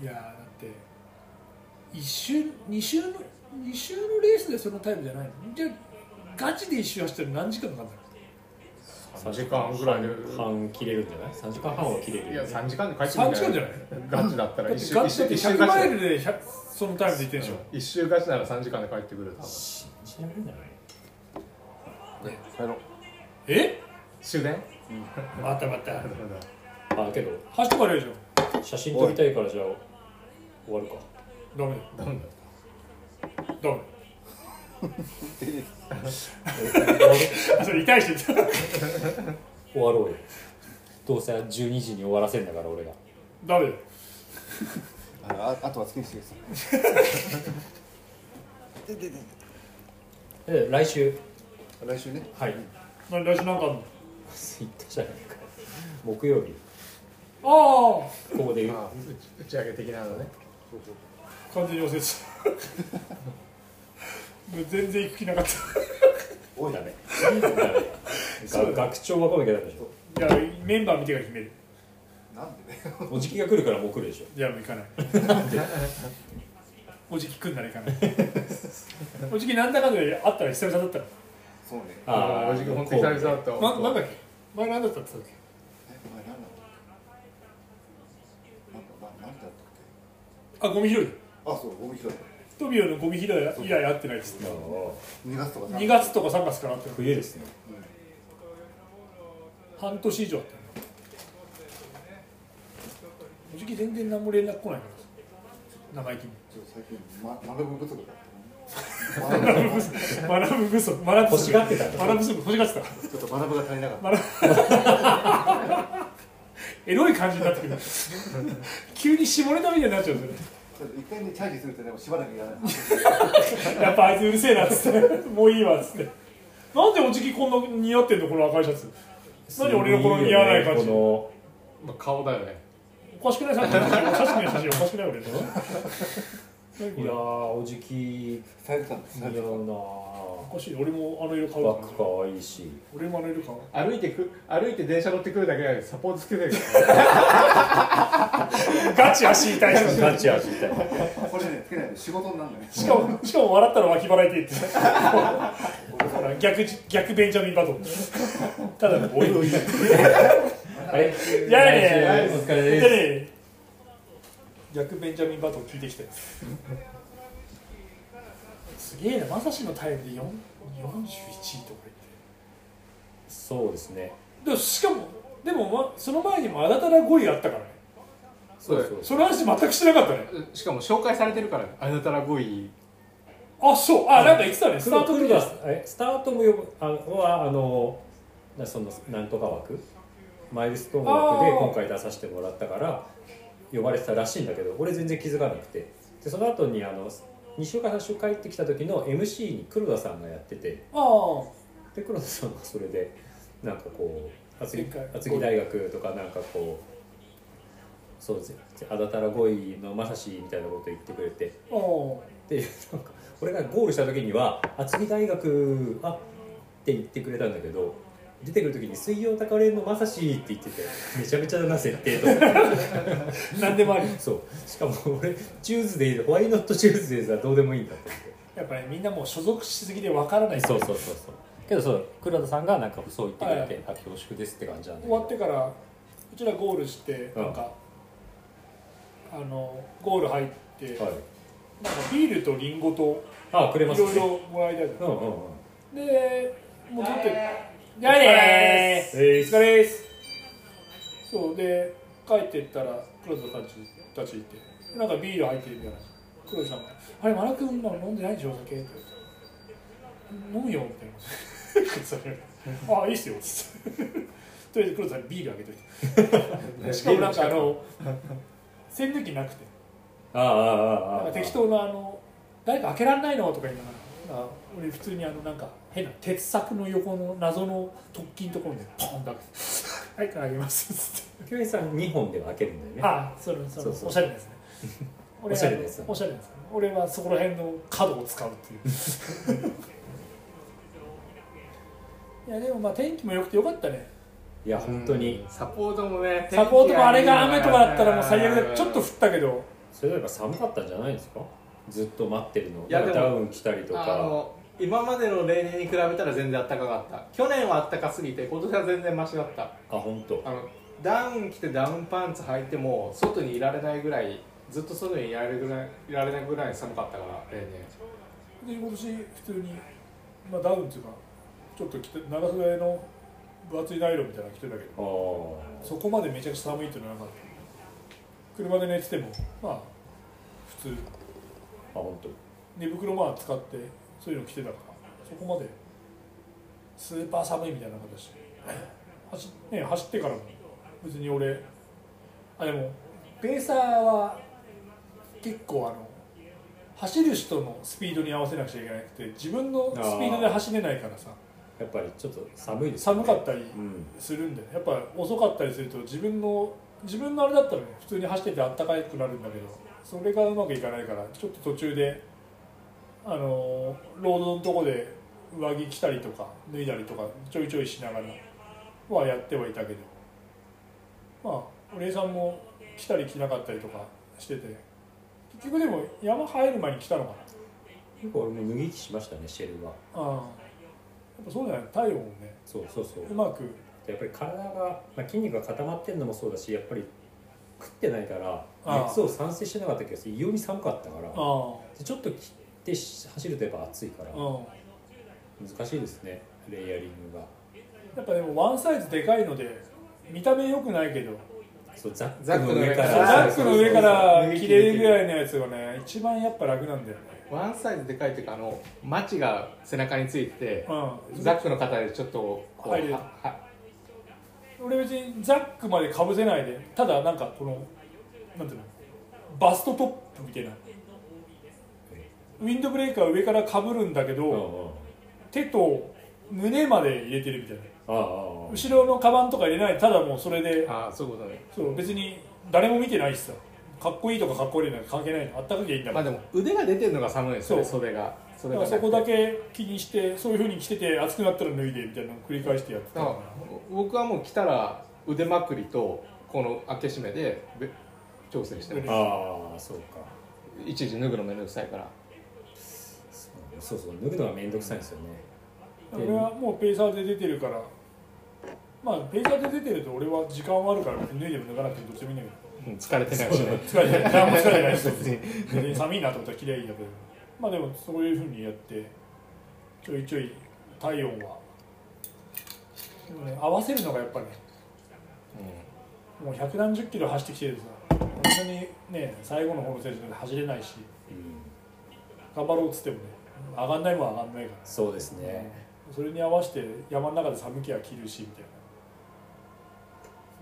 いやーだって一周二周の二周のレースでそのタイムじゃないのじゃあガチで一周走ったら何時間かかるんだろ
3時間ぐらいで
半切れるんじゃない3時間半は切れる
い
よ
や
ね
3時間で帰って
3時間じゃない
ガチだったら
だっ
一
て
周
ガ
一
チだ
周
って
一周
100
ガ
マ
チ
イルで100そのタイムで行ってんでしょ、
一周ガチなら3時間で帰ってくる多分
信じられない
帰ろう
え
終電
またまた
あけど
走ってこられるじゃん
写真撮りたいからじゃあ終わるか
ダメだよ
ダメだ
ダメだあそれ痛いし痛い
終わろうよどうせ12時に終わらせんだから俺が
ダメだよ
あのああとは好きにして ください
え来週
来週ね
はい
何来週なんかあんの
言ったじゃないか木曜日
あ
ここで言う
まあ打ち上げ的なのね
あ完全に忘れてた もう全然行く気なかっ
おいダメダメが学長は来なきゃダメでしょ
たいやメンバー見てから決める
なんでね
もう時期が来るからもう来るでしょ
いやもう行かない おじき来んなら行かないおじきなんだかんだで会ったら久々だったら
そうね
あー
おじき本当に久々だった
ななんだっけ前なんだったって言って
えお前何なんだなんか、まあ、何だったっけ
たっけあゴミ拾いだ
あそうゴミ拾い
トビオのゴミ拾い以来会ってないです
まあ
2月とか
2月とか3月から会ってない
冬ですね
半年以上会ってないおじき全然何も連絡来ないから生意気に
ちょっと最近、ま、学ぶ不足だったね 学ぶ不足
学ぶ不足学ぶ
欲しがってた
学ぶ不足欲しがってた
ちょっと学ぶが足りなかった
エロい感じになってくる急に下ネタみたいになっちゃうんですよね
ちょっと一回ねチャージするとねもうしばらくやらない
やっぱあいつうるせえなっつって もういいわっつってなんでおじきこんな似合ってんのこの赤いシャツ何俺のこの似合わない感じ
いいよねこ
まあ顔だよね
おかしくない写真おかしくない写真おかしくない俺
のいやーおじき
されてたんです
似合
お
う
かしい俺もあの色買う
な
か
バッグかわいいし
俺もあの色買う
歩いてく歩いて電車乗ってくるだけでサポートつけてる
ガチ足痛い人
ガチ味みたいな
これねつけないと仕事になるんだね
しかもしかも笑ったら脇腹痛いって ほら逆じ逆ベンジャミンバトンただのおいおいだ
はい
やれ
お疲れです
ね逆ベンジャミンバトン聞いてきたよすげえなまさしのタイムで4 41位とか言って
そうですね
でもしかもでも、ま、その前にもあだたら5位があったからね
そう
そう
そう
その話全 くしてなかったね
しかも紹介されてるからねあなたら5位
あそうあなんか言ってたね
ス
ス
タ
タ
ー
ー
ト
ト
も
の
呼
時で
ば
す
えスタートも呼ばあのはあのなそのなんとか枠マイルストーン枠で
あー
今回出させてもらったから呼ばれてたらしいんだけど俺全然気づかなくてでその後にあの2週間3週間帰ってきた時の MC に黒田さんがやってて
ああ
で黒田さんはそれでなんかこう厚木
前回
厚木大学とかなんかこうそうですねあだたら5位のまさしみたいなこと言ってくれて
ああ
でなんか俺がゴールした時には厚木大学あって言ってくれたんだけど出てくる時に「水曜高連のまさし」って言っててめちゃめちゃだな設定と思って
何でもあり
そうしかも俺チューズデイでホワイノットチューズデイズはどうでもいいんだって
やっぱり、みんなもう所属しすぎでわからない
そうそうそうそうけどそう黒田さんがなんかそう言ってくれて「あ恐縮です」って感じなんだけ
終わっ
ど
てからうちらゴールしてなんか、あのゴール入って、
はい
なんかビールとリンゴと
あくれ
い
ます
ろい
ね
ろもらいたいの
うんうんうん
で戻って「
や
や
れ
れ
ー
ー
すえいっす
お疲れです」そうで帰ってったら黒田たちたちいてなんかビール入ってるみたいな黒田さんが「あれマラ君今飲んでないんでしょお酒」って言われて「飲むよ」みたいなこと 黒田さんが「あいいっすよ」っつって とりあえず黒田さんにビールあげといてしかもなんかあの 栓抜きなくて
あああ
なん
ああ
か
あ
適当なあの誰か開けられないのとか言いながらなんか俺普通にあのなんか変な鉄柵の横の謎の突起のところにポンと開けて「 はい開けます」っつって
京平さん2本で分けるんだよね
あそのそ
そう
の
そう
おしゃれですね俺は
おしゃれなやつ
おしゃれですね俺はそこら辺の角を使うっていう いやでもまあ天気も良くてよかったね
いや本当に
サポートもね
サポートもあれが雨とかだったらもう最悪でちょっと降ったけど
それなんか寒かったんじゃないですかずっと待ってるの
いや
なんか
で
ダ
も
ウン来たりと
あ
か
の今までの例年に比べたら全然暖かかった去年は暖かすぎて今年は全然マシだった
あ本当
あのダウン着てダウンパンツ履いても外にいられないぐらいずっと外にいられるぐらいいられないぐらい寒かったから例年
で今年普通に、まあ、ダウンっていうかちょっと着て長袖の分厚いナイロンみたいなの着てたけど
ああ
そこまでめちゃくちゃ寒いっていうのはなかった車で寝ててもまあ普通
あ本当
寝袋まあ使ってそういうの着てたからそこまでスーパー寒いみたいな感じだし走,、ね、走ってからも別に俺あでもペーサーは結構あの走る人のスピードに合わせなくちゃいけなくて自分のスピードで走れないからさ
やっぱりちょっと寒いですね
寒かったり
うん
するんでやっぱ遅かったりすると自分の自分のあれだったらね普通に走っててあったかくなるんだけどそれがうまくいかないからちょっと途中であのーロードのとこで上着着たりとか脱いだりとかちょいちょいしながらはやってはいたけどまあお礼さんも来たり来なかったりとかしてて結局でも山入る前に来たのかな
結構俺も脱ぎ着しましたねシェルは
ああやっぱそうじゃない体温をね
そうそうそう
うまく
やっぱり体が、まあ、筋肉が固まってるのもそうだしやっぱり食ってないから
ああ
熱を産生してなかったけど異様に寒かったから
ああ
でちょっと切って走るとやっぱ暑いから
うん
難しいですねレイヤリングが
やっぱでもワンサイズでかいので見た目良くないけど
そうザ
ザ
ッ
ッ
ク
ク
の
の
上
上
か
から
そう
ら
ら
ザックの上から切れるぐらいのやつがね一番やっぱ楽なんだよね
ワンサイズでかいっていうかあのマチが背中について
うん
ザックの肩でちょっとこう
入る
はは
俺別にザックまでかぶせないでただなんかこのなんていうのバストトップみたいなウィンドブレーカーを上からかぶるんだけ
うん
ど、
うん
手と胸まで入れてるみたいな
ああああ
後ろのカバンとか入れないただもうそれで
ああそういうことね
そう別に誰も見てないしさかっこいいとかかっこ悪いなんか関係ないのあったかきゃいいんだ
ま
も
あ
ん
でも腕が出てるのが寒いですよね
そ
袖が
だ
袖
か
が
ら
ね
そこだけ気にしてそういうふうに着てて暑くなったら脱いでみたいなのを繰り返してやってた
だから
か
僕はもう着たら腕まくりとこの開け閉めでべ調整してます
ああそうか
いちいち脱ぐのめんどくさいから
そうそう脱ぐのは面倒くさいんですよね
ら俺はもうペーサーで出てるからまあペーサーで出てると俺は時間はあるから別に脱いでも脱がなくてもどっちでもいいんだ
うん疲れてないしね
けど疲れてない何も疲れてないし別に寒いなと思ったら着りゃいいんだけどまあでもそういうふうにやってちょいちょい体温はでもね合わせるのがやっぱねもう百何十キロ走ってきてるさ本当にね最後の方の選手なんて走れないし
うん
頑張ろうっつってもね上がんないもん上がんないか
そうです
ら、
ね
それに合わせて山の中で寒気は切るしみたいな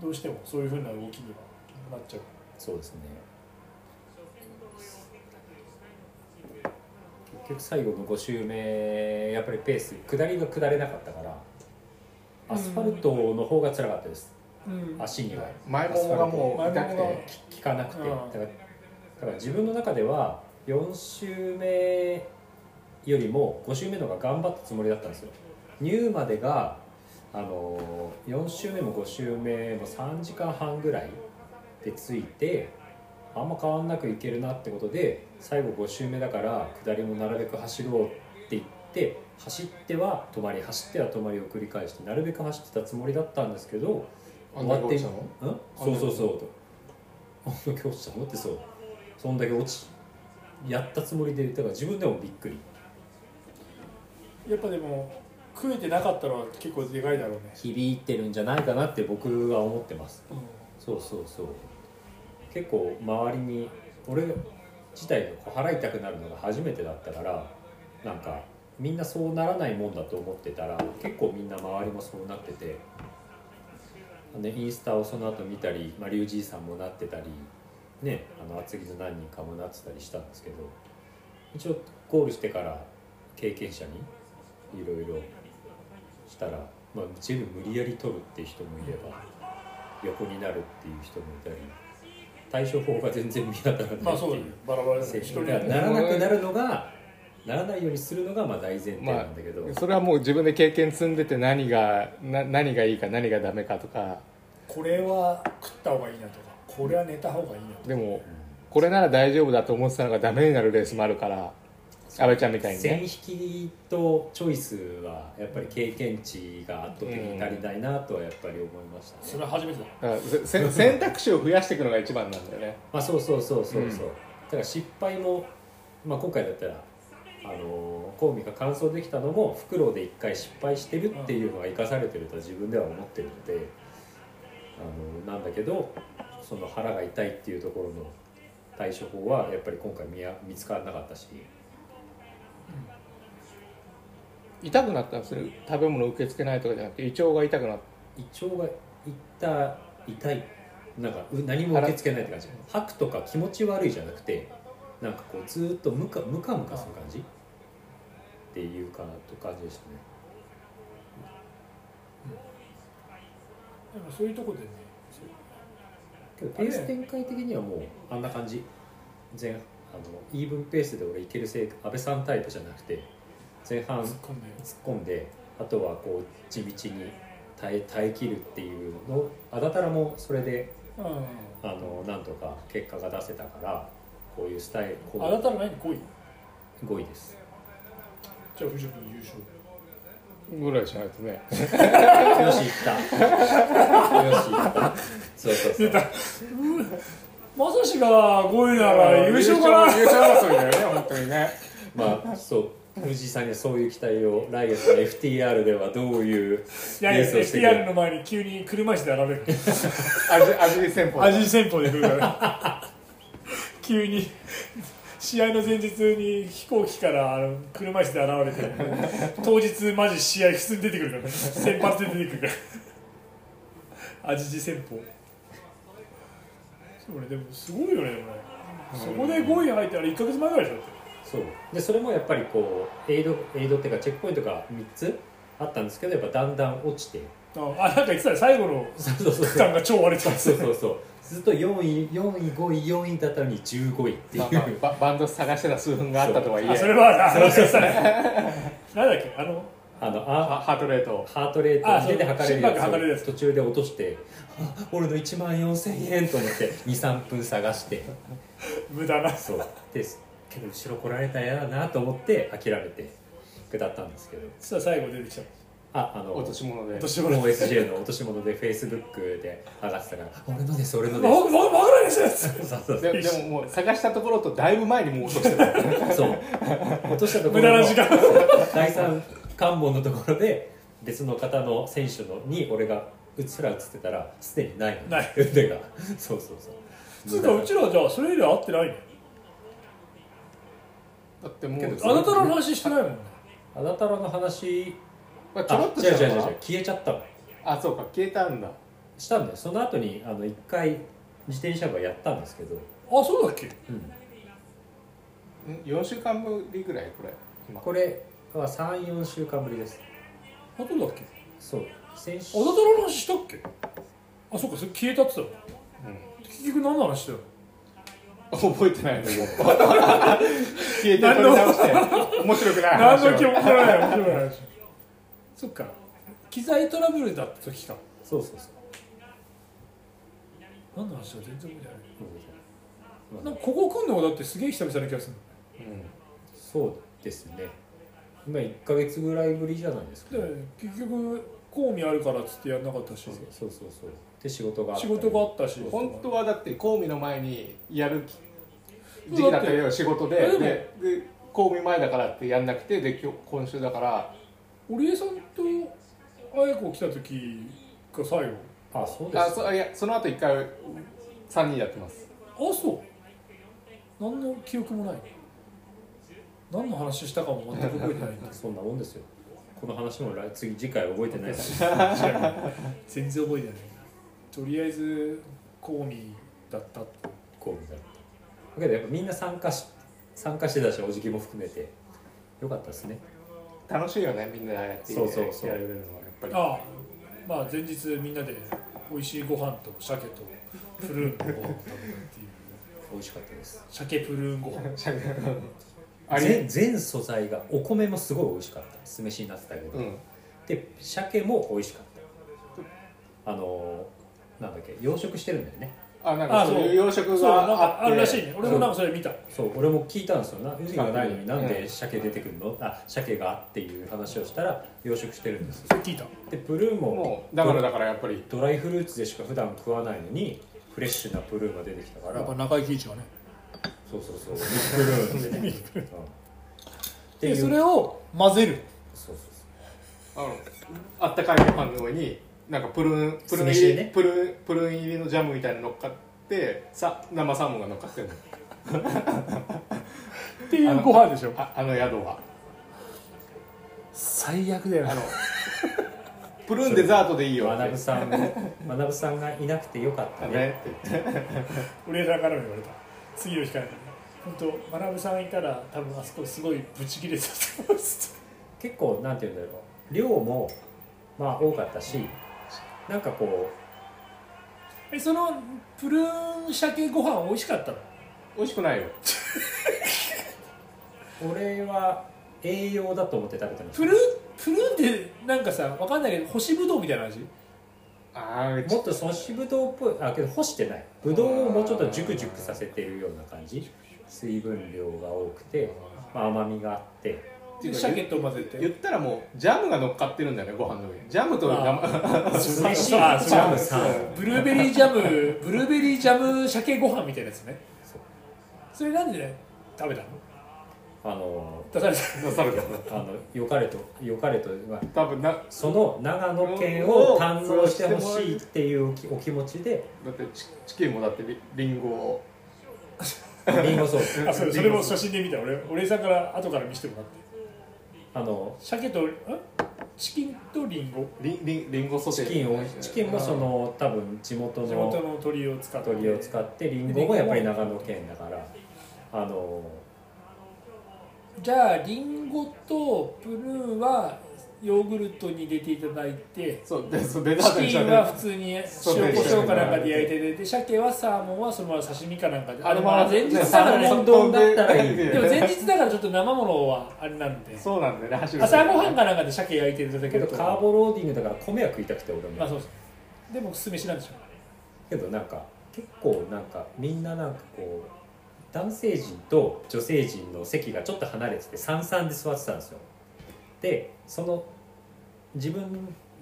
どうしてもそういうふうな動きにはなっちゃう
そうですね結局最後の5周目やっぱりペース下りが下れなかったからアスファルトの方が辛かったです
うん
足には
前ももがもう痛
前
く
ももが
て
効かなくてだ
うん
からだから自分の中では4周目よりも5周目の方が頑張ったつもりだったんですよニューまでがあの4周目も5周目も3時間半ぐらいで着いてあんま変わんなくいけるなってことで最後5周目だから下りもなるべく走ろうって言って走っては止まり走っては止まりを繰り返してなるべく走ってたつもりだったんですけど
あんなに落ちたの
うんそうそうそうとあの教師さん持ってそうそんだけ落ちやったつもりでだから自分でもびっくり
やっぱでも食えてなかったら結構でかいだろうね、
響いてるんじゃないかなって僕は思ってますそうそうそう結構周りに俺自体がこう払いたくなるのが初めてだったからなんかみんなそうならないもんだと思ってたら結構みんな周りもそうなってて、ね、インスタをその後見たり、まあ、リュウジーさんもなってたりねあの厚木の何人かもなってたりしたんですけど一応ゴールしてから経験者にいろいろしたら、まあ、全部無理やり取るっていう人もいれば。横になるっていう人もいたり対処法が全然見当たらないっていう
まあそうだねバラバラだね
精
一人
神がならなくなるのがならないようにするのがまあ大前提なんだけど、
それはもう自分で経験積んでて何がな何がいいか何がダメかとか
これは食った方がいいなとかこれは寝た方がいいなとか
でもこれなら大丈夫だと思ってたのがダメになるレースもあるから阿部ちゃんみたいに
線
ね
引きとチョイスはやっぱり経験値が圧倒的に足りないなとはやっぱり思いましたね、
それは初めてだ
だからせせ選択肢を増やしていくのが一番なんだよね
まあ、そうそうそうそうそう、
うん
だから失敗も、まあ、今回だったらあのーコウミが完走できたのもフクロウで一回失敗してるっていうのが生かされてると自分では思ってるので、あのーなんだけどその腹が痛いっていうところの対処法はやっぱり今回見や見つからなかったし
痛くなったらそれ食べ物受け付けないとかじゃなくて胃腸が痛くなっ
胃腸が痛い痛いなんかう何も受け付けないって感じ吐くとか気持ち悪いじゃなくてなんかこうずーっとムカムカムカする感じっていうかと感じでしたね
でもそういうとこでね
けどペース展開的にはもうあんな感じ前あのイーブンペースで俺いけるせい安倍さんタイプじゃなくて前半
突っ込んで
突っ込んであとはこう地道に耐え耐え切るっていうのあだたらもそれで
うん
あのなんとか結果が出せたからこういうスタイルこ
あな
う
たの前に5位
5位です
じゃあ藤君優勝
ぐらいしないとね
よしいったよしいったそうそうそう
まさしが5位なら優勝かな
優勝優勝争いだよね本当にね
まあそう藤井さんにはそういう期待を来月の FTR ではどういうレ
いやい
ー
や
スをしてくれ
FTR
る
の前に急に車椅子で現れる
味味戦 法
アジ戦法で来るから 急に試合の前日に飛行機からあの車椅子で現れて当日マジ試合普通に出てくるから先発で出てくるからアジジ戦法そうねでもすごいよねでもねそこで5位入ったら1か月前ぐらいでしょだって
そうでそれもやっぱりこうエイドエイドっていうかチェックポイントが3つあったんですけどやっぱだんだん落ちて
ああなんか言ってたね最後の
そうそうそう
区
そう
間が超悪いってた
そうそうそうずっと4位4位5位4位だったのに15位っていう、
まあまあババンド探してた数分があったとはいえ
あそれはあのなんだっけあの
あの
ハ
あ
ハートレート
ハートレー
あ
ト
そう
手で測れるや
心拍測れるや
つ
つ
を途中で落としてあ俺の1万4000円と思って23分探して
無駄な
そうですけど後ろ来られたら嫌だなと思って諦めて下ったんですけど
そしたら最後出てきちゃう
ああの
落とし物で
年頃
物 OSJ の落とし物でフェイスブックで上がってたから俺のです俺ので
わわわからないです
すそうそうそう
ででももう探したところとだいぶ前にもう落としてた
そう落としたところ
無駄な時間
そう第三関門のところで別の方の選手のに俺がうっすら映ってたらすでにないの
ない
腕がそうそうそう
つうかうちらじゃあそれ以来会ってないね
だってもう
けど
あなたの話してないもんね
あなたらの話
まあ、ちょろ
あ
っと
違う違う
し
違
た
う違う
のか
消えちゃったの
なあそうか消えたんだ
したんだよその後にあの1回自転車部やったんですけど、
あそうだっけ
うん
ん4週間ぶりぐらいこれ今
これは34週間ぶりです
あそうだっけ
そう先週
あなたの話したっけあそうかそれ消えたって言ってたわ
う
結局何の話だよ
覚えてないのもう消えて取り直して面白くない
何
話
の記
を
憶もない面白い話そっか機材トラブルだった時か
そうそうそう
何の話だ全然覚えてない
うん
なんかここ来んのがだってすげえ久々な気がする
そうですね今1か月ぐらいぶりじゃないですか、
で結局興味あるからっつってやんなかったし
そうそうそうそうで仕事があった
仕
り
事があったし
うん本当はだって公務の前にやる時
そうだ
期だ
っ
ってたよ仕事で
えで
で
も
で公務前だからってやんなくてで今日今週だから
織江さんと綾子来た時が最後
あそうで
あ
す
そあいやその後一回3人やってます
あそう何の記憶もない何の話したかも全く覚えてないんだ
そんなもんですよこの話も来次次回覚えてないし
全然覚えてないとりあえずコーミーだったって
こうみたいなだけどやっぱみんな参加し参加してたしお辞儀も含めてよかったですね
楽しいよねみんなやって
そうそうそう
やれるのはやっぱり
ああまあ前日みんなで美味しいご飯と鮭とプルーンのご飯を食べるっていう
美味しかったです
鮭プルーンご飯
あり
全全素材がお米もすごい美味しかった酢飯になってたけど、
うん
で鮭も美味しかったあのーなんだっけ養殖してるんだよね
あなんか
あ
そう
そう
いう養殖
そうなん
が
か
あ
あ
って
るらしいね俺もなんかそれ見た
そう俺も聞いたんですよなウニがないのになん
う
で鮭出てくるの、あ鮭がっていう話をしたら養殖してるんです
それ聞いた
でプルーンも
もうだからだからやっぱり
ドライフルーツでしか普段食わないのにフレッシュなプルーンが出てきたから
中井貴一がね
そうそうそうミップルーンが出てきた、うん、ってい
で
う
それを混ぜる
そうそうそう
あのあったかいご飯の上になんかプルーンプルーン
酢飯
入り、
でね
プルーンプルーン入りのジャムみたいなの乗っかってさ生サーモンが乗っかってるの
っていうご飯でしょ
ああの宿は
最悪だよ
あのプルーンデザートでいいよって
学さん学さんがいなくてよかったね
ねって
俺らからも言われた次の日から本当マナブさんいたら多分あそこすごいブチ切れてたと思う
結構なんて言うんだろう量もまあ多かったしなんかこ
えそのプルーン鮭ご飯美味しかったの
美味しくないよ
う俺は栄養だと思って食べてました
プルーンプルーンってなんかさわかんないけど干しぶどうみたいな味
ああ
もっと粗しぶどうっぽいあけど干してないぶどうをもうちょっとジュクジュクさせてるような感じ水分量が多くて、まあ、甘みがあって
で鮭と混ぜて
言ったらもうジャムが乗っかってるんだよねご飯の上にジャムと生
酢飯あジャムさん
ブルーベリージャムブルーベリージャム鮭ご飯みたいなやつねそれなんで食べたの
あの
出された
出された
あのよかれとよかれと、まあ、
多分なだ
その長野県を堪能してほしいっていうお気持ちで
ってチチキンもだってリリンゴを
リンゴソース
あそれそれも写真で見た俺お礼さんから後から見せてもらって
あの
鮭とんチキンとリンゴ
リンリンリンゴソテ
チ
ー
キンをチキンもその多分地元
地元
の
の鶏を使って
鳥を使ってリンゴもやっぱり長野県だからあの
じゃあリンゴとプルーンはヨーグルトに入れていただいて
そうでそうデザートに
チ
し
キ
た
ンは普通に塩コシ
そうね
ョウかなんかで焼いててで鮭はサーモンはそのまま刺身かなんかであ
あ
で
で
も
も
前日だから
ね
ね
サーモン丼だったらいい
ね
でも前日だからちょっと生ものはあれなんで
そうなんだよね走る
朝ごはんかなんかで鮭焼いてるだ
だ
け
け
だ
ど
と
カーボローディングだから米は食いたくて俺も、
まあそうですでも酢飯なんでしょ
けどなんか結構なんかみんななんかこう男性陣と女性陣の席がちょっと離れてて三々で座ってたんですよでその自分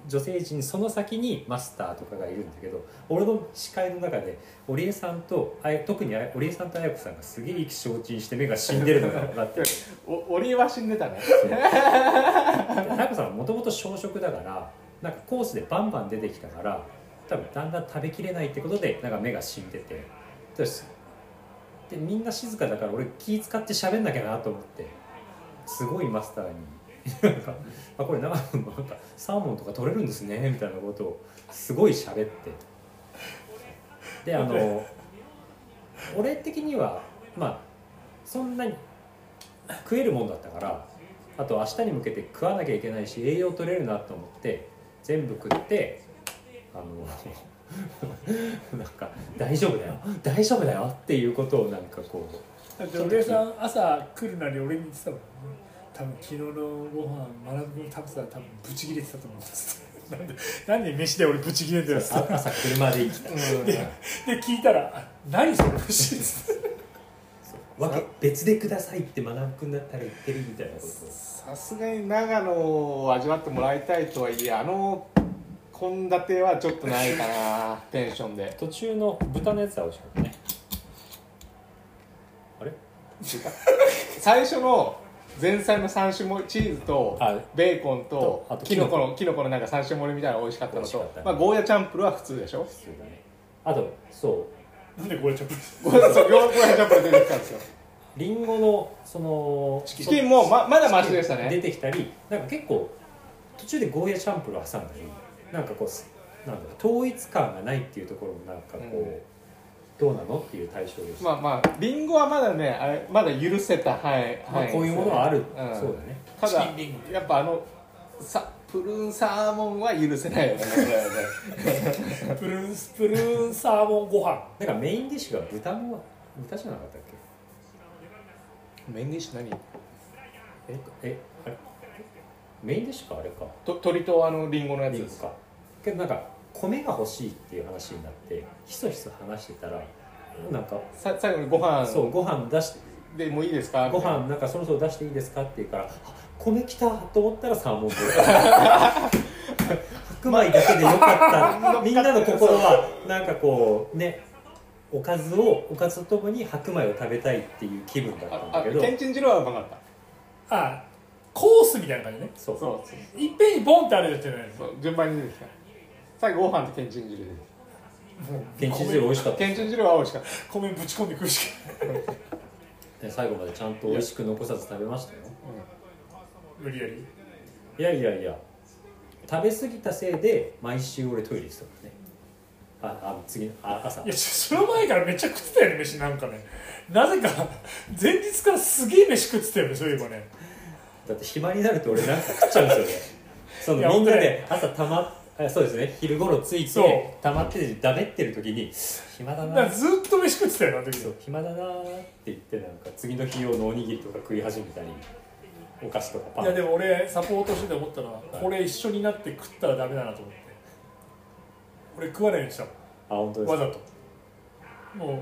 女性陣その先にマスターとかがいるんだけど俺の視界の中で織江さんとあや特にあや織江さんと綾子さんがすげえ意気消沈して目が死んでるのが分かって
おオリは死んでたね
彩子さんはもともと小食だからなんかコースでバンバン出てきたから多分だんだん食べきれないってことでなんか目が死んでてですでみんな静かだから俺気使って喋んなきゃなと思ってすごいマスターに「なんかあこれ長野のなんかサーモンとか取れるんですね」みたいなことをすごい喋ってであの俺的にはまあそんなに食えるもんだったからあと明日に向けて食わなきゃいけないし栄養取れるなと思って全部食ってあの なんか大丈夫だよ大丈夫だよっていうことをなんかこう
だって俺さん朝来るなり俺に言ってたもんね多分昨日のご飯マラ君食べてたら多分ブチ切れてたと思うんですなんでなんで飯で俺ブチ切れてるんですか
あ朝車で行きた
で聞いたらあ「何その飯」っつって
わけ別でくださいって学ぶんだったら言ってるみたいなこと
さすがに長野を味わってもらいたいとはいえあの献立はちょっとないかなテンションで
を途中の豚のやつは美味しかったねあれ
最初の前菜の3種盛りチーズと
あ
ベーコン
と
と
あと
キノコのキノコのなんか3種盛りみたいなの美味しかったの
美味し
と
かった
まあゴーヤチャンプルは普通でしょ
普通だねあとそう
なんでこれちょっと
ゴーヤそうゴーヤチャンプル出てきたんですよ
リンゴのその
チキンもまま だマシでした
出
ね
てきたりなんか結構途中でゴーヤチャンプルを挟んだりなんかこうなんだろう統一感がないっていうところもなんかこう、
うん
どうなのっていう対象です、ま
まあまあリンゴはまだねあれまだ許せた範囲
あ
範囲です
こ
よね
ういうものはある、
ん
そうだね
た
チ
だ
キンリンゴ
やっぱあのさプルーンサーモンは許せないよねこれはね
プルーンスプルーンサーモンご飯
なんかメインディッシュが豚の豚じゃなかったっけ
メインディッシュ何
ええあれメインディッシュかあれか
と鳥とあのリンゴのやつ
リン
で
ゴ
す
かけどなんか米が欲しいっていう話になってひそひそ話してたらなんか
さ最後にご飯
そうご飯出して
でもいいですか
ご
みたいな
飯なんかそろそろ出していいですかって言うからあ米来たと 思ったらサーモン丼白米だけでよか ったみんなの心はなんかこうねおかずをおかずとともに白米を食べたいっていう気分だったん
あ
だ
あ
けど
けんちん汁はうまかった
あコースみたいな感じね
そう
そうそう
いっぺんにボンってあるやつじゃないです
そう順番に出てきた最後ご飯とけんちん汁で
けんちん汁美味しかった
けんちん汁は美味しかっ
米ぶち込んで食うしか
ね最後までちゃんと美味しく残さず食べましたよ
無理やり
いやいやいや食べ過ぎたせいで毎週俺トイレしてたからねああの次のあ朝
いやちょその前からめっちゃ食ってたよね飯なんかねなぜか前日からすげえ飯食ってたよねそういえばね
だって暇になると俺なんか食っちゃうん ですよね
い
そ
や
のみんなで朝たまあそうですね昼頃着い
そう
てたまってだめってる時に暇だ
なん
な
かずっと飯食ってたよなあの時
そう暇だなーって言ってなんか次の日用のおにぎりとか食い始めたりお菓子とかパ
い
ン
やでも俺サポートしてて思ったのはこれ一緒になって食ったらダメだなと思って俺食わないようにしたも
本当
ん
です
わ
か
ざともう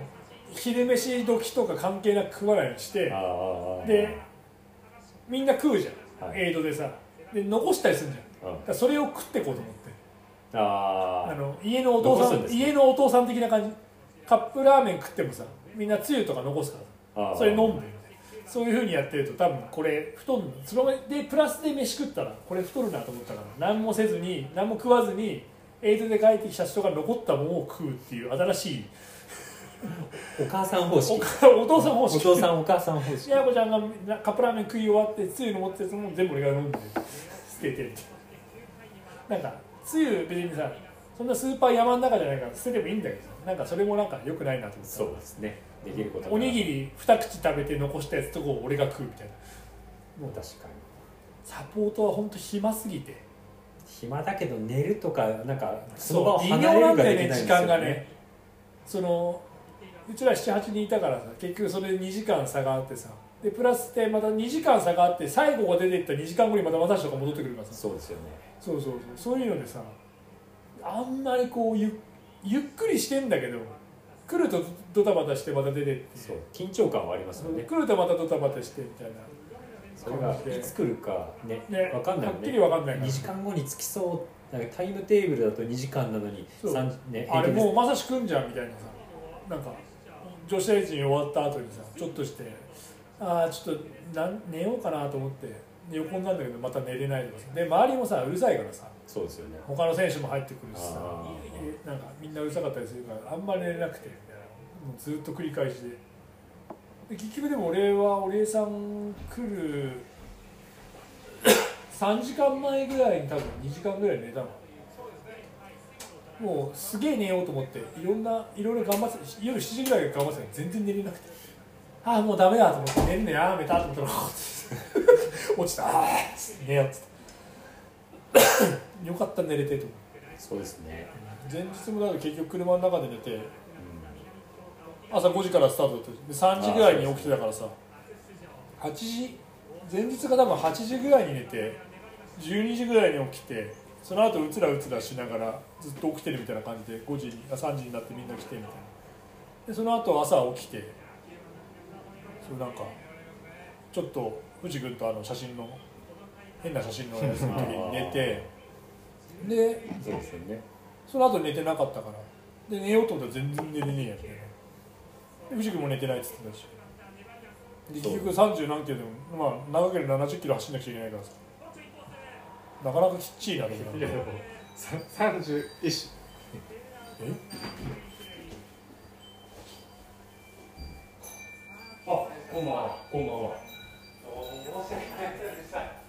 昼飯時とか関係なく食わないようにして
あー
でみんな食うじゃん、
はい
エイドでさで残したりするじゃ
あ
ん
ー
だからそれを食ってこうと思って
あ
あ
ー
の家のお父さ
残す
ん
んですね
家のお父さん的な感じカップラーメン食ってもさみんなつゆとか残すから
あー
それ飲んでそういうふうにやってると多分これ太るそのでプラスで飯食ったらこれ太るなと思ったから何もせずに何も食わずにエイドで帰ってきた人が残ったものを食うっていう新しい
お母さん方
お
式
お父さん方
お
式
父さんお母さん方式
ややこちゃんがなカップラーメン食い終わってつゆの持ってたもの全部俺が飲んで捨ててってなんかつゆ別にさそんなスーパー山の中じゃないから捨ててもいいんだけどさなんかそれもなんか良くないなと思って
そうですねできること
おにぎ
り
り二口食べて残したやつとこを俺が食うみたいな
も確かに
サポートは本当暇すぎて
暇だけど寝るとかなんかその場
そ
を
う微妙
離れ
な
る
ん
が
だ
で
よ
きないん
ね
です
時
よ
間が
ね
ねそのうちら78人いたからさ結局それで2時間差があってさでプラスでまた2時間差があって最後が出ていった2時間後にまた私とか戻ってくるからさ
そうですよね
そうそうそうそういうのでさあんまりこうゆゆっくりしてんだけど来るとドタバタしてまた出てって
そう緊張感はありますよね
来るとまたドタバタしてみたいな
それがいつ来るかね
ね
わかんない
は
もん
っきり
ね
分かんないから
2時間後に着きそうなんかタイムテーブルだと2時間なのに
そう
三ね
あ
平
れ
均です
もうまさしくんじゃんみたいなさなんか女子大臣終わった後にさちょっとしてああちょっとなん寝ようかなと思って横になるんだけどまた寝れないとかさで周りもさうるさいからさ
そうですよね
他の選手も入ってくるしさ
あ
えなんかみんなうるさかったりするからあんまり寝れなくてみたいなもうずっと繰り返しでで結局でも俺はお礼さん来る 3時間前ぐらいに多分2時間ぐらい寝たのもうすげえ寝ようと思っていろんないろいろ頑張って夜7時ぐらいから頑張ってたけど全然寝れなくてああもうダメだと思って寝るのやめたと思ったら 落ちたあーっつって寝ようっつってよかった寝れてと思って。
そうですね
前日もだから結局車の中で寝て朝5時からスタートだったで3時ぐらいに起きてたからさ8時前日が多分8時ぐらいに寝て12時ぐらいに起きてその後うつらうつらしながらずっと起きてるみたいな感じで5時にあ3時になってみんな来てみたいなでその後朝起きてそうなんかちょっと藤君とあの写真の変な写真のやつの時に寝てで
そうですよね
その後寝てなかったからで寝ようと思ったら全然寝れねえやつで藤君も寝てないっつってたしで結局30何キロでも、まあ、長ければ70キロ走んなくちゃいけないからさなかなかきっちいなと思っ
いや
て
でもさ31し
あ、こんばんは。こんばんは。申し訳ない。